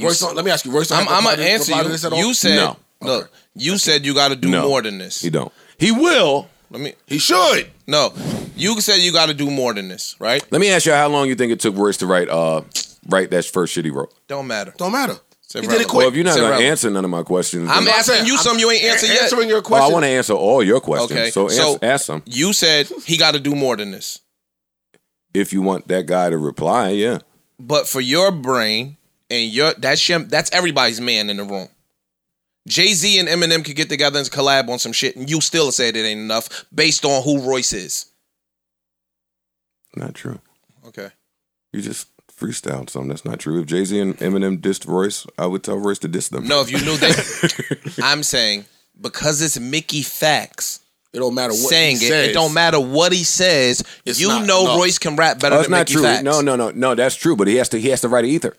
Royce, don't- let me ask you. Royce, don't I'm, have to I'm gonna provide- answer provide you. this at all? You said No. look. You said you got to do No. more than this. He don't. He will. Let me. he should. No, you said you got to do more than this, right? Let me ask you how long you think it took Royce to write uh write that first shit he wrote. Don't matter. Don't matter. He did it irrelevant. quick. Well, if you're not It's gonna irrelevant. answer none of my questions, I'm then- I'm asking saying- you some you ain't answer yet. Answering your well, I question. want to answer all your questions. Okay. So, ans- ask some You said he got to do more than this. if you want that guy to reply. Yeah, But for your brain and your that's your that's everybody's man in the room. Jay Z and Eminem could get together and collab on some shit, and you still said it ain't enough based on who Royce is. not true. Okay. You just freestyled something that's not true. If Jay Z and Eminem dissed Royce, I would tell Royce to diss them. No, if you knew that, I'm saying because it's Mickey Facts It don't matter what saying he it. says. It don't matter what he says. It's you not know enough. Royce can rap better Oh, that's than not Mickey true. Facts. No, no, no, no. That's true. But he has to. He has to write ether.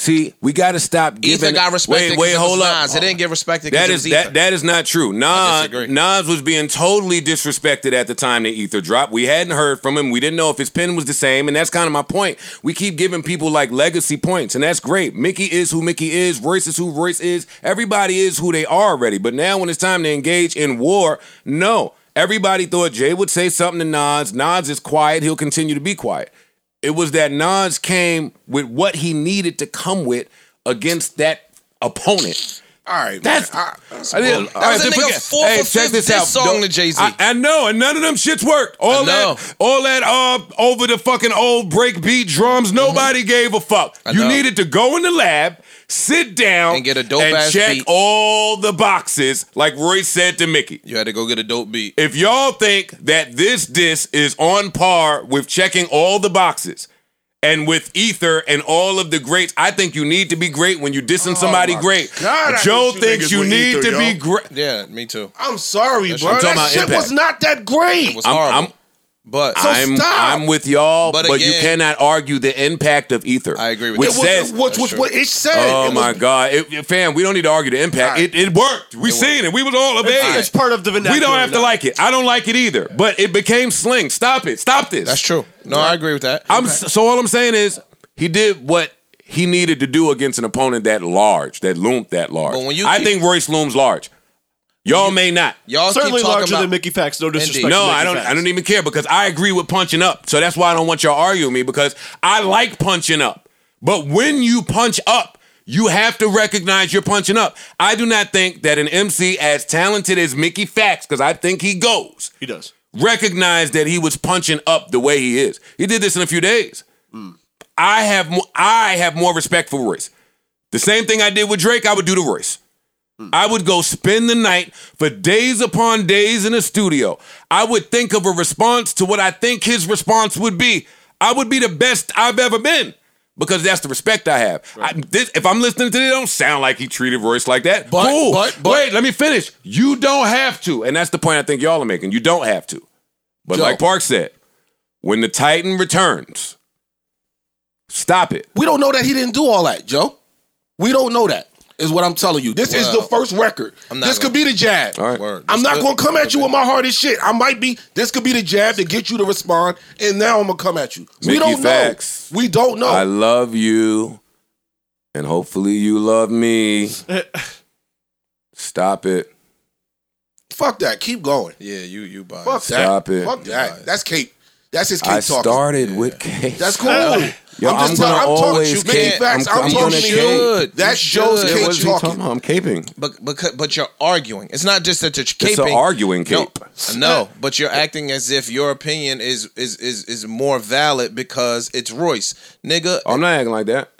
See, we got to stop giving. Ether got respected. Wait, wait, hold up. Nas. It didn't get respected. 'cause That it is was that, Ether. that is not true. I Nas, disagree. Nas was being totally disrespected at the time the ether dropped. We hadn't heard from him. We didn't know if his pen was the same, and that's kind of my point. We keep giving people like legacy points, and that's great. Mickey is who Mickey is. Royce is who Royce is. Everybody is who they are already. But now, when it's time to engage in war, no. Everybody thought Jay would say something to Nas. Nas is quiet. He'll continue to be quiet. It was that Nas came with what he needed to come with against that opponent. All right. That's man. I- I did. That was a nigga fourth or fifth diss song Don't- to Jay-Z. I, I know, and none of them shits worked. All I know. that, all that, uh, over the fucking old breakbeat drums. Nobody gave a fuck. Mm-hmm. I you know. needed to go in the lab, sit down, And get a dope and ass check beat. all the boxes, like Roy said to Mickey. you had to go get a dope beat. If y'all think that this disc is on par with checking all the boxes and with Ether and all of the greats, I think you need to be great when you dissing somebody great. Oh God, I Joe hate you thinks niggas you with need Ether, to yo. be great. Yeah, me too. I'm sorry, bro. I'm talking That about shit impact. was not that great. It was I'm- horrible. I'm- But I'm I'm with y'all, but, But you again- cannot argue the impact of ether. I agree with which you. It was, says, which was what it said. "Oh It my was- god, it, fam, we don't need to argue the impact. It, it worked. We seen it. We was all of It's age. part of the vernacular. We don't have to now. like it. I don't like it either. But it became sling. Stop it. Stop this. that's true. No, I agree with that. I'm so all I'm saying is he did what he needed to do against an opponent that large, that loomed that large. But when you I keep- think Royce looms large. Y'all may not. Y'all Certainly keep talking larger about than Mickey Fax. No disrespect. Indeed. to No, Mickey I don't. Fax. I don't even care because I agree with punching up. So that's why I don't want y'all arguing me because I like punching up. But when you punch up, you have to recognize you're punching up. I do not think that an MC as talented as Mickey Fax, because I think he goes, He does. recognized that he was punching up the way he is. He did this in a few days. I have mo- I have more respect for Royce. The same thing I did with Drake, I would do to Royce. Mm. I would go spend the night for days upon days in the studio. I would think of a response to what I think his response would be. I would be the best I've ever been because that's the respect I have. I, this, if I'm listening to this, it don't sound like he treated Royce like that. But- cool. but- but- Wait, let me finish. You don't have to. And that's the point I think y'all are making. You don't have to. But Yo. like Park said, when the Titan returns, stop it. We don't know that he didn't do all that, Joe. We don't know that. Is what I'm telling you. This is the Well, first record. I'm not This could be the jab. All right. Word. I'm This not could- gonna come this at you could with my hardest shit. I might be. This could be the jab to get you to respond, and now I'm gonna come at you. Mickey we don't Fax. know. We don't know. I love you, and hopefully you love me. Stop it. Fuck that. Keep going. Yeah, you you buy. Fuck that. Stop it. Fuck that. That's Cape. That's his Cape I talking. started with Case. That's cool. Yo, I'm, tell- gonna always talking to you. Mickey cape. Fax, I'm, I'm talking gonna to you. cape. should. That's You Joe's should. Yeah, what Cape is he talking talking. about? I'm caping. But because but you're arguing. It's not just that you're caping. It's an arguing No, cape. No, but you're acting as if your opinion is is is is more valid because it's Royce, nigga. I'm not acting like that.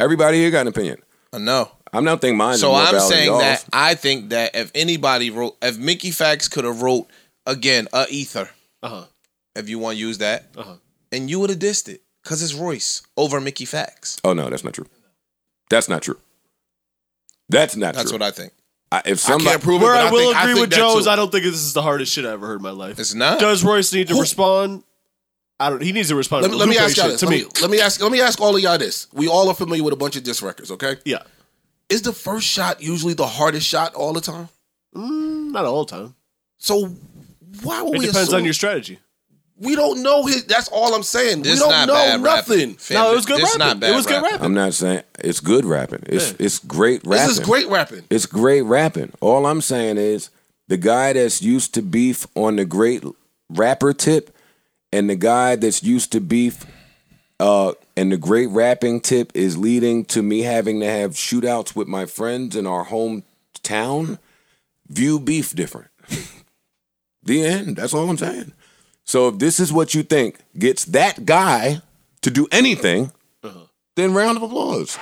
Everybody here got an opinion. no. I'm not thinking mine. is So more I'm valid than saying y'all's. that I think that if anybody wrote, if Mickey Fax could have wrote again a ether, Uh huh. if you want to use that, Uh-huh. and you would have dissed it because it's Royce over Mickey Fax. Oh no, that's not true. That's not true. That's not That's true. what I think. I, if I somebody, can't prove it. Where but I, will think- agree think with that Joe too. is I don't think this is the hardest shit I ever heard in my life. It's not. Does Royce need to Who- respond? I don't. He needs to respond. Let to the me, let me Lupe ask y'all shit, this. To Let me, me, let me ask. Let me ask all of y'all this. We all are familiar with a bunch of disc records, okay? yeah, Is the first shot usually the hardest shot all the time? Mm, not all the time. So why would It we depends assume? on your strategy. we don't know his. That's all I'm saying. This we don't not know bad rap. nothing. Fam, no, it was good this rapping. Not bad it was rap. good rapping. I'm not saying it's good rapping. It's Yeah. it's great rapping. This is great rapping. It's great rapping. All I'm saying is the guy that's used to beef on the great rapper tip and the guy that's used to beef uh and the great rapping tip is leading to me having to have shootouts with my friends in our hometown view beef different. the end. That's all I'm saying. So if this is what you think gets that guy to do anything, Uh-huh. then round of applause.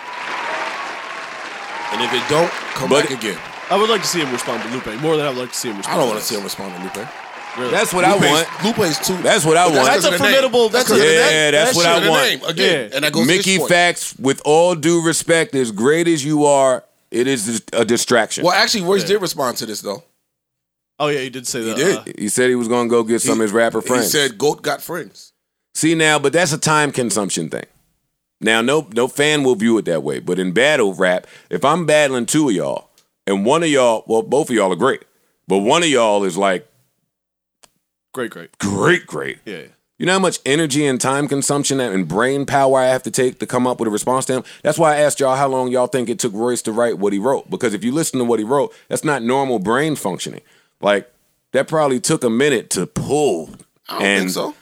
And if it don't, come But- back again. I would like to see him respond to Lupe more than I would like to see him respond. I don't want to see him respond to Lupe. That's what I want. Lupe's, Lupe's too. That's what I But want. That's because a of the name. formidable- That's that's because of the a- name. Yeah, that's what because I of the want. name. Again, Yeah. and that goes to Mickey his point. Facts, with all due respect, as great as you are, it is a distraction. Well, actually, Royce did respond to this though. Oh yeah, he did say that. did. uh, he said he was going to go get some of his rapper friends. uh-huh. He said, "Goat got friends." See now, but that's a time consumption thing. Now, no, no fan will view it that way. But in battle rap, if I'm battling two of y'all, and one of y'all, well, both of y'all are great, but one of y'all is like great, great. great, great. Yeah, yeah. You know how much energy and time consumption and brain power I have to take to come up with a response to him? That's why I asked y'all how long y'all think it took Royce to write what he wrote. Because if you listen to what he wrote, that's not normal brain functioning. Like, that probably took a minute to pull. I don't and think so.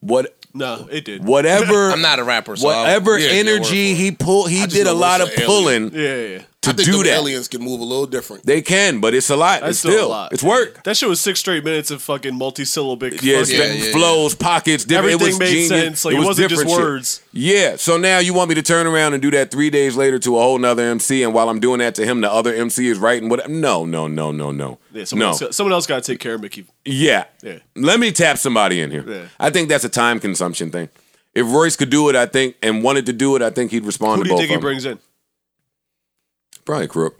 what No, it did. whatever I'm not a rapper, so I- whatever yeah, yeah, energy he pulled he just did a know lot of Royce an alien. pulling Yeah, yeah, yeah. to I think do the that. aliens can move a little different. They can, but it's a lot. That's it's still, a lot. it's work. That shit was six straight minutes of fucking multisyllabic. Yeah, it's fucking- yeah, been yeah, yeah. flows, pockets, different. Everything it was made genius. sense. Like, it wasn't just different shit. words. Yeah. So now you want me to turn around and do that three days later to a whole nother MC, and while I'm doing that to him, the other MC is writing what? No, no, no, no, no. Yeah, someone, no. else, got- someone else got to take care of Mickey. Yeah. Yeah. Let me tap somebody in here. Yeah. I think that's a time consumption thing. If Royce could do it, I think, and wanted to do it, I think he'd respond Who do to you both think he of them. brings in? Probably Crook.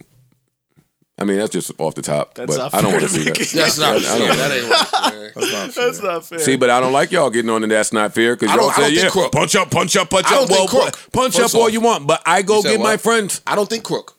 I mean, that's just off the top. That's but not I don't fair want to to see Mickey. that. That's I- not I don't- fair. That ain't right. man. That's not fair. See, but I don't like y'all getting on, and that's not fair because I y'all don't- I don't say, think "Yeah, crook. punch up, punch up, punch I don't up." Well, think crook. punch First up all off. you want, but I go You said get my what? friends I don't think crook.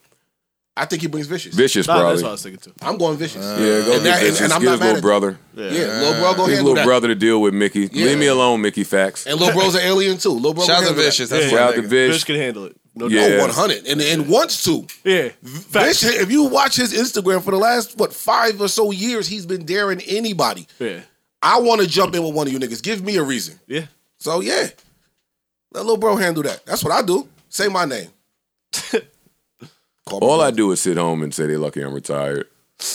I think he brings vicious. vicious, Ah, probably. that's what I was thinking too. I'm going vicious. yeah, go get And that- and- vicious. and I'm get not his mad little at- brother, yeah, uh, Yeah. little bro, go his handle little that. brother to deal with Mickey. Yeah. Leave me alone, Mickey. Facts. And little bro's an alien too. Little bro, go Shout out to handle that. Vicious. That's Yeah. one Shout out to nigga. Vish. Fish can handle it. No Yeah. doubt. Oh, 100 and and wants to. Yeah. Vish, Facts. if you watch his Instagram for the last what five or so years, he's been daring anybody. Yeah. I want to jump in with one of you niggas. Give me a reason. Yeah. So yeah, let little bro handle that. That's what I do. Say my name. Call my All I brother. do is sit home and say they're lucky I'm retired.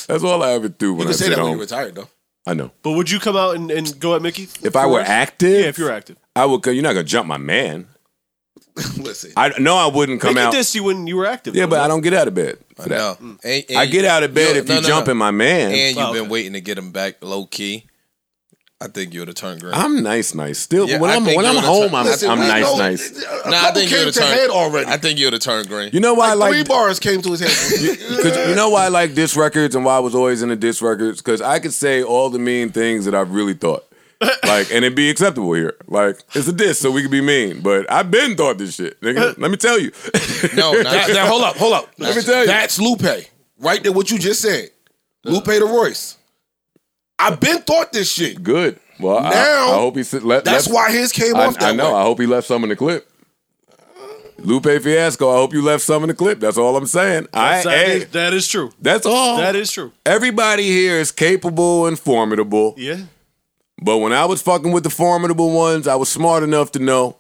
That's all I ever do when You I can say sit that when home. you're retired though. I know. But would you come out and, and go at Mickey? If I were First? active, Yeah, if you're active. I would. You're not gonna jump my man. Listen, I no, I wouldn't come Mickey out. dissed you when you were active. Yeah, though, but I right? don't get out of bed for that. No. And- and- I get out of bed Yo, if no, you no, jump no. in my man. And you've Oh, been okay. waiting to get him back low key. I think you would have turned green. I'm nice, nice. Still, Yeah, when I I'm think when I'm you're the home, type- I'm, listen, I'm we nice, know- nice. A Nah, I couple think you came would have to turned head already. I think you would have turned green. You know why I three like bars came to his head. Cause you know why I like disc records and why I was always into disc records? Because I could say all the mean things that I've really thought. Like, and it'd be acceptable here. Like, it's a disc, so we could be mean. But I've been thought this shit. Nigga, let me tell you. no, not Now- now, hold up, hold up. Let me tell you. That's Lupe. Right there, what you just said. Lupe the Royce. I've been thought this shit. Good. Well, I- Now, I, hope he sit- left. That's left- why his came I, off that I know. way. I hope he left some in the clip. Lupe Fiasco, I hope you left some in the clip. That's all I'm saying. I, That's, that hey, is- that is true. that's all. That is true. Everybody here is capable and formidable. Yeah. But when I was fucking with the formidable ones, I was smart enough to know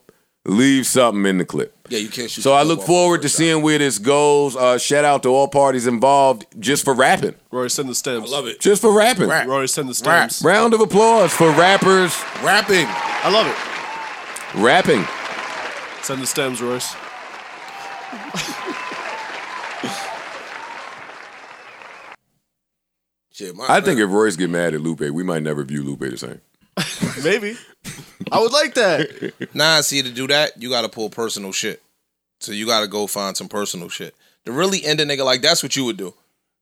leave something in the clip. Yeah, you can't shoot. So I look forward to seeing where this goes. Uh, shout out to all parties involved just for rapping. Rory, send the stems. I love it. Just for rapping. Rap. Rory, send the stems. Round of applause for rappers Rapping. I love it. rapping. Send the stems, Royce. Shit, my, I think if Royce get mad at Lupe, we might never view Lupe the same. Maybe. I would like that. Nah, see, to do that, you got to pull personal shit. So you got to go find some personal shit. To really end a nigga like that's what you would do.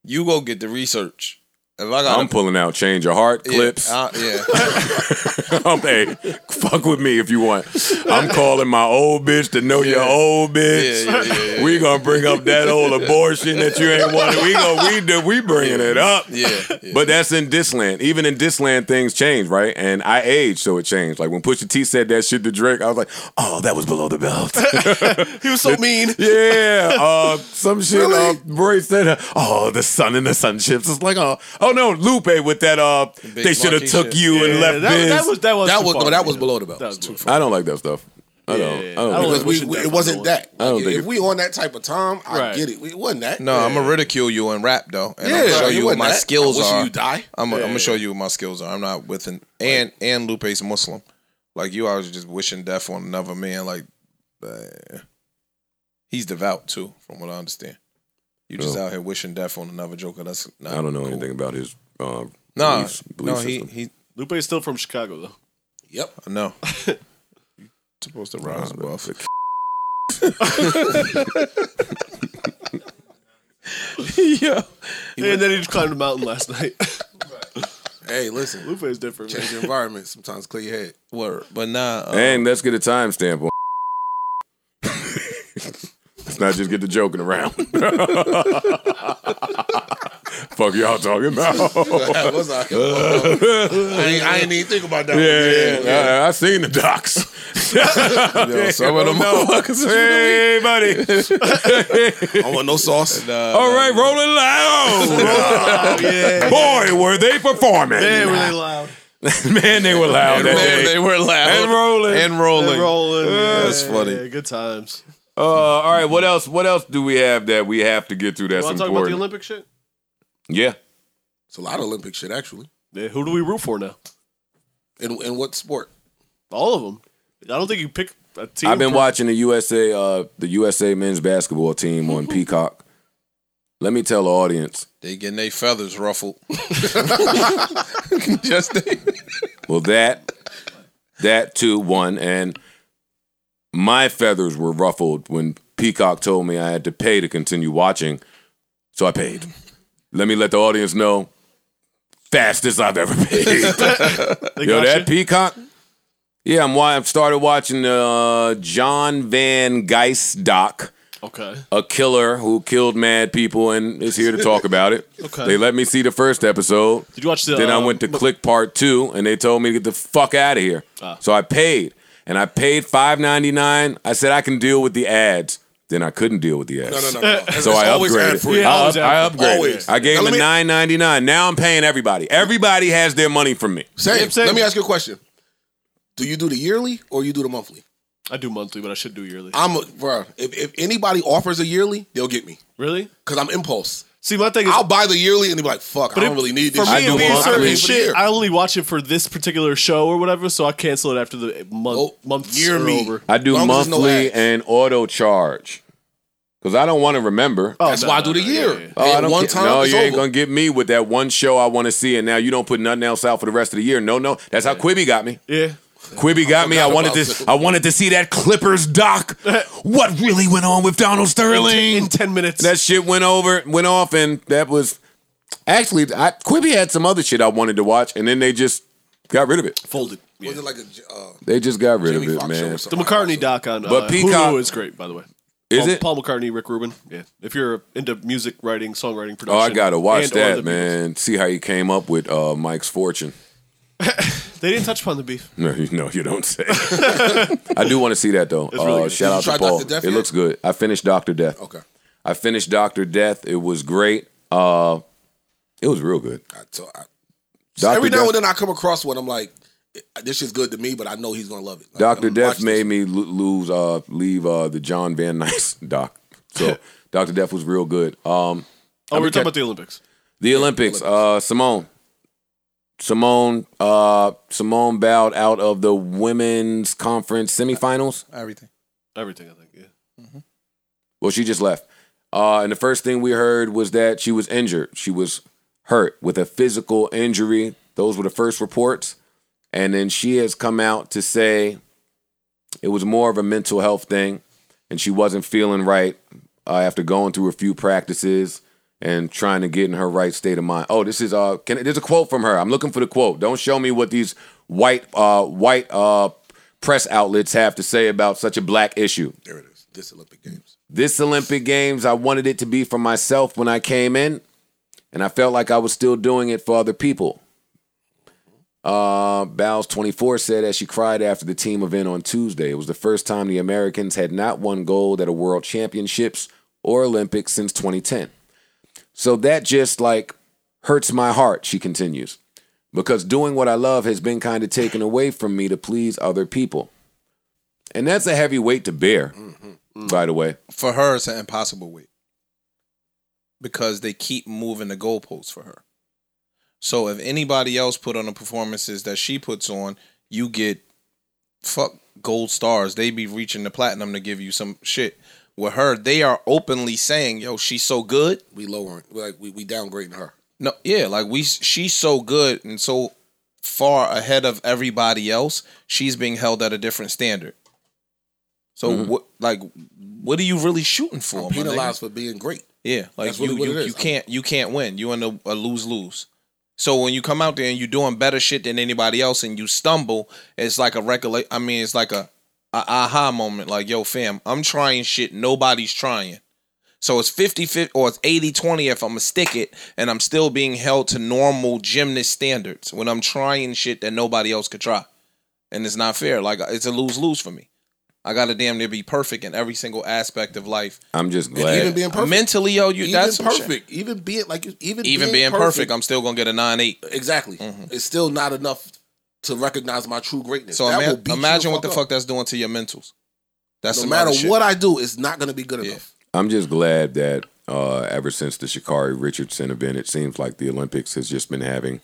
You go get the research. If I got I'm pulling out change of heart clips. yeah, uh, yeah. I'm, Um, hey, fuck with me if you want. I'm calling my old bitch to know your Yeah. old bitch. Yeah, yeah, yeah, yeah. We gonna bring up that old abortion that you ain't wanted. We gonna we do, we bringing it up. Yeah, yeah. But that's in Disland. Even in Disland, things change, right? And I aged, so it changed. Like when Pusha T said that shit to Drake, I was like, oh, that was below the belt. He was so mean. yeah, uh, some shit. Uh, Bray said, uh, oh, the sun and the sun chips. It's like, oh, oh no, Lupe with that. Uh, big they should have monkey took shit. you and left that, Biz. that was that was That too was- no, far. that was Yeah. below the belt. That was Too below. I don't like that stuff. I don't. yeah, I don't. yeah. I don't like because we, Pushing we- it definitely wasn't that. I don't Like, think if it- we on that type of time, I Right. get it. It wasn't that. No, I'm gonna ridicule you in rap though, and I'm Yeah, gonna show it you what wasn't my that. skills I wish are. you die. I'm, I'm gonna show you what my skills are. I'm not with an and and Lupe's Muslim. Like you always just wishing death on another man. Like uh, he's devout too, from what I understand. You just No. out here wishing death on another joker. That's not Oh. I don't know cool. anything about his. Uh, No, beliefs, belief no, he system. he Lupe's still from Chicago though. Yep. no. supposed to rise above. yeah. and then he just climbed a mountain last night. Hey, listen. Lupe's different. Man. Change your environment. Sometimes clear your head. Word. But nah. uh-uh. uh, and let's get a timestamp on. let's not just get the joking around. Fuck y'all talking about. What's up? I ain't, I ain't even think about that. one. Yeah, I, I seen the docs. yo, some of Oh, them no. Hey, buddy. I want no sauce. All right, rolling loud. oh yeah. Boy, were they performing. They were really loud. Man, they were loud. that Man, day. they were loud. And rolling. And rolling. They're rolling. that's Yeah, funny. yeah, good times. Uh, all right, what else? What else do we have that we have to get to? That's Want to talk about the important. Olympic shit? yeah. It's a lot of Olympic shit, actually. Yeah, who do we root for now? In, in what sport? All of them. I don't think you pick a team. I've been for- watching the USA uh, the USA men's basketball team on Peacock. Let me tell the audience. They getting their feathers ruffled. Just they, Well, that that too one and my feathers were ruffled when Peacock told me I had to pay to continue watching, so I paid. Let me let the audience know. Fastest I've ever They paid. Yo, got that you? Peacock. Yeah, I'm. wa- I've started watching uh, John Van Geist doc, Okay. a killer who killed mad people, and is here to talk about it. Okay. They let me see the first episode. Did you watch the? Then I uh, went to Mc- click part two, and they told me to get the fuck out of here. Ah. So I paid, and I paid five ninety nine. I said I can deal with the ads. Then I couldn't deal with the ads. No, no, no, no. So It's I always upgraded. ad-free. Yeah, I, always I ad-free. upgraded. Always. I gave Now, them let a me- nine ninety nine. Now I'm paying everybody. Everybody has their money from me. Same. same. Let me ask you a question. Do you do the yearly or you do the monthly? I do monthly, but I should do yearly. I'm a, bro. If, if anybody offers a yearly, they'll get me really? because I'm impulse. See, my thing is, I'll buy the yearly and they be like, "Fuck, I don't it- really need for this." me, shit. I do it means monthly. I certain pay for the shit. year. I only watch it for this particular show or whatever, so I cancel it after the month Oh, months year are me. over. I do Long as there's no monthly ads. and auto charge because I don't want to remember. Oh, That's no, why I no, do the no, year. yeah, yeah, yeah. Oh, I And don't one ca- time, no, it's you ain't over. gonna get me with that one show I want to see, and now you don't put nothing else out for the rest of the year. No, no, that's how Quibi got me. Yeah. Quibby got me. I forgot wanted about to. it. I wanted to see that Clippers doc. what really went on with Donald Sterling? In ten minutes. that shit went over, went off, and that was actually I, Quibby had some other shit I wanted to watch, and then they just got rid of it. folded. Yeah. Was it like a j- uh, They just got rid Jamie of it, Foxx show man. or The something? McCartney doc on But uh, Peacock- Hulu is great, by the way. Is Paul, it? Paul McCartney, Rick Rubin? Yeah. If you're into music writing, songwriting, production, Oh, I gotta watch and or the that, Beatles. man. See how he came up with uh, Mike's fortune. They didn't touch upon the beef. No, you, no, you don't say. I do want to see that though. It's really Uh, good. shout Did you out to try Paul. Dr. Death It yet? looks good. I finished Doctor Death. Okay. I finished Doctor Death. It was great. Uh, it was real good. I, so I, Dr. every now Death- and then I come across one. I'm like, "This shit's good to me," but I know he's gonna love Oh, it. Like, Doctor I'm Death watching made this. me lo- lose uh leave uh the John Van Nice doc. So Doctor Death was real good. Um Oh, we were talking mean, that- about the Olympics. the Olympics, uh Simone. Simone uh Simone bowed out of the women's conference semifinals. Everything. Mm-hmm. Everything, I think. Yeah. Well, she just left. Uh and the first thing we heard was that she was injured. She was hurt with a physical injury. Those were the first reports. And then she has come out to say it was more of a mental health thing and she wasn't feeling right uh, after going through a few practices and trying to get in her right state of mind. Oh, this is uh can there's a quote from her. I'm looking for the quote. Don't show me what these white uh white uh press outlets have to say about such a black issue. There it is. This Olympic Games. This Olympic Games, I wanted it to be for myself when I came in, and I felt like I was still doing it for other people. Uh, Bowles24 said as she cried after the team event on Tuesday. It was the first time the Americans had not won gold at a World Championships or Olympics since 2010. So that just like hurts my heart, she continues, because doing what I love has been kind of taken away from me to please other people. And that's a heavy weight to bear, by the way. For her, it's an impossible weight because they keep moving the goalposts for her. So if anybody else put on the performances that she puts on, you get fuck gold stars. They be reaching the platinum to give you some shit. With her, they are openly saying, "Yo, she's so good." We lowering. we like we we downgrading her. No, yeah, like we she's so good and so far ahead of everybody else. She's being held at a different standard. So Mm-hmm. what like what are you really shooting for? Oh, my nigga? Penalized for being great. Yeah, like That's you, really what you, it is. you can't you can't win. You in a, a lose lose. So when you come out there and you're doing better shit than anybody else and you stumble, it's like a recollect. I mean, it's like a, a aha moment. Like yo, fam, I'm trying shit nobody's trying. So it's 50 50 or it's 80 20 if I'm gonna stick it and I'm still being held to normal gymnast standards when I'm trying shit that nobody else could try. And it's not fair. Like it's a lose lose for me. I gotta damn near be perfect in every single aspect of life I'm just And glad. even being perfect. mentally yo you even that's some shit. perfect. Even being like you- even E- even being perfect, i'm still gonna get a Mm-hmm. 9-8 exactly. It's still not enough to recognize my true greatness. so That ima- will beat you imagine what the up. fuck that's doing to your mentals that's No some matter other shit. what I do, it's not gonna be good Yeah. enough. I'm just glad that uh, ever since the Shakari Richardson event, it seems like the Olympics has just been having.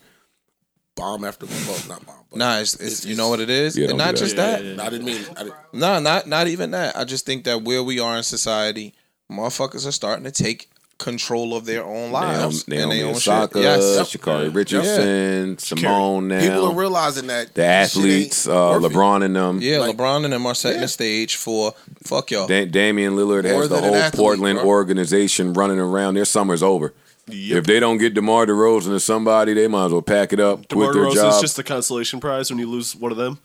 Bomb after bomb, well, not bomb. But nah it's, it's, you know what it is Yeah, don't and not do that. just Yeah, that yeah, yeah. I didn't mean. I didn't, No, not not even that. I just think that where we are in society, motherfuckers are starting to take control of their own lives Naomi, and Naomi their own Osaka, shit. Yes, Shakari Richardson, Simone now. people are realizing that the this shit ain't athletes, uh, worth it. LeBron and them. yeah. Like- LeBron and them are setting the stage for fuck y'all. Da- Damian Lillard More has the than an whole athlete, Portland bro. organization running around. Their summer's over. If they don't get DeMar DeRozan or somebody, they might as well pack it up, DeMar quit their DeRozan's job. just the consolation prize when you lose one of them.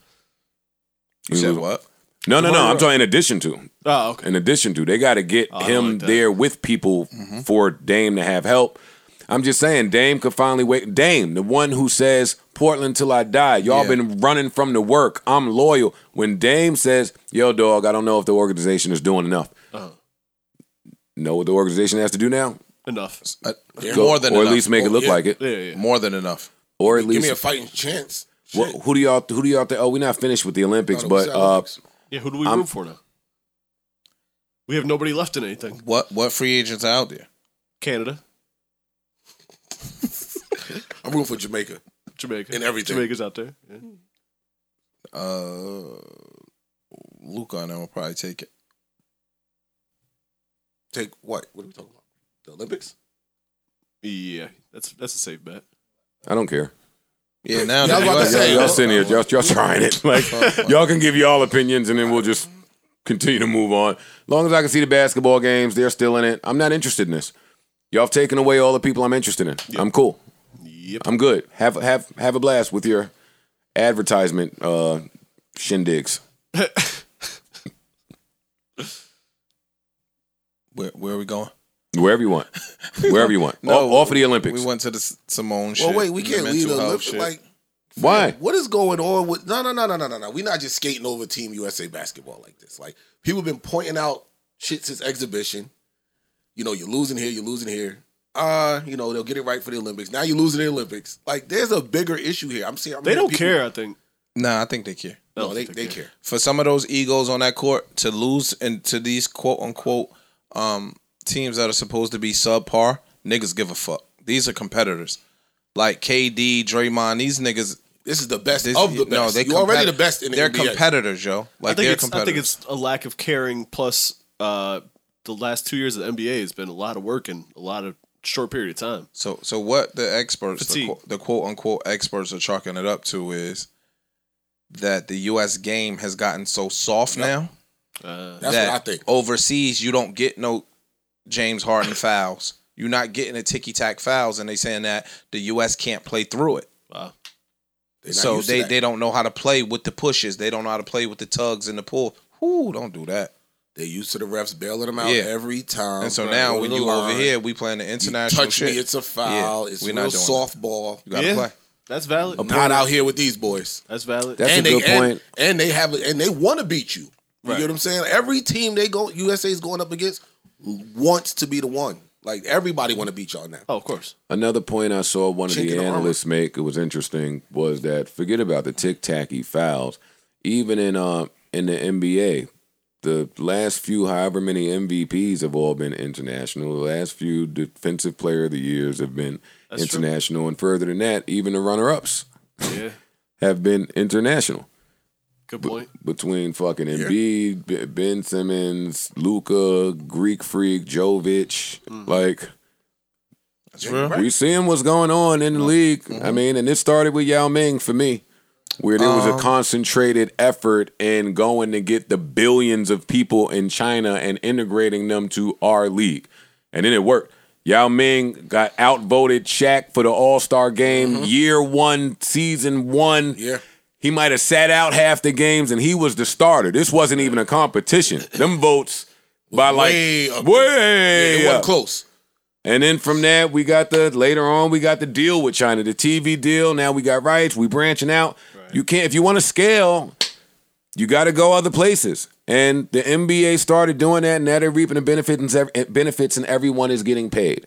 You Said lose- what? No, no, no. DeMar I'm DeRozan. talking in addition to. Oh, okay. In addition to, they got to get I him like that. there with people for Dame to have help. I'm just saying, Dame could finally wait. Dame, the one who says Portland till I die. Y'all Yeah. been running from the work. I'm loyal. When Dame says, "Yo, dog, I don't know if the organization is doing enough." Know what the organization has to do now? Enough. Uh, they're Go- more than or enough. at least make it look yeah. like it. Yeah, yeah. yeah. more than enough. Or at Give me least a fighting chance. Well, who do y'all? Who do y'all think? Oh, we're not finished with the Olympics, Thought it was but uh, Olympics. Yeah, who do we I'm- root for now? We have nobody left in anything. What what free agents are out there? Canada, I'm rooting for Jamaica. Jamaica, And everything. Jamaica's out there. Yeah. Uh, Luca and I will probably take it. Take what? What are we talking about? The Olympics? Yeah, that's that's a safe bet. I don't care. Yeah, now Yeah, I was the about to US say, Y'all, Hey, y'all look, sitting here, y'all, y'all trying it. Like y'all can give y'all opinions, and then we'll just continue to move on. As long as I can see the basketball games, they're still in it. I'm not interested in this. Y'all have taken away all the people I'm interested in. I'm cool. Yep. I'm good. Have have have a blast with your advertisement uh, shindigs. where, where are we going? Wherever you want, wherever you want. off, off of the Olympics. We went to the S- Simone shit. Well, wait, we the can't leave mental the health Olympics. shit. Like, Why? what is going on with? No, no, no, no, no, no, no. We're not just skating over Team USA basketball like this. Like, people been pointing out shit since exhibition. You know, you're losing here, you're losing here. Uh, you know, they'll get it right for the Olympics. Now you're losing the Olympics. Like, there's a bigger issue here. I'm seeing. I'm They hearing don't people- care. I think. nah, I think they care. I don't No, they, think they care. for some of those egos on that court to lose and to these quote unquote um, teams that are supposed to be subpar, niggas give a fuck. These are competitors. Like KD, Draymond, these niggas. This is the best This, of the best. No, they you're already compet- the best in the They're NBA. competitors, yo. I Like think they're it's I competitors. think it's a lack of caring. Plus, uh, the last two years of the NBA has been a lot of work in a lot of short period of time. so, so what the experts, the, Fatigue. quote- the quote unquote experts, are chalking it up to is that the U.S. game has gotten so soft now. Uh, That's that what I think. Overseas, you don't get no James Harden fouls. You're not getting a ticky tack fouls, and they saying that the U.S. can't play through it. wow. They're not so used to they, that. they don't know how to play with the pushes. They don't know how to play with the tugs in the pull. Whoo, don't do that. They used to the refs bailing them out Yeah. every time. and so Right. now Go when to the you line. over here, we playing the you international touch shit. me, it's a foul. Yeah, it's we're real not doing it. softball. You gotta Yeah. play. That's valid. Not out here with these boys. That's valid. That's and a they, good point. And, and they have and they want to beat you. You Right. get what I'm saying? Every team they go USA is going up against wants to be the one. Like everybody want to beat y'all now. oh, of course. Another point I saw one of Chink in the the armor. analysts make it was interesting was that forget about the tic tacky fouls. Even in uh in the NBA, the last few however many MVPs have all been international. The last few defensive player of the years have been true. international, and further than that, even the runner ups Yeah. have been international Good point. between fucking Embiid, B- Ben Simmons, Luca, Greek Freak, Jovic. Mm-hmm. Like, we seeing what's going on in the Mm-hmm. league. I mean, and it started with Yao Ming for me, where there was Um, a concentrated effort in going to get the billions of people in China and integrating them to our league. And then it worked. Yao Ming got outvoted Shaq for the All Star game, year one, season one. Mm-hmm. Yeah. He might have sat out half the games and he was the starter. This wasn't even a competition. Them votes by like Way up. way It wasn't up. close. And then from that, we got the later on, we got the deal with China, the TV deal. Now we got rights. We branching out. You can't if you want to scale, you got to go other places. And the NBA started doing that, and now they're reaping the benefits, and eh, benefits, and everyone is getting paid.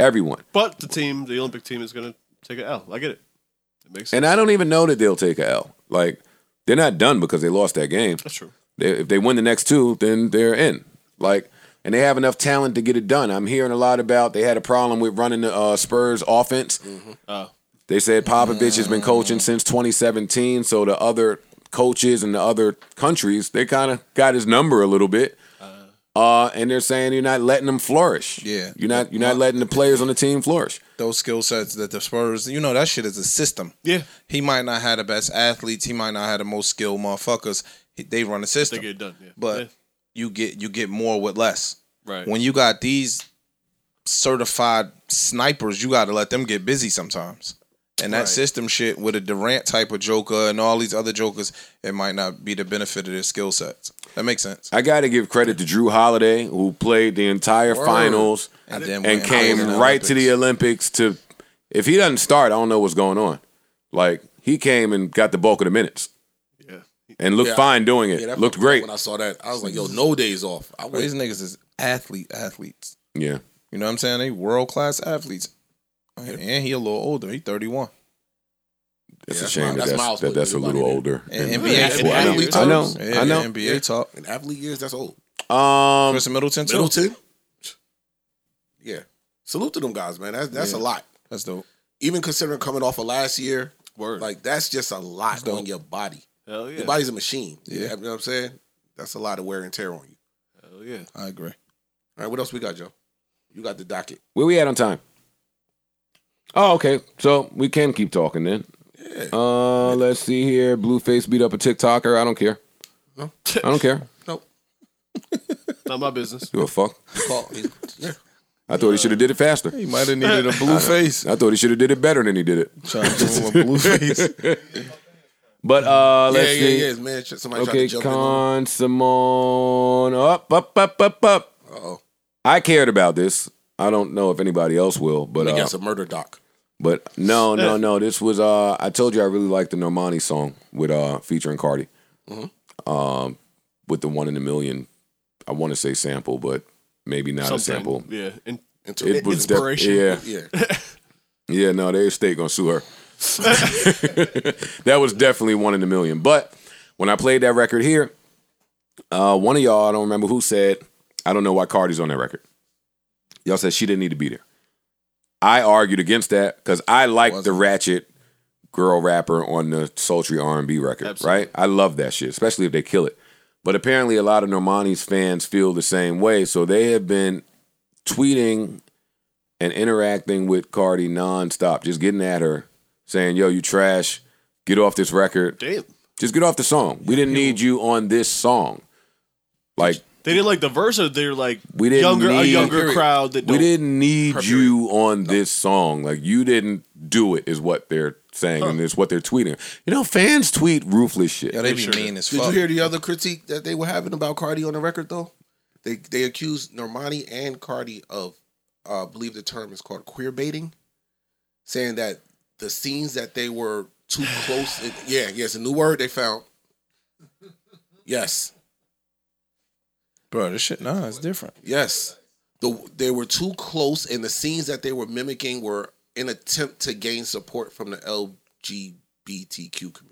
Everyone. But the team, the Olympic team, is going to take an L. I get it. It makes sense. And I don't even know that they'll take a L. Like they're not done because they lost that game. That's true. They, if they win the next two, then they're in. Like, and they have enough talent to get it done. I'm hearing a lot about they had a problem with running the uh, Spurs offense. Oh. They said Popovich has been coaching since 2017, so the other coaches in the other countries they kind of got his number a little bit. Uh, and they're saying you're not letting them flourish. Yeah. you're not. You're not letting the players on the team flourish. Those skill sets that the Spurs, you know, that shit is a system. Yeah. He might not have the best athletes. He might not have the most skilled motherfuckers. He- They run a They system. get it done. Yeah. but Yeah. you get you get more with less. Right. When you got these certified snipers, you got to let them get busy sometimes. And that system shit with a Durant type of Joker and all these other Jokers, it might not be the benefit of their skill sets. That makes sense. I got to give credit to Drew Holiday, who played the entire finals And and, then went came higher in the right to the Olympics. To if he doesn't start, I don't know what's going on. Like he came and got the bulk of the minutes Yeah. and looked Yeah. fine doing it. Yeah, that looked fucked me great. When I saw that, I was like, yo, no days off. I But was these niggas is athlete athletes. yeah, You know what I'm saying? They world class athletes. And he a little older. He 31. it's Yeah, a shame that's that my- that's, that's that that's a Miles' little point. older. And And- NBA Yeah, talk. and I know. athlete I know. Yeah, I know. NBA talk. in athlete years, that's old. Um, Chris Middleton too. Middleton. Yeah. Salute to them guys, man. That's that's a lot. That's dope. Even considering coming off of last year, Word. like that's just a lot dope. on your body. Hell Oh, yeah. Your body's a machine. Yeah. Yeah. You know what I'm saying? That's a lot of wear and tear on you. Hell yeah. I agree. All right, what else we got, Joe? You got the docket. Where we at on time? Oh, okay. So we can keep talking then. Uh, let's see here. Blueface beat up a TikToker. I don't care. I don't care. Not my business. Give a fuck. Paul, he's- yeah. I thought he should have did it faster. He might have needed a blue face. I thought he should have did it better than he did it. Trying to give him a blue face. But uh, yeah, let's yeah, see. yeah, man. Sh- Somebody tried Okay, to jump in. on Con Simone, up, up, up, up, up. him. Uh-oh. I cared about this. I don't know if anybody else will, but I uh, guess a murder doc. but no, no, no. This was uh, I told you I really liked the Normani song with uh featuring Cardi, um, with the one in a million. I want to say sample, but maybe not a Something. sample. Yeah. And Into It was def- Inspiration. yeah, yeah. yeah. No, their state gonna sue her. that was definitely one in a million. But when I played that record here, uh, one of y'all, I don't remember who said, I don't know why Cardi's on that record. Y'all said she didn't need to be there. I argued against that because I like the ratchet girl rapper on the sultry R&B record, Absolutely. right? I love that shit, especially if they kill it. But apparently a lot of Normani's fans feel the same way, so they have been tweeting and interacting with Cardi nonstop, just getting at her, saying, "Yo, you trash. Get off this record. Damn. Just get off the song. We didn't need you on this song." Like They didn't like the verse, or they're like We didn't younger a need- younger Period. crowd that we don't- didn't need you on this song. Like you didn't do it is what they're saying and it's what they're tweeting. You know, fans tweet ruthless shit. Yo, they be mean as Did fuck. you hear the other critique that they were having about Cardi on the record though? They they accused Normani and Cardi of uh I believe the term is called queer baiting, saying that the scenes that they were too close it- yeah, yeah, it's a new word they found. Yes. Bro, this shit, nah, it's different. Yes. The they were too close and the scenes that they were mimicking were an attempt to gain support from the LGBTQ community.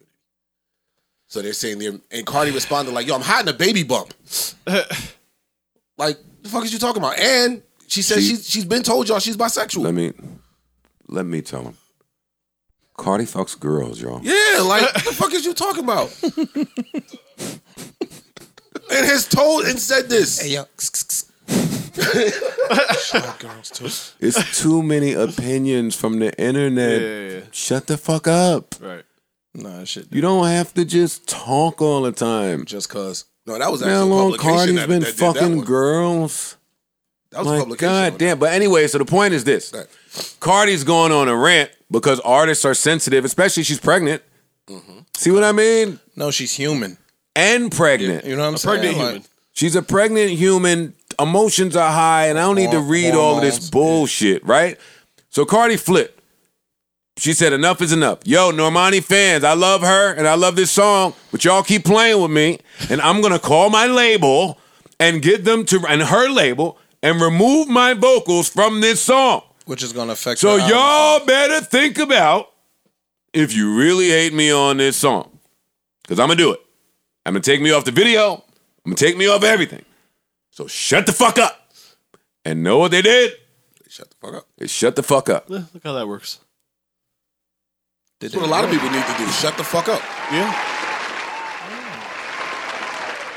So they're saying they're and Cardi responded like, yo, I'm hiding a baby bump. like, the fuck is you talking about? And she said She- she, she's been told y'all she's bisexual. Let me let me tell them. Cardi fucks girls, y'all. yeah, like the fuck is you talking about? and has told and said this. Hey, yo. It's too many opinions from the internet. Yeah, yeah, Shut the fuck up. yeah. Right. Nah, this shit, You don't have to just talk all the time. just cause. No, that was actually How a long publication Cardi's that, been that did that fucking one. girls? That was a My publication. on God that. damn. But anyway, so the point is this Right. Cardi's going on a rant because artists are sensitive, especially she's pregnant. Mm-hmm. See what I mean? No, she's human. And pregnant. You know what I'm saying? Pregnant Like, human. She's a pregnant human. Emotions are high, and I don't need to Hor- read all of hormones, this bullshit, right? So Cardi flipped. She said, Enough is enough. Yo, Normani fans, I love her and I love this song, but y'all keep playing with me, and I'm gonna call my label and get them to, and her label, and remove my vocals from this song. Which is gonna affect. So the album. y'all better think about if you really hate me on this song. Cause I'm gonna do it. I'm gonna take me off the video. I'm gonna take me off everything. So shut the fuck up. And know what they did? Shut the fuck up. They shut the fuck up. Eh, Look how that works. Did That's what a lot of people need to do. Shut the fuck up. Yeah.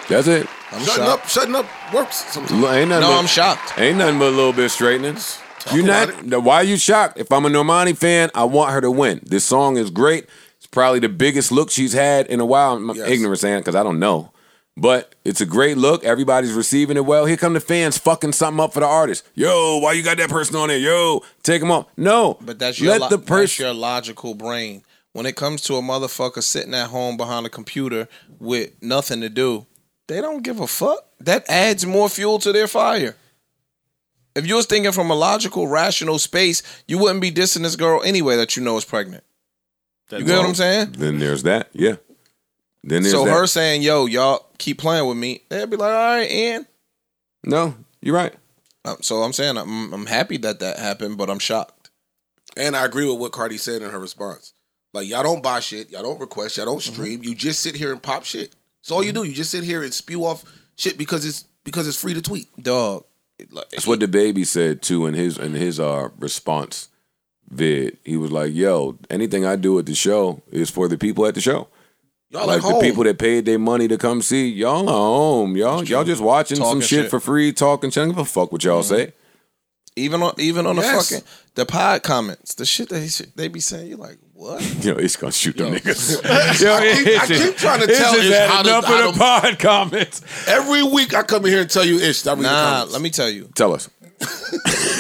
That's it. I'm shutting shocked. up, shutting up works sometimes. Lo- Ain't nothing No, but, I'm shocked. Ain't nothing but a little bit of straightening. Talk You about not? Why are you shocked? If I'm a Normani fan, I want her to win. This song is great. It's probably the biggest look she's had in a while. I'm Yes. ignorant saying because I don't know. But it's a great look. Everybody's receiving it well. Here come the fans fucking something up for the artist. Yo, why you got that person on there? Yo, take him off. No, But that's your let lo- the that's person. your logical brain. When it comes to a motherfucker sitting at home behind a computer with nothing to do, they don't give a fuck. That adds more fuel to their fire. If you was thinking from a logical, rational space, you wouldn't be dissing this girl anyway that you know is pregnant. you get what I'm saying? Then there's that. Yeah. Then there's So that. her saying, "Yo, y'all keep playing with me," they'd be like, "All right, and." no, you're right. Uh, So I'm saying I'm, I'm happy that that happened, but I'm shocked. And I agree with what Cardi said in her response. Like y'all don't buy shit, y'all don't request, y'all Mm-hmm. don't stream. You just sit here and pop shit. That's all you do. You just sit here and spew off shit because it's because it's free to tweet. Dog, it- like, That's what the baby said too in his in his uh response vid. He was like, "Yo, anything I do at the show is for the people at the show. Y'all like at the home. people that paid their money to come see y'all at home. Y'all y'all just watching Talking some shit, shit. Mm-hmm. for free, talking shit. I don't give a fuck what y'all say. even on even on Yes. the fucking the pod comments, the shit they they be saying, you like what? Yo, it's gonna shoot them niggas. I keep- I keep trying to tell you Ish how to- enough how of the to- pod comments. Every week I come in here and tell you ish. I read Nah, nah, let me tell you, Tell us.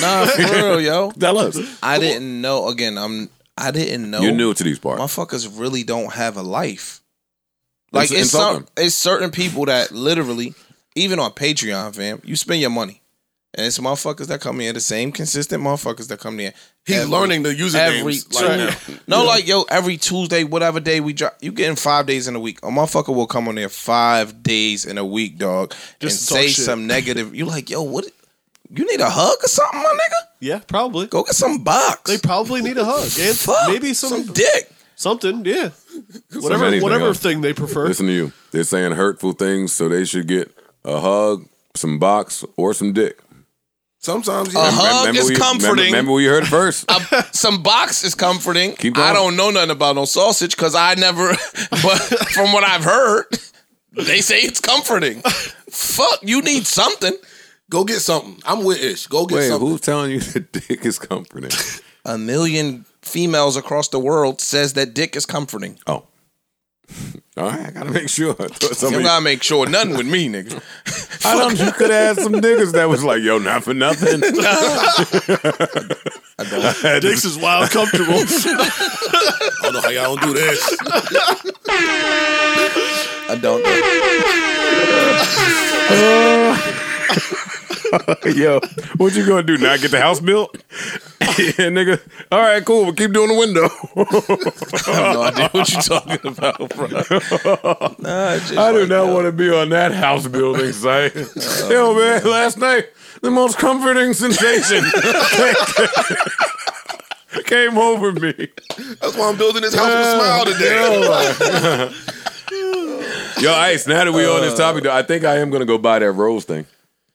nah, for real, yo. Tell us. I didn't know. Again, I'm I didn't know. You're new to these parts. Motherfuckers really don't have a life. Let's Like it's insult some, it's certain people that literally, even on Patreon, fam, you spend your money. And it's motherfuckers that come in, the same consistent motherfuckers that come in. He's every- learning the usernames every right now. Tu- No, like yo, every Tuesday, whatever day we drop, you getting five days in a week. A motherfucker will come on there five days in a week, dog, Just to and talk say shit. some negative. You like, yo, what? You need a hug or something, my nigga? Yeah, probably. Go get some box. They probably need a hug. And Fuck, maybe some, some dick. something. Yeah, whatever anything whatever else. thing they prefer. Listen to you. They're saying hurtful things, so they should get a hug, some box, or some dick. Sometimes A yeah. hug Remember is we- remember- comforting. Remember, we heard it first. some box is comforting. Keep going. I don't know nothing about no sausage because I never. But from what I've heard, they say it's comforting. Fuck, you need something. go get something. I'm with ish. Go get Wait, something. who's telling you that dick is comforting? A million females across the world says that dick is comforting. oh. All right, I gotta make sure. I thought You Somebody, gotta make sure nothing with me, nigga. I don't. You could have had some niggas that was like, "Yo, not for nothing." Dicks is wild comfortable. I don't know how y'all don't do this. I don't. Yo, what you gonna do? Not get the house built? yeah, nigga. All right, cool. But keep doing the window. I have no idea what you're talking about, bro. Nah, it's just I Oh, do like, not yo, want to be on that house building site. Oh, Yo, man, last night, the most comforting sensation came over me. That's why I'm building this house with a smile today. Yo, Ice, now that we on this topic, though, I think I am going to go buy that rose thing.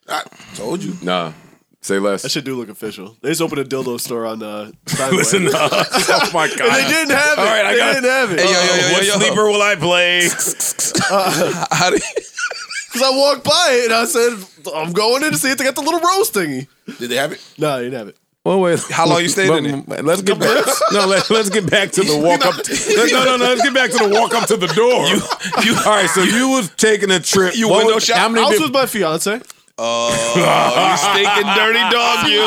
I told you. Nah, say that less. should do look official. They just opened a dildo store on uh, Steinway. Listen up. Oh, my God. They didn't have it. All right, I they got didn't have it. yo, yo, yo, What yo, sleeper will I play? How do Because I walked by it and I said, I'm going in to see if they got the little rose thingy. Did they have it? No, they didn't have it. Well, wait. How long you stayed in it? But Let's get back. No, let, let's get back to the walk up. let- no, no, no. Let's get back to the walk up to the door. all right, so you was taking a trip. You What window was- shop- How many I was did- with my fiance. Oh, you stinking dirty dog? You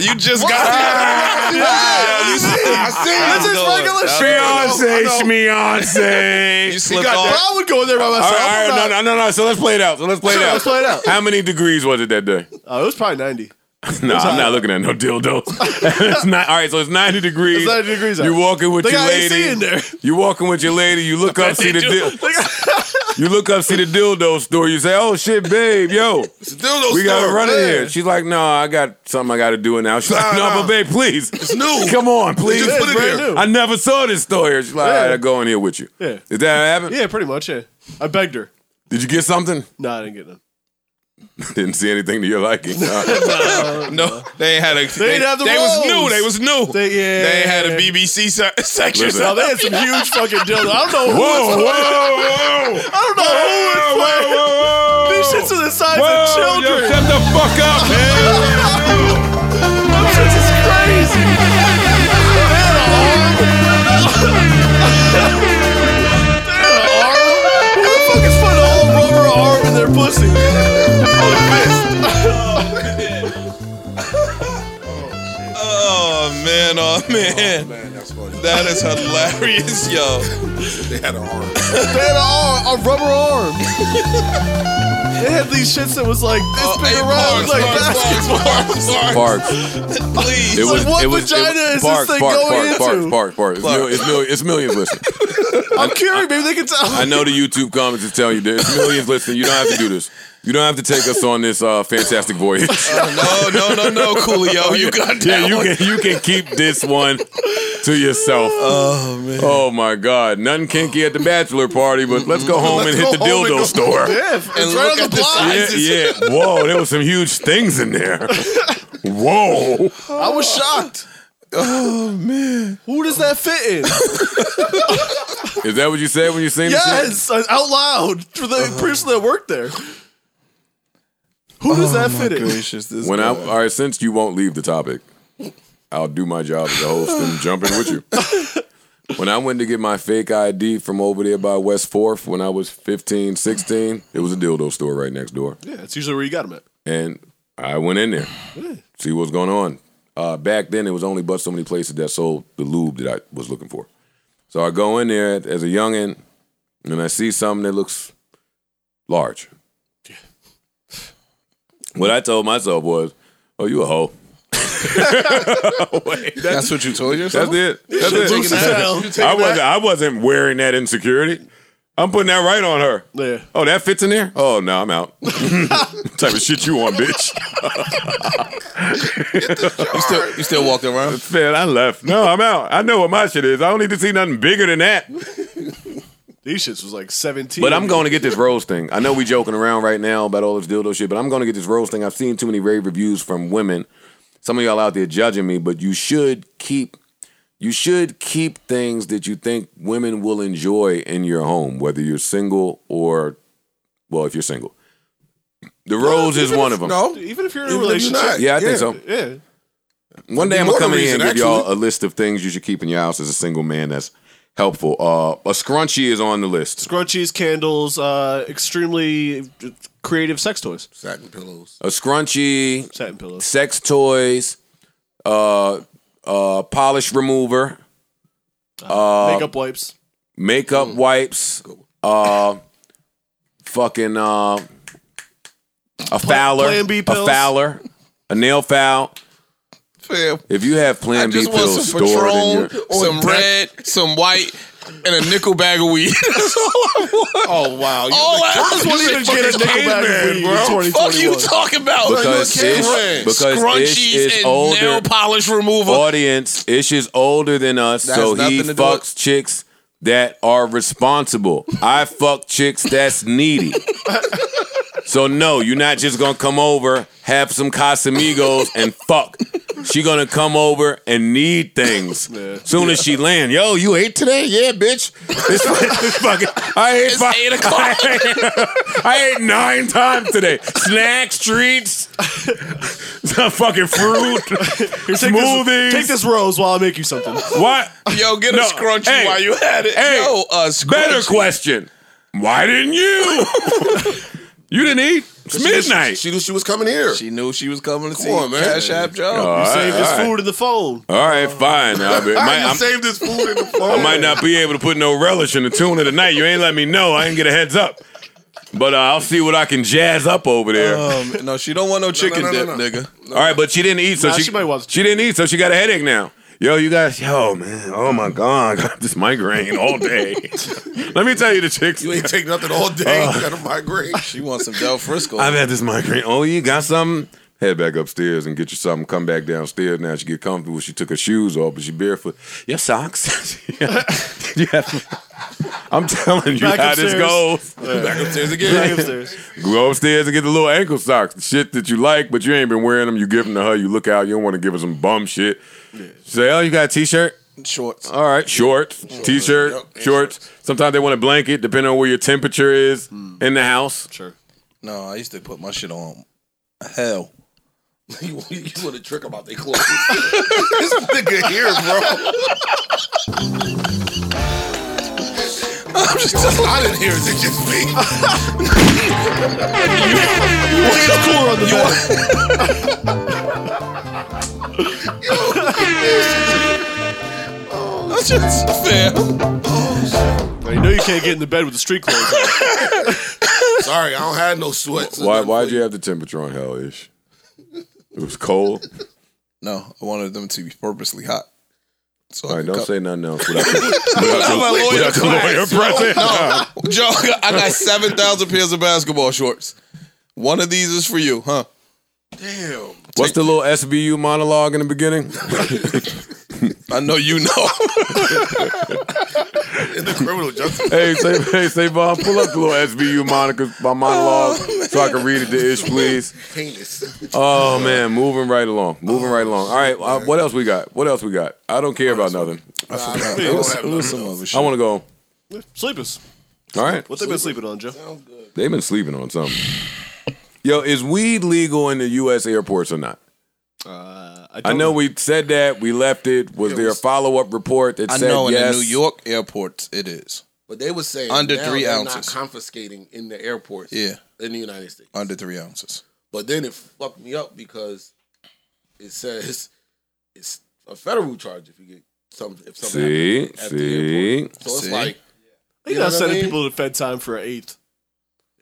you just got. You see, I That's see. his regular shit. Fiance, schmiance. You slipped God damn, off. I would go in there by All myself. right, all right, no, no, no, no. So let's play it out. So let's play it Sure, out. let's play it out. How many degrees was it that day? Oh, it was probably 90. No, I'm not looking at no dildos. it's not, all right, so it's 90 degrees. It's 90 degrees out. You're walking with They your got AC lady. in there. You're walking with your lady. You look up, see the dil- you look up, see the dildo store. You say, "Oh shit, babe, yo, Dildo we gotta store, run in man. here." She's like, "No, I got something I gotta do now." She's like, "No, Nah, but babe, please, It's new. come on, please, just put it brand here. new. I never saw this store." here." She's like, Yeah. "All right, I go in here with you." Yeah. Did that happen? Yeah, pretty much, yeah. I begged her. Did you get something? No, I didn't get none. Didn't see anything to your liking. All right. No, they ain't had a. They, didn't have the They rolls. was new. They was new. They- yeah. They ain't had a BBC se- section. Listen. No, they had some huge fucking dildo. I don't know who it's Whoa, for. whoa, whoa, whoa, I don't know who it's whoa, whoa, for. These shits are the size of Whoa, yo, children. shut the fuck up, man. Those shits is crazy. They had a arm. They had a arm. Who the fuck is putting a whole rubber arm Oh, Oh, man. That is hilarious, yo. They had an arm. They had an arm, a rubber arm. They had these shits that was like Uh, this big eight around, bars, like bars, bars, basketball. Parks. Please. It was, what it was, vagina it was, is this Parks, thing Parks, going Parks, into? Parks, Parks, Parks. It's, mil- it's, mil- it's millions listening. I'm curious, maybe they can tell. I know the YouTube comments is telling you that it's millions listening. You don't have to do this. You don't have to take us on this uh, fantastic voyage. Uh, Oh, No, no, no, no, Coolio. You got that yeah, you one. can you can keep this one to yourself. Oh man. Oh my God. Nothing kinky at the bachelor party, but let's go home and hit the dildo store. Yeah, And it's right look on at the this- block. Yeah, yeah. Whoa, there was some huge things in there. Whoa. I was shocked. Oh man, who does that fit in? Is that what you said when you seen the shit? Uh-huh. yes, I- out loud for the person that worked there. Who does that fit in? Oh Gracious, this When I guy. all right, since you won't leave the topic, I'll do my job as a host and jump in with you. When I went to get my fake ID from over there by West Fourth when I was 15, 16, it was a dildo store right next door. Yeah, that's usually where you got him at. and I went in there, see what's going on. Uh, back then, it was only but so many places that sold the lube that I was looking for. So I go in there as a youngin, and I see something that looks large. What I told myself was, "Oh, you a hoe." Wait, that's, That's what you told yourself? that's it. That's Loose it. down. I wasn't. I wasn't wearing that insecurity. I'm putting that right on her. Yeah. Oh, that fits in there? Oh no, I'm out. type of shit you on, bitch. You still, you still walking around? Man, I left. No, I'm out. I know what my shit is. I don't need to see nothing bigger than that. These shits was like 17. But I'm going to get this rose thing. I know we joking around right now about all this dildo shit, but I'm going to get this rose thing. I've seen too many rave reviews from women. Some of y'all out there judging me, but you should keep you should keep things that you think women will enjoy in your home, whether you're single or well, if you're single. The rose is one of them. No, Even if you're in a even if you're relationship. not. Yeah, I think so. Yeah. One day I'm more gonna the come in here and reason, give y'all actually. a list of things you should keep in your house as a single man. That's helpful. Uh, a scrunchie is on the list. Scrunchies, candles, uh, extremely creative sex toys. Satin pillows. A scrunchie, Satin pillows. sex toys, uh, uh, polish remover, Uh-huh. uh, Makeup wipes. makeup Mm. wipes, uh, fucking uh, a fowler, Plan B a pills. fowler, a nail foul. Fam, If you have I Plan B just want pills some stored in Patron, your some red, some white, and a nickel bag of weed. That's all I want. Oh wow! You- All I This one even get a Nickelback weed in Fuck you 2021. talking about? Because Look, Ish- Karen, because Ish scrunchies is and older. nail polish remover. audience, Ish is older than us, That so has he nothing to do with- fucks chicks that are responsible. I fuck chicks that's needy. so no, you're not just gonna come over, have some Casamigos, and fuck. She gonna come over and need things. Soon as she land, yo, you ate today? Yeah, bitch. It's, it's fucking. I ate. It's fi- eight o'clock. I ate nine times today. Snacks, treats, some fucking fruit, Take smoothies. this, take this rose while I make you something. What? Yo, get No, a scrunchie hey, while you had it. hey, Yo, a scrunchie. Better question. Why didn't you? you didn't eat. It's midnight. She knew she was coming here. She knew she was coming to see on, man. Cash App Joe. all, right, Save this all right. food in the phone. All right, fine. I'll be, might, I I'm- saved this food in the phone. I might not be able to put no relish in the tuna tonight. You ain't let me know. I ain't get a heads up. But uh, I'll see what I can jazz up over there. Um, no, she don't want no chicken no, no, dip, no. nigga. all right, but she didn't eat, so Nah, she, she might want- she didn't eat, so she got a headache now. Yo, you guys, yo, man, oh my god, I got this migraine all day. let me tell you, the chicks, You ain't take nothing all day. You got a migraine. She wants some Del Frisco. Uh, I've had this migraine. Oh, you got something? Head back upstairs and get you something. Come back downstairs. Now she get comfortable. She took her shoes off, but she barefoot. Your socks. yeah. I'm telling you Back how this upstairs. goes. Back upstairs again. Back upstairs. Go upstairs and get the little ankle socks, the shit that you like, but you ain't been wearing them. You give them to her. You look out. You don't want to give her some bum shit. Say, oh, you got a t-shirt? shorts. All right, shorts, t-shirt, shorts. Sometimes they want a blanket, depending on where your temperature is in the house. Sure. No, I used to put my shit on. Hell. you want to trick about their clothes? this nigga here, bro. I'm just I didn't hear it. It just me. It's cooler on the back. Richards, fam. I know you can't get in the bed with the street clothes. on. Sorry, I don't have no sweats. Why? Why'd you have the temperature on hell ish? It was cold. No, I wanted them to be purposely hot. So All I right, could don't cup- say nothing else without the, without the, I'm a lawyer. without the lawyer present. Joe, I got 7,000 pairs of basketball shorts. One of these is for you, huh? What's the little SVU monologue in the beginning? I know you know. in the criminal justice. hey, say, hey, say, Bob, pull up the little SVU Monica, my monologue, so I can read it to Ish, please. Heinous. Oh man, moving right along, moving right along. All right, uh, what else we got? What else we got? I don't care about nothing. it was, it was some other I shit. want to go. home. Sleepers. All right, What they been sleeping on, Joe? they've been sleeping on something. Yo, is weed legal in the U.S. airports or not? Uh, I don't- know we said that. We left it. Was there a follow up report that I said know in yes? the New York airports it is. But they were saying Under now three they're ounces. Not confiscating in the airports. Yeah. in the United States. Under three ounces. But then it fucked me up because it says it's a federal charge if you get some if something See, happens at the see. airport. So it's See? like You're you know not what I sending mean? people to fed time for an eighth.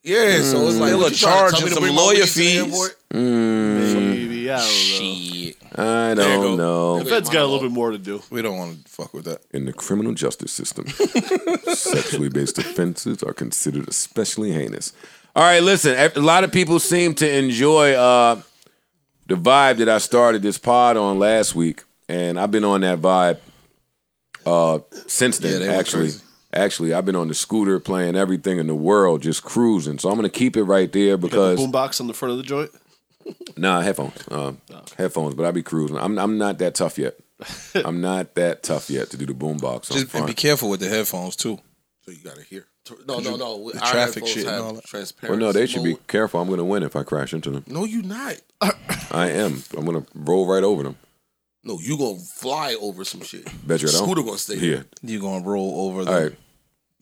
yeah, so it's like They'll what, you trying to charge tell me you to some bring my lawyer weed to the fees. airport? Hmm. Maybe I don't know. I don't know. The Fed's got a little bit more to do. We don't want to fuck with that. In the criminal justice system, sexually based offenses are considered especially heinous. All right, listen, a a lot of people seem to enjoy uh, the vibe that I started this pod on last week, and I've been on that vibe uh, since then, they were actually. crazy. Actually, I've been on the scooter playing everything in the world, just cruising. So I'm going to keep it right there Got because the boombox on the front of the joint. Nah, headphones. Um, Headphones, but I be cruising. I'm I'm not that tough yet. I'm not that tough yet to do the boombox. on Just and be front. careful with the headphones too. So you gotta hear. No, no, no. The Our traffic headphones shit and have all that. Well, Transparency. no, they should be mode. careful. I'm gonna win if I crash into them. No, you not. I am. I'm gonna roll right over them. No, you gonna fly over some shit. Bet you I don't. Scooter gonna stay Yeah. here. You gonna roll over the All right.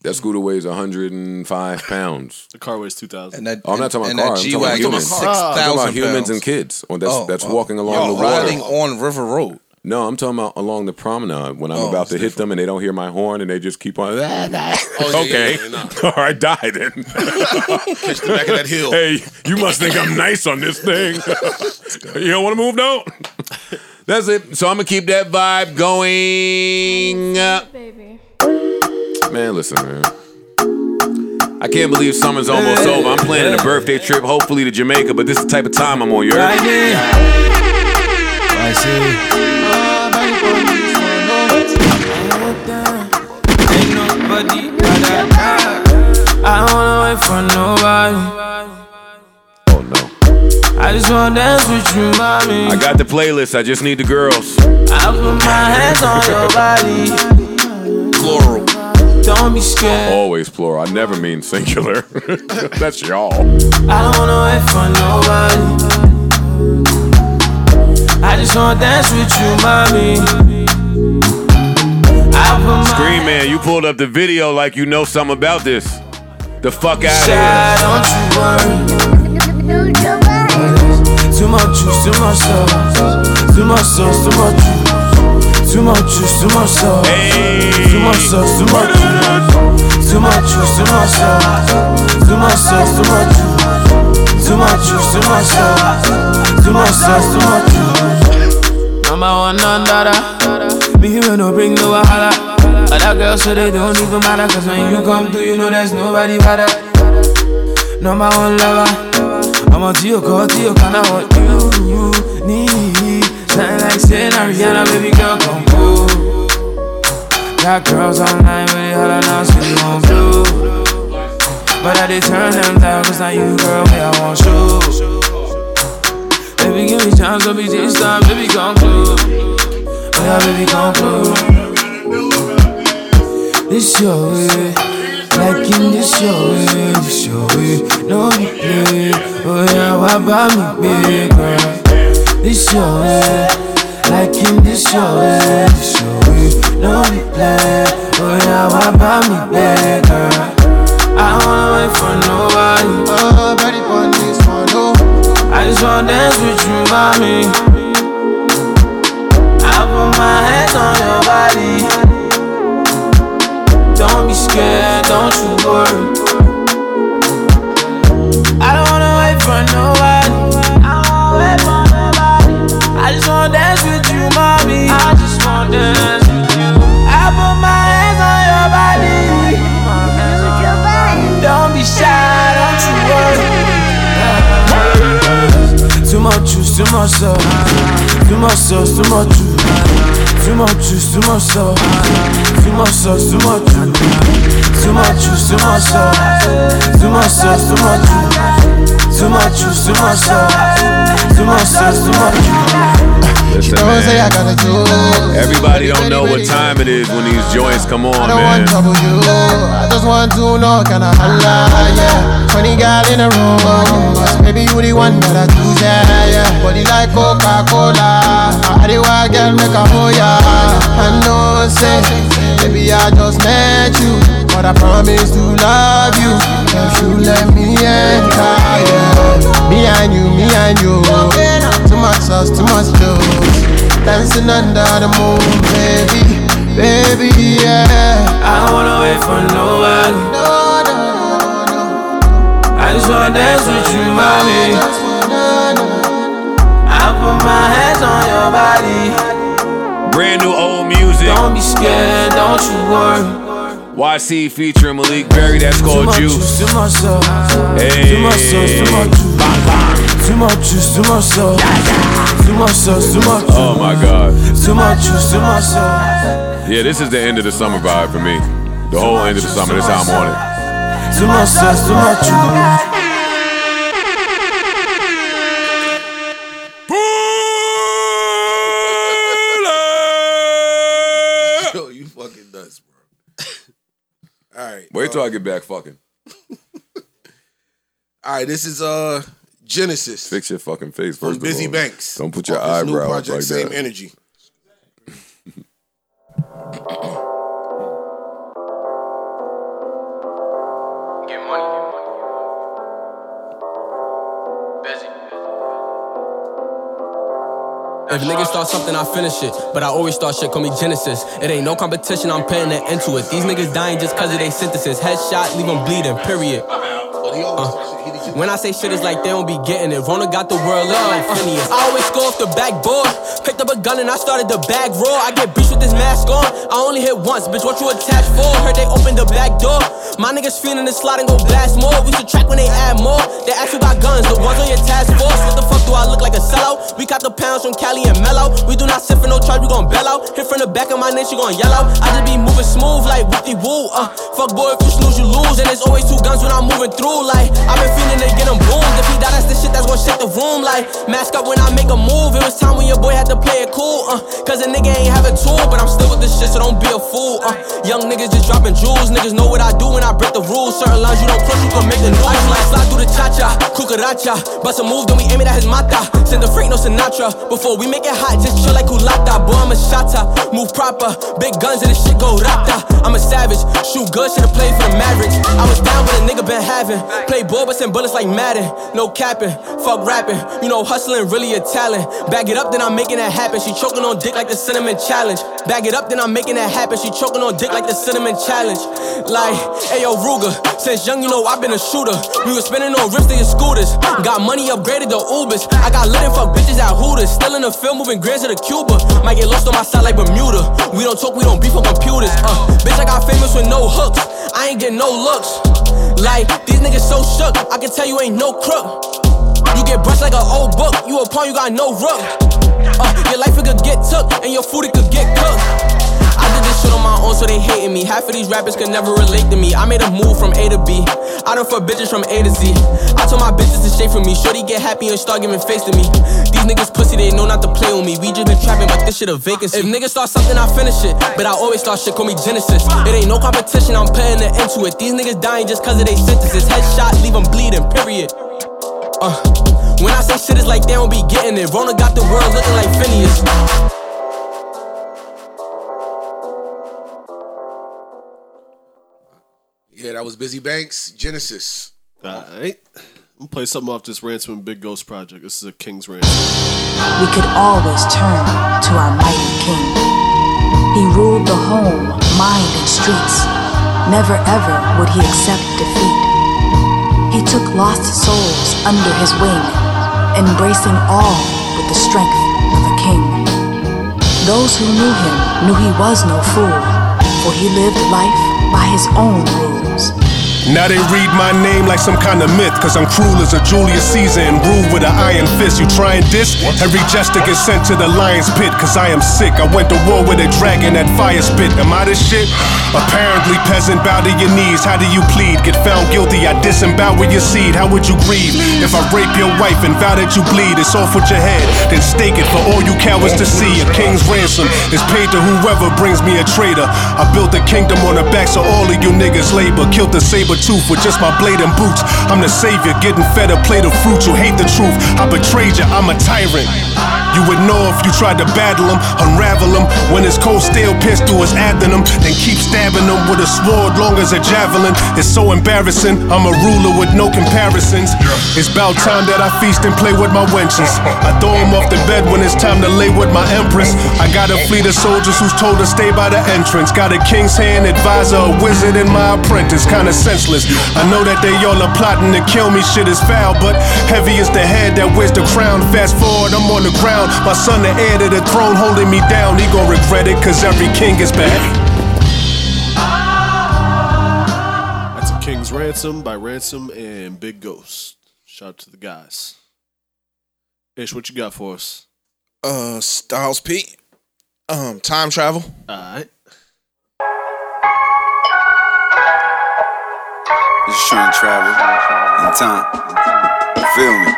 That scooter weighs 105 pounds. The car weighs two thousand. Ah, and that. Oh, I'm not talking and, about and car, I'm That talking G-Wagon about humans. is six I'm I'm talking about thousand humans pounds. and kids. On that's Oh, that's oh. walking along Yo, the water. riding on River Road. No, I'm talking about along the promenade when I'm Oh, about it's to hit them and they don't hear my horn and they just keep on. Oh, yeah, okay, yeah, yeah, nah. all right, die then. Catch the back of that hill. hey, you must think I'm nice on this thing. you don't want to move now? That's it. So I'm going to keep that vibe going. Baby. Man, listen, man. I can't believe summer's almost over. I'm planning a birthday trip, hopefully to Jamaica, but this is the type of time I'm on. You heard? I see. Ain't nobody but I. I don't wanna wait for nobody. Oh, no. I just wanna dance with you, mommy. I got the playlist. I just need the girls. I put my hands on your body. Plural. Don't be scared. Always plural. I never mean singular. That's y'all. I don't wanna wait for nobody. I just wanna dance with you, mommy. I put my Green Man, you pulled up the video like you know something about this. The fuck out Shy, don't you worry. Too much juice, too much sauce. Too much sauce, too much juice. Too much juice, too much of sauce. here. Too much sauce, too much juice. Too much juice, too much sauce. Too much sauce, too much juice. Too much juice, too much sauce. Too much sauce, too much juice. Number one, none dada. Me here no bring no wahala. Other girls so they don't even matter. Cause when you come through, you know there's nobody better. Number one lover. I'm a Tio call Tio can I want you, you need. Sound like saying Ariana, baby girl, come through. Got girls online with it, holla now, so you won't blue. But I did turn them down, cause now you, girl, me, I want you. Baby, give me time, so be this time, baby, come through. Oh, yeah, baby, come through. This your way, like in this your way, this your way. No, play. oh, yeah, why buy me, big girl? This your way. Like in this show, this show you know we play. Oh yeah, why buy me better? I don't wanna wait for nobody. oh. I just wanna dance with you, mommy. I put my hands on your body. don't be scared, don't you worry. I don't wanna wait for nobody. I don't wanna wait for nobody. I just wanna dance with you, mommy. I just wanna dance with you. I put my hands on your body. Don't be shy, don't you worry. Too much juice, too much sauce. Too much sauce, too much juice. Too much juice, too much sauce. Too much sauce, too much juice. Too much juice, too much sauce. Too much sauce, too much juice. Too much juice, too much sauce. Too much sauce, too much juice. Listen, Don't man. say I gotta do. Everybody don't know what time it is when these joints come on, I don't man. want trouble you. I just want to know can I holla, yeah. Funny girl in a room, but maybe you the one that I choose, yeah, yeah. Body like Coca Cola, I the wild girl make a hoya. I know say, maybe I just met you, but I promise to love you if you let me enter, yeah. Me and you, me and you, too much sauce, too much juice, dancing under the moon, baby. Baby, yeah. I don't wanna wait for nobody. I just wanna dance with you, mommy. I put my hands on your body. Brand new old music. Don't be scared, don't you worry. YC featuring Malik Berry, that's Too called much Juice. juice, too much sauce. Too much sauce, too much juice. Too much juice, too much sauce. Too much sauce, too much Oh my God. Too much juice, too much sauce. Yeah, this is the end of the summer vibe for me. The whole end of the summer, this how I'm on it. Too much sauce, too much juice. Yo, you fucking nuts, bro. All right. Uh, Wait till I get back fucking. All right, this is uh Genesis Fix your fucking face first from of Busy all. Banks. Don't put your Off his new eyebrows project, like Same that. energy. Get money, get money, get money. Busy. If niggas start something, I finish it. But I always start shit, call me Genesis. It ain't no competition, I'm putting an end to it. These niggas dying just cause of they synthesis. Headshot, leave them bleeding, period. Uh, when I say shit, it's like they don't be getting it. Rona got the world up like Phineas. I always go off the backboard. Picked up a gun and I started the bag roar. I get beat with this mask on. I only hit once, bitch, what you attached for? Heard they opened the back door. My niggas feeling the slide and go blast more. We should track when they add more. They ask you about guns, the ones on your task force. What the fuck do I look like a sellout? We cop the pounds from Cali and Mello. We do not sit for no charge, we gon' bell out. Hit from the back of my neck, you gon' yell out. I just be moving smooth like Whitney Woo. Uh, fuck boy, if you snooze, you lose. And there's always two guns when I'm moving through. Like, i been feeling to get them boomed. If he die, that's the shit that's gon' shake the room. Like, mask up when I make a move. It was time when your boy had to play it cool. Uh, cause a nigga ain't have a tool, but I'm still with this shit, so don't be a fool. Uh, young niggas just dropping jewels. Niggas know what I do when I break the rules. Certain lines you don't cross, you gon' make the news. I just like slide through the cha cha, cucaracha. Bust a move, then we aim it at his mata. Send the freak, no Sinatra. Before we make it hot, just chill like culata. Boy, I'm a shotta, move proper. Big guns and this shit go rata. I'm a savage, shoot good, should've played for the Mavericks. I was down with a nigga been having. Play ball, but send bullets like Madden. No capping, fuck rapping. You know, hustling really a talent. Back it up, then I'm making that happen. She choking on dick like the cinnamon challenge. Back it up, then I'm making that happen. She choking on dick like the cinnamon challenge. Like, ayo, Ruger. Since young, you know I've been a shooter. We was spinning on rips to your scooters. Got money upgraded to Ubers. I got lit and fuck bitches at Hooters. Still in the field, moving grands to the Cuba. Might get lost on my side like Bermuda. We don't talk, we don't beef on computers. Uh, bitch, I got famous with no hooks. I ain't get no looks. Like, these niggas so shook. I can tell you ain't no crook. You get brushed like an old book. You a pawn, you got no rook. Uh, your life it could get took, and your food it could get cooked. I did this shit on my own, so they hating me. Half of these rappers could never relate to me. I made a move from A to B. I done for bitches from A to Z. I told my bitches to stay from me. Shorty get happy and start giving face to me. These niggas pussy, they know not to play with me. We just been trapping like this shit a vacancy. If niggas start something, I finish it. But I always start shit, call me Genesis. It ain't no competition, I'm putting an end to it. These niggas dying just cause of they sentences. Headshot, leave them bleeding, period. Uh, when I say shit, it's like they don't be getting it. Rona got the world looking like Phineas. Yeah, that was Busy Banks, Genesis. Alright. I'm gonna play something off this Ransom and Big Ghost project. This is a King's Ransom. we could always turn to our mighty king. He ruled the home, mind, and streets. Never ever would he accept defeat. He took lost souls under his wing, embracing all with the strength of a king. Those who knew him knew he was no fool, for he lived life by his own rules. Now they read my name like some kind of myth, cause I'm cruel as a Julius Caesar and rule with an iron fist. You try and diss? Every jester gets sent to the lion's pit, cause I am sick. I went to war with a dragon that fire spit. Am I this shit? Apparently, peasant, bow to your knees. How do you plead? Get found guilty, I disembowel your seed. How would you grieve? If I rape your wife and vow that you bleed, it's off with your head. Then stake it for all you cowards to see. A king's ransom is paid to whoever brings me a traitor. I built a kingdom on the backs of all of you niggas' labor. Killed the saber tooth with just my blade and boots. I'm the savior, getting fed a plate of fruit. You hate the truth. I betrayed you, I'm a tyrant. You would know if you tried to battle him, unravel him. When his cold steel pistol is abdomen, then keep stabbing him with a sword long as a javelin. It's so embarrassing. I'm a ruler with no comparisons. It's about time that I feast and play with my wenches. I throw him off the bed when it's time to lay with my empress. I got a fleet of soldiers who's told to stay by the entrance. Got a king's hand advisor, a wizard, and my apprentice. Kinda senseless. I know that they all are plotting to kill me. Shit is foul, but heavy is the head that wears the crown. Fast forward, I'm on the ground. My son, the heir to the throne, holding me down. He gon' regret it, cause every king is bad. That's a King's Ransom by Ransom and Big Ghost. Shout out to the guys. Ish, what you got for us? Uh, Styles P. Um, time travel. Alright. Just trying to travel in time. Feel me?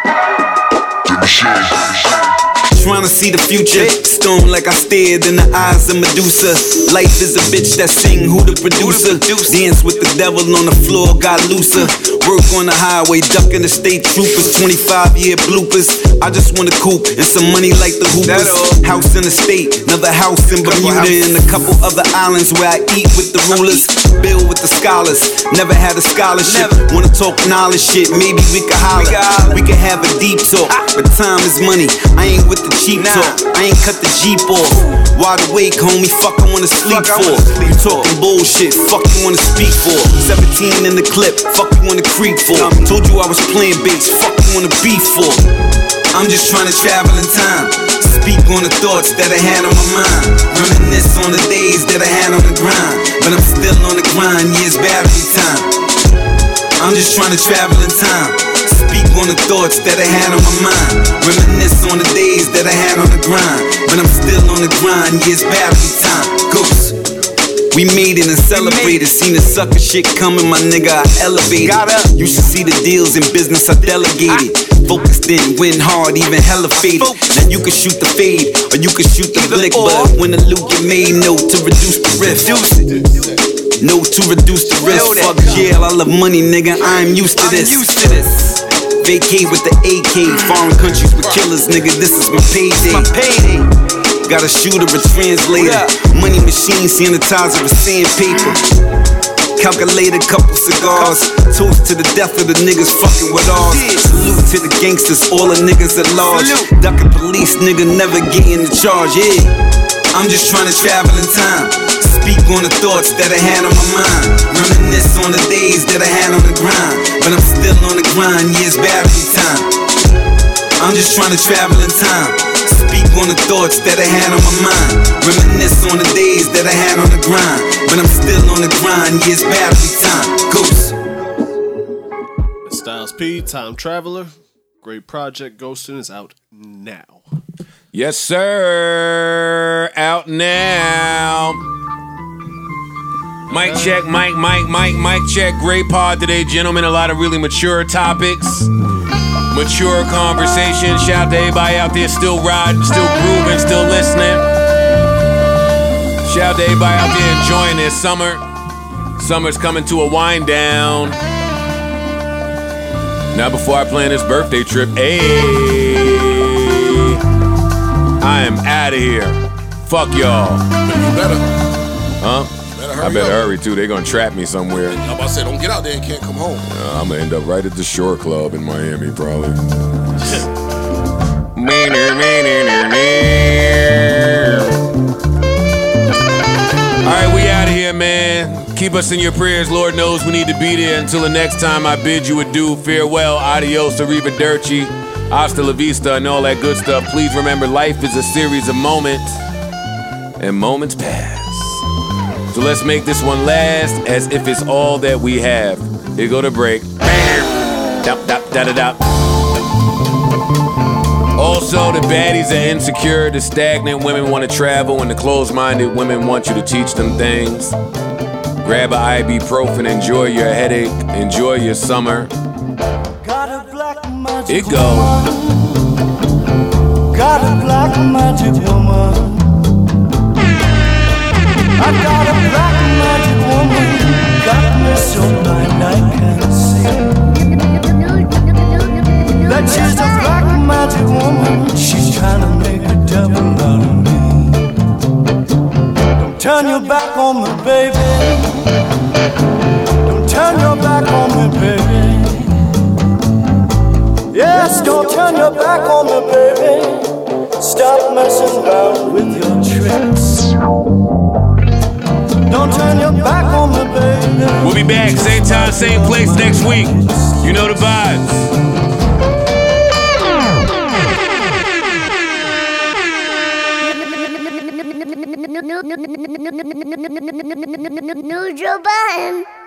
Trying to see the future, stone like I stared in the eyes of Medusa. Life is a bitch that sing, who the producer? Dance with the devil on the floor, got looser. Work on the highway, ducking the state troopers. 25 year bloopers. I just want a coupe and some money like the Hoopers. House in the state, another house in Bermuda, and a couple other islands where I eat with the rulers, build with the scholars. Never had a scholarship, wanna talk knowledge shit. Maybe we could holler, we could have a deep talk. But time is money, I ain't with the cheap talk. I ain't cut the Jeep off. Wide awake, homie, fuck I wanna sleep for. You talking bullshit, fuck you wanna speak for. 17 in the clip, fuck you wanna creep for. Told you I was playing bass, fuck you wanna beef for. I'm just trying to travel in time. Speak on the thoughts that I had on my mind. Reminisce on the days that I had on the grind. But I'm still on the grind, years battery time. I'm just trying to travel in time. Speak on the thoughts that I had on my mind. Reminisce on the days that I had on the grind. But I'm still on the grind, years battery time. Goose. We made it and celebrated. Seen the sucker shit coming, my nigga. I elevated. You should see the deals in business I delegated. Focused in, win hard, even hella faded. Now you can shoot the fade or you can shoot the blick, but when the loot get made, no to reduce the risk. No to reduce the risk. Fuck jail, I love money, nigga. I'm used to this. Vacate with the AK, foreign countries with killers, nigga. This is my payday. Got a shooter, a translator. Money machine, sanitizer, with sandpaper. Calculator, couple cigars. Toast to the death of the niggas fucking with ours. Salute to the gangsters, all the niggas at large. Ducking police, nigga, never getting the charge, yeah. I'm just trying to travel in time. Speak on the thoughts that I had on my mind. Reminisce on the days that I had on the grind. But I'm still on the grind, years battery time. I'm just trying to travel in time. Speak on the thoughts that I had on my mind. Reminisce on the days that I had on the grind. But I'm still on the grind, years battery time. Goose. Styles P, Time Traveler. Great project. Ghostin' is out now. Yes, sir. Out now. Mic check, mic, mic, mic, mic check. Great pod today, gentlemen. A lot of really mature topics, mature conversation. Shout out to everybody out there still riding, still grooving, still listening. Shout out to everybody out there enjoying this summer. Summer's coming to a wind down. Now, before I plan this birthday trip, hey, I am out of here. Fuck y'all. Huh? I better hurry too. They're gonna trap me somewhere. I'm about to say, don't get out there and can't come home. Uh, I'm gonna end up right at the Shore Club in Miami, probably. All right, we out of here, man. Keep us in your prayers. Lord knows we need to be there. Until the next time, I bid you adieu. Farewell, adios, arrivederci, hasta la vista, and all that good stuff. Please remember, life is a series of moments, and moments pass. So let's make this one last as if it's all that we have. Here go to break. Bam. Dop, dop, da, da, dop. Also, the baddies are insecure, the stagnant women want to travel, and the closed minded women want you to teach them things. Grab an ibuprofen, enjoy your headache, enjoy your summer. It goes. Got a black magic woman. I got a black magic woman. Got me so blind I can't see. That she's a black magic woman. She's trying to make a devil out of me. Don't turn your back on me, baby. Don't turn your back on me, baby. Yes, don't turn your back on me, baby. Stop messing around with your tricks. Don't turn your back on me, baby. We'll be back, same time, same place next week. You know the vibes. New Joe Biden.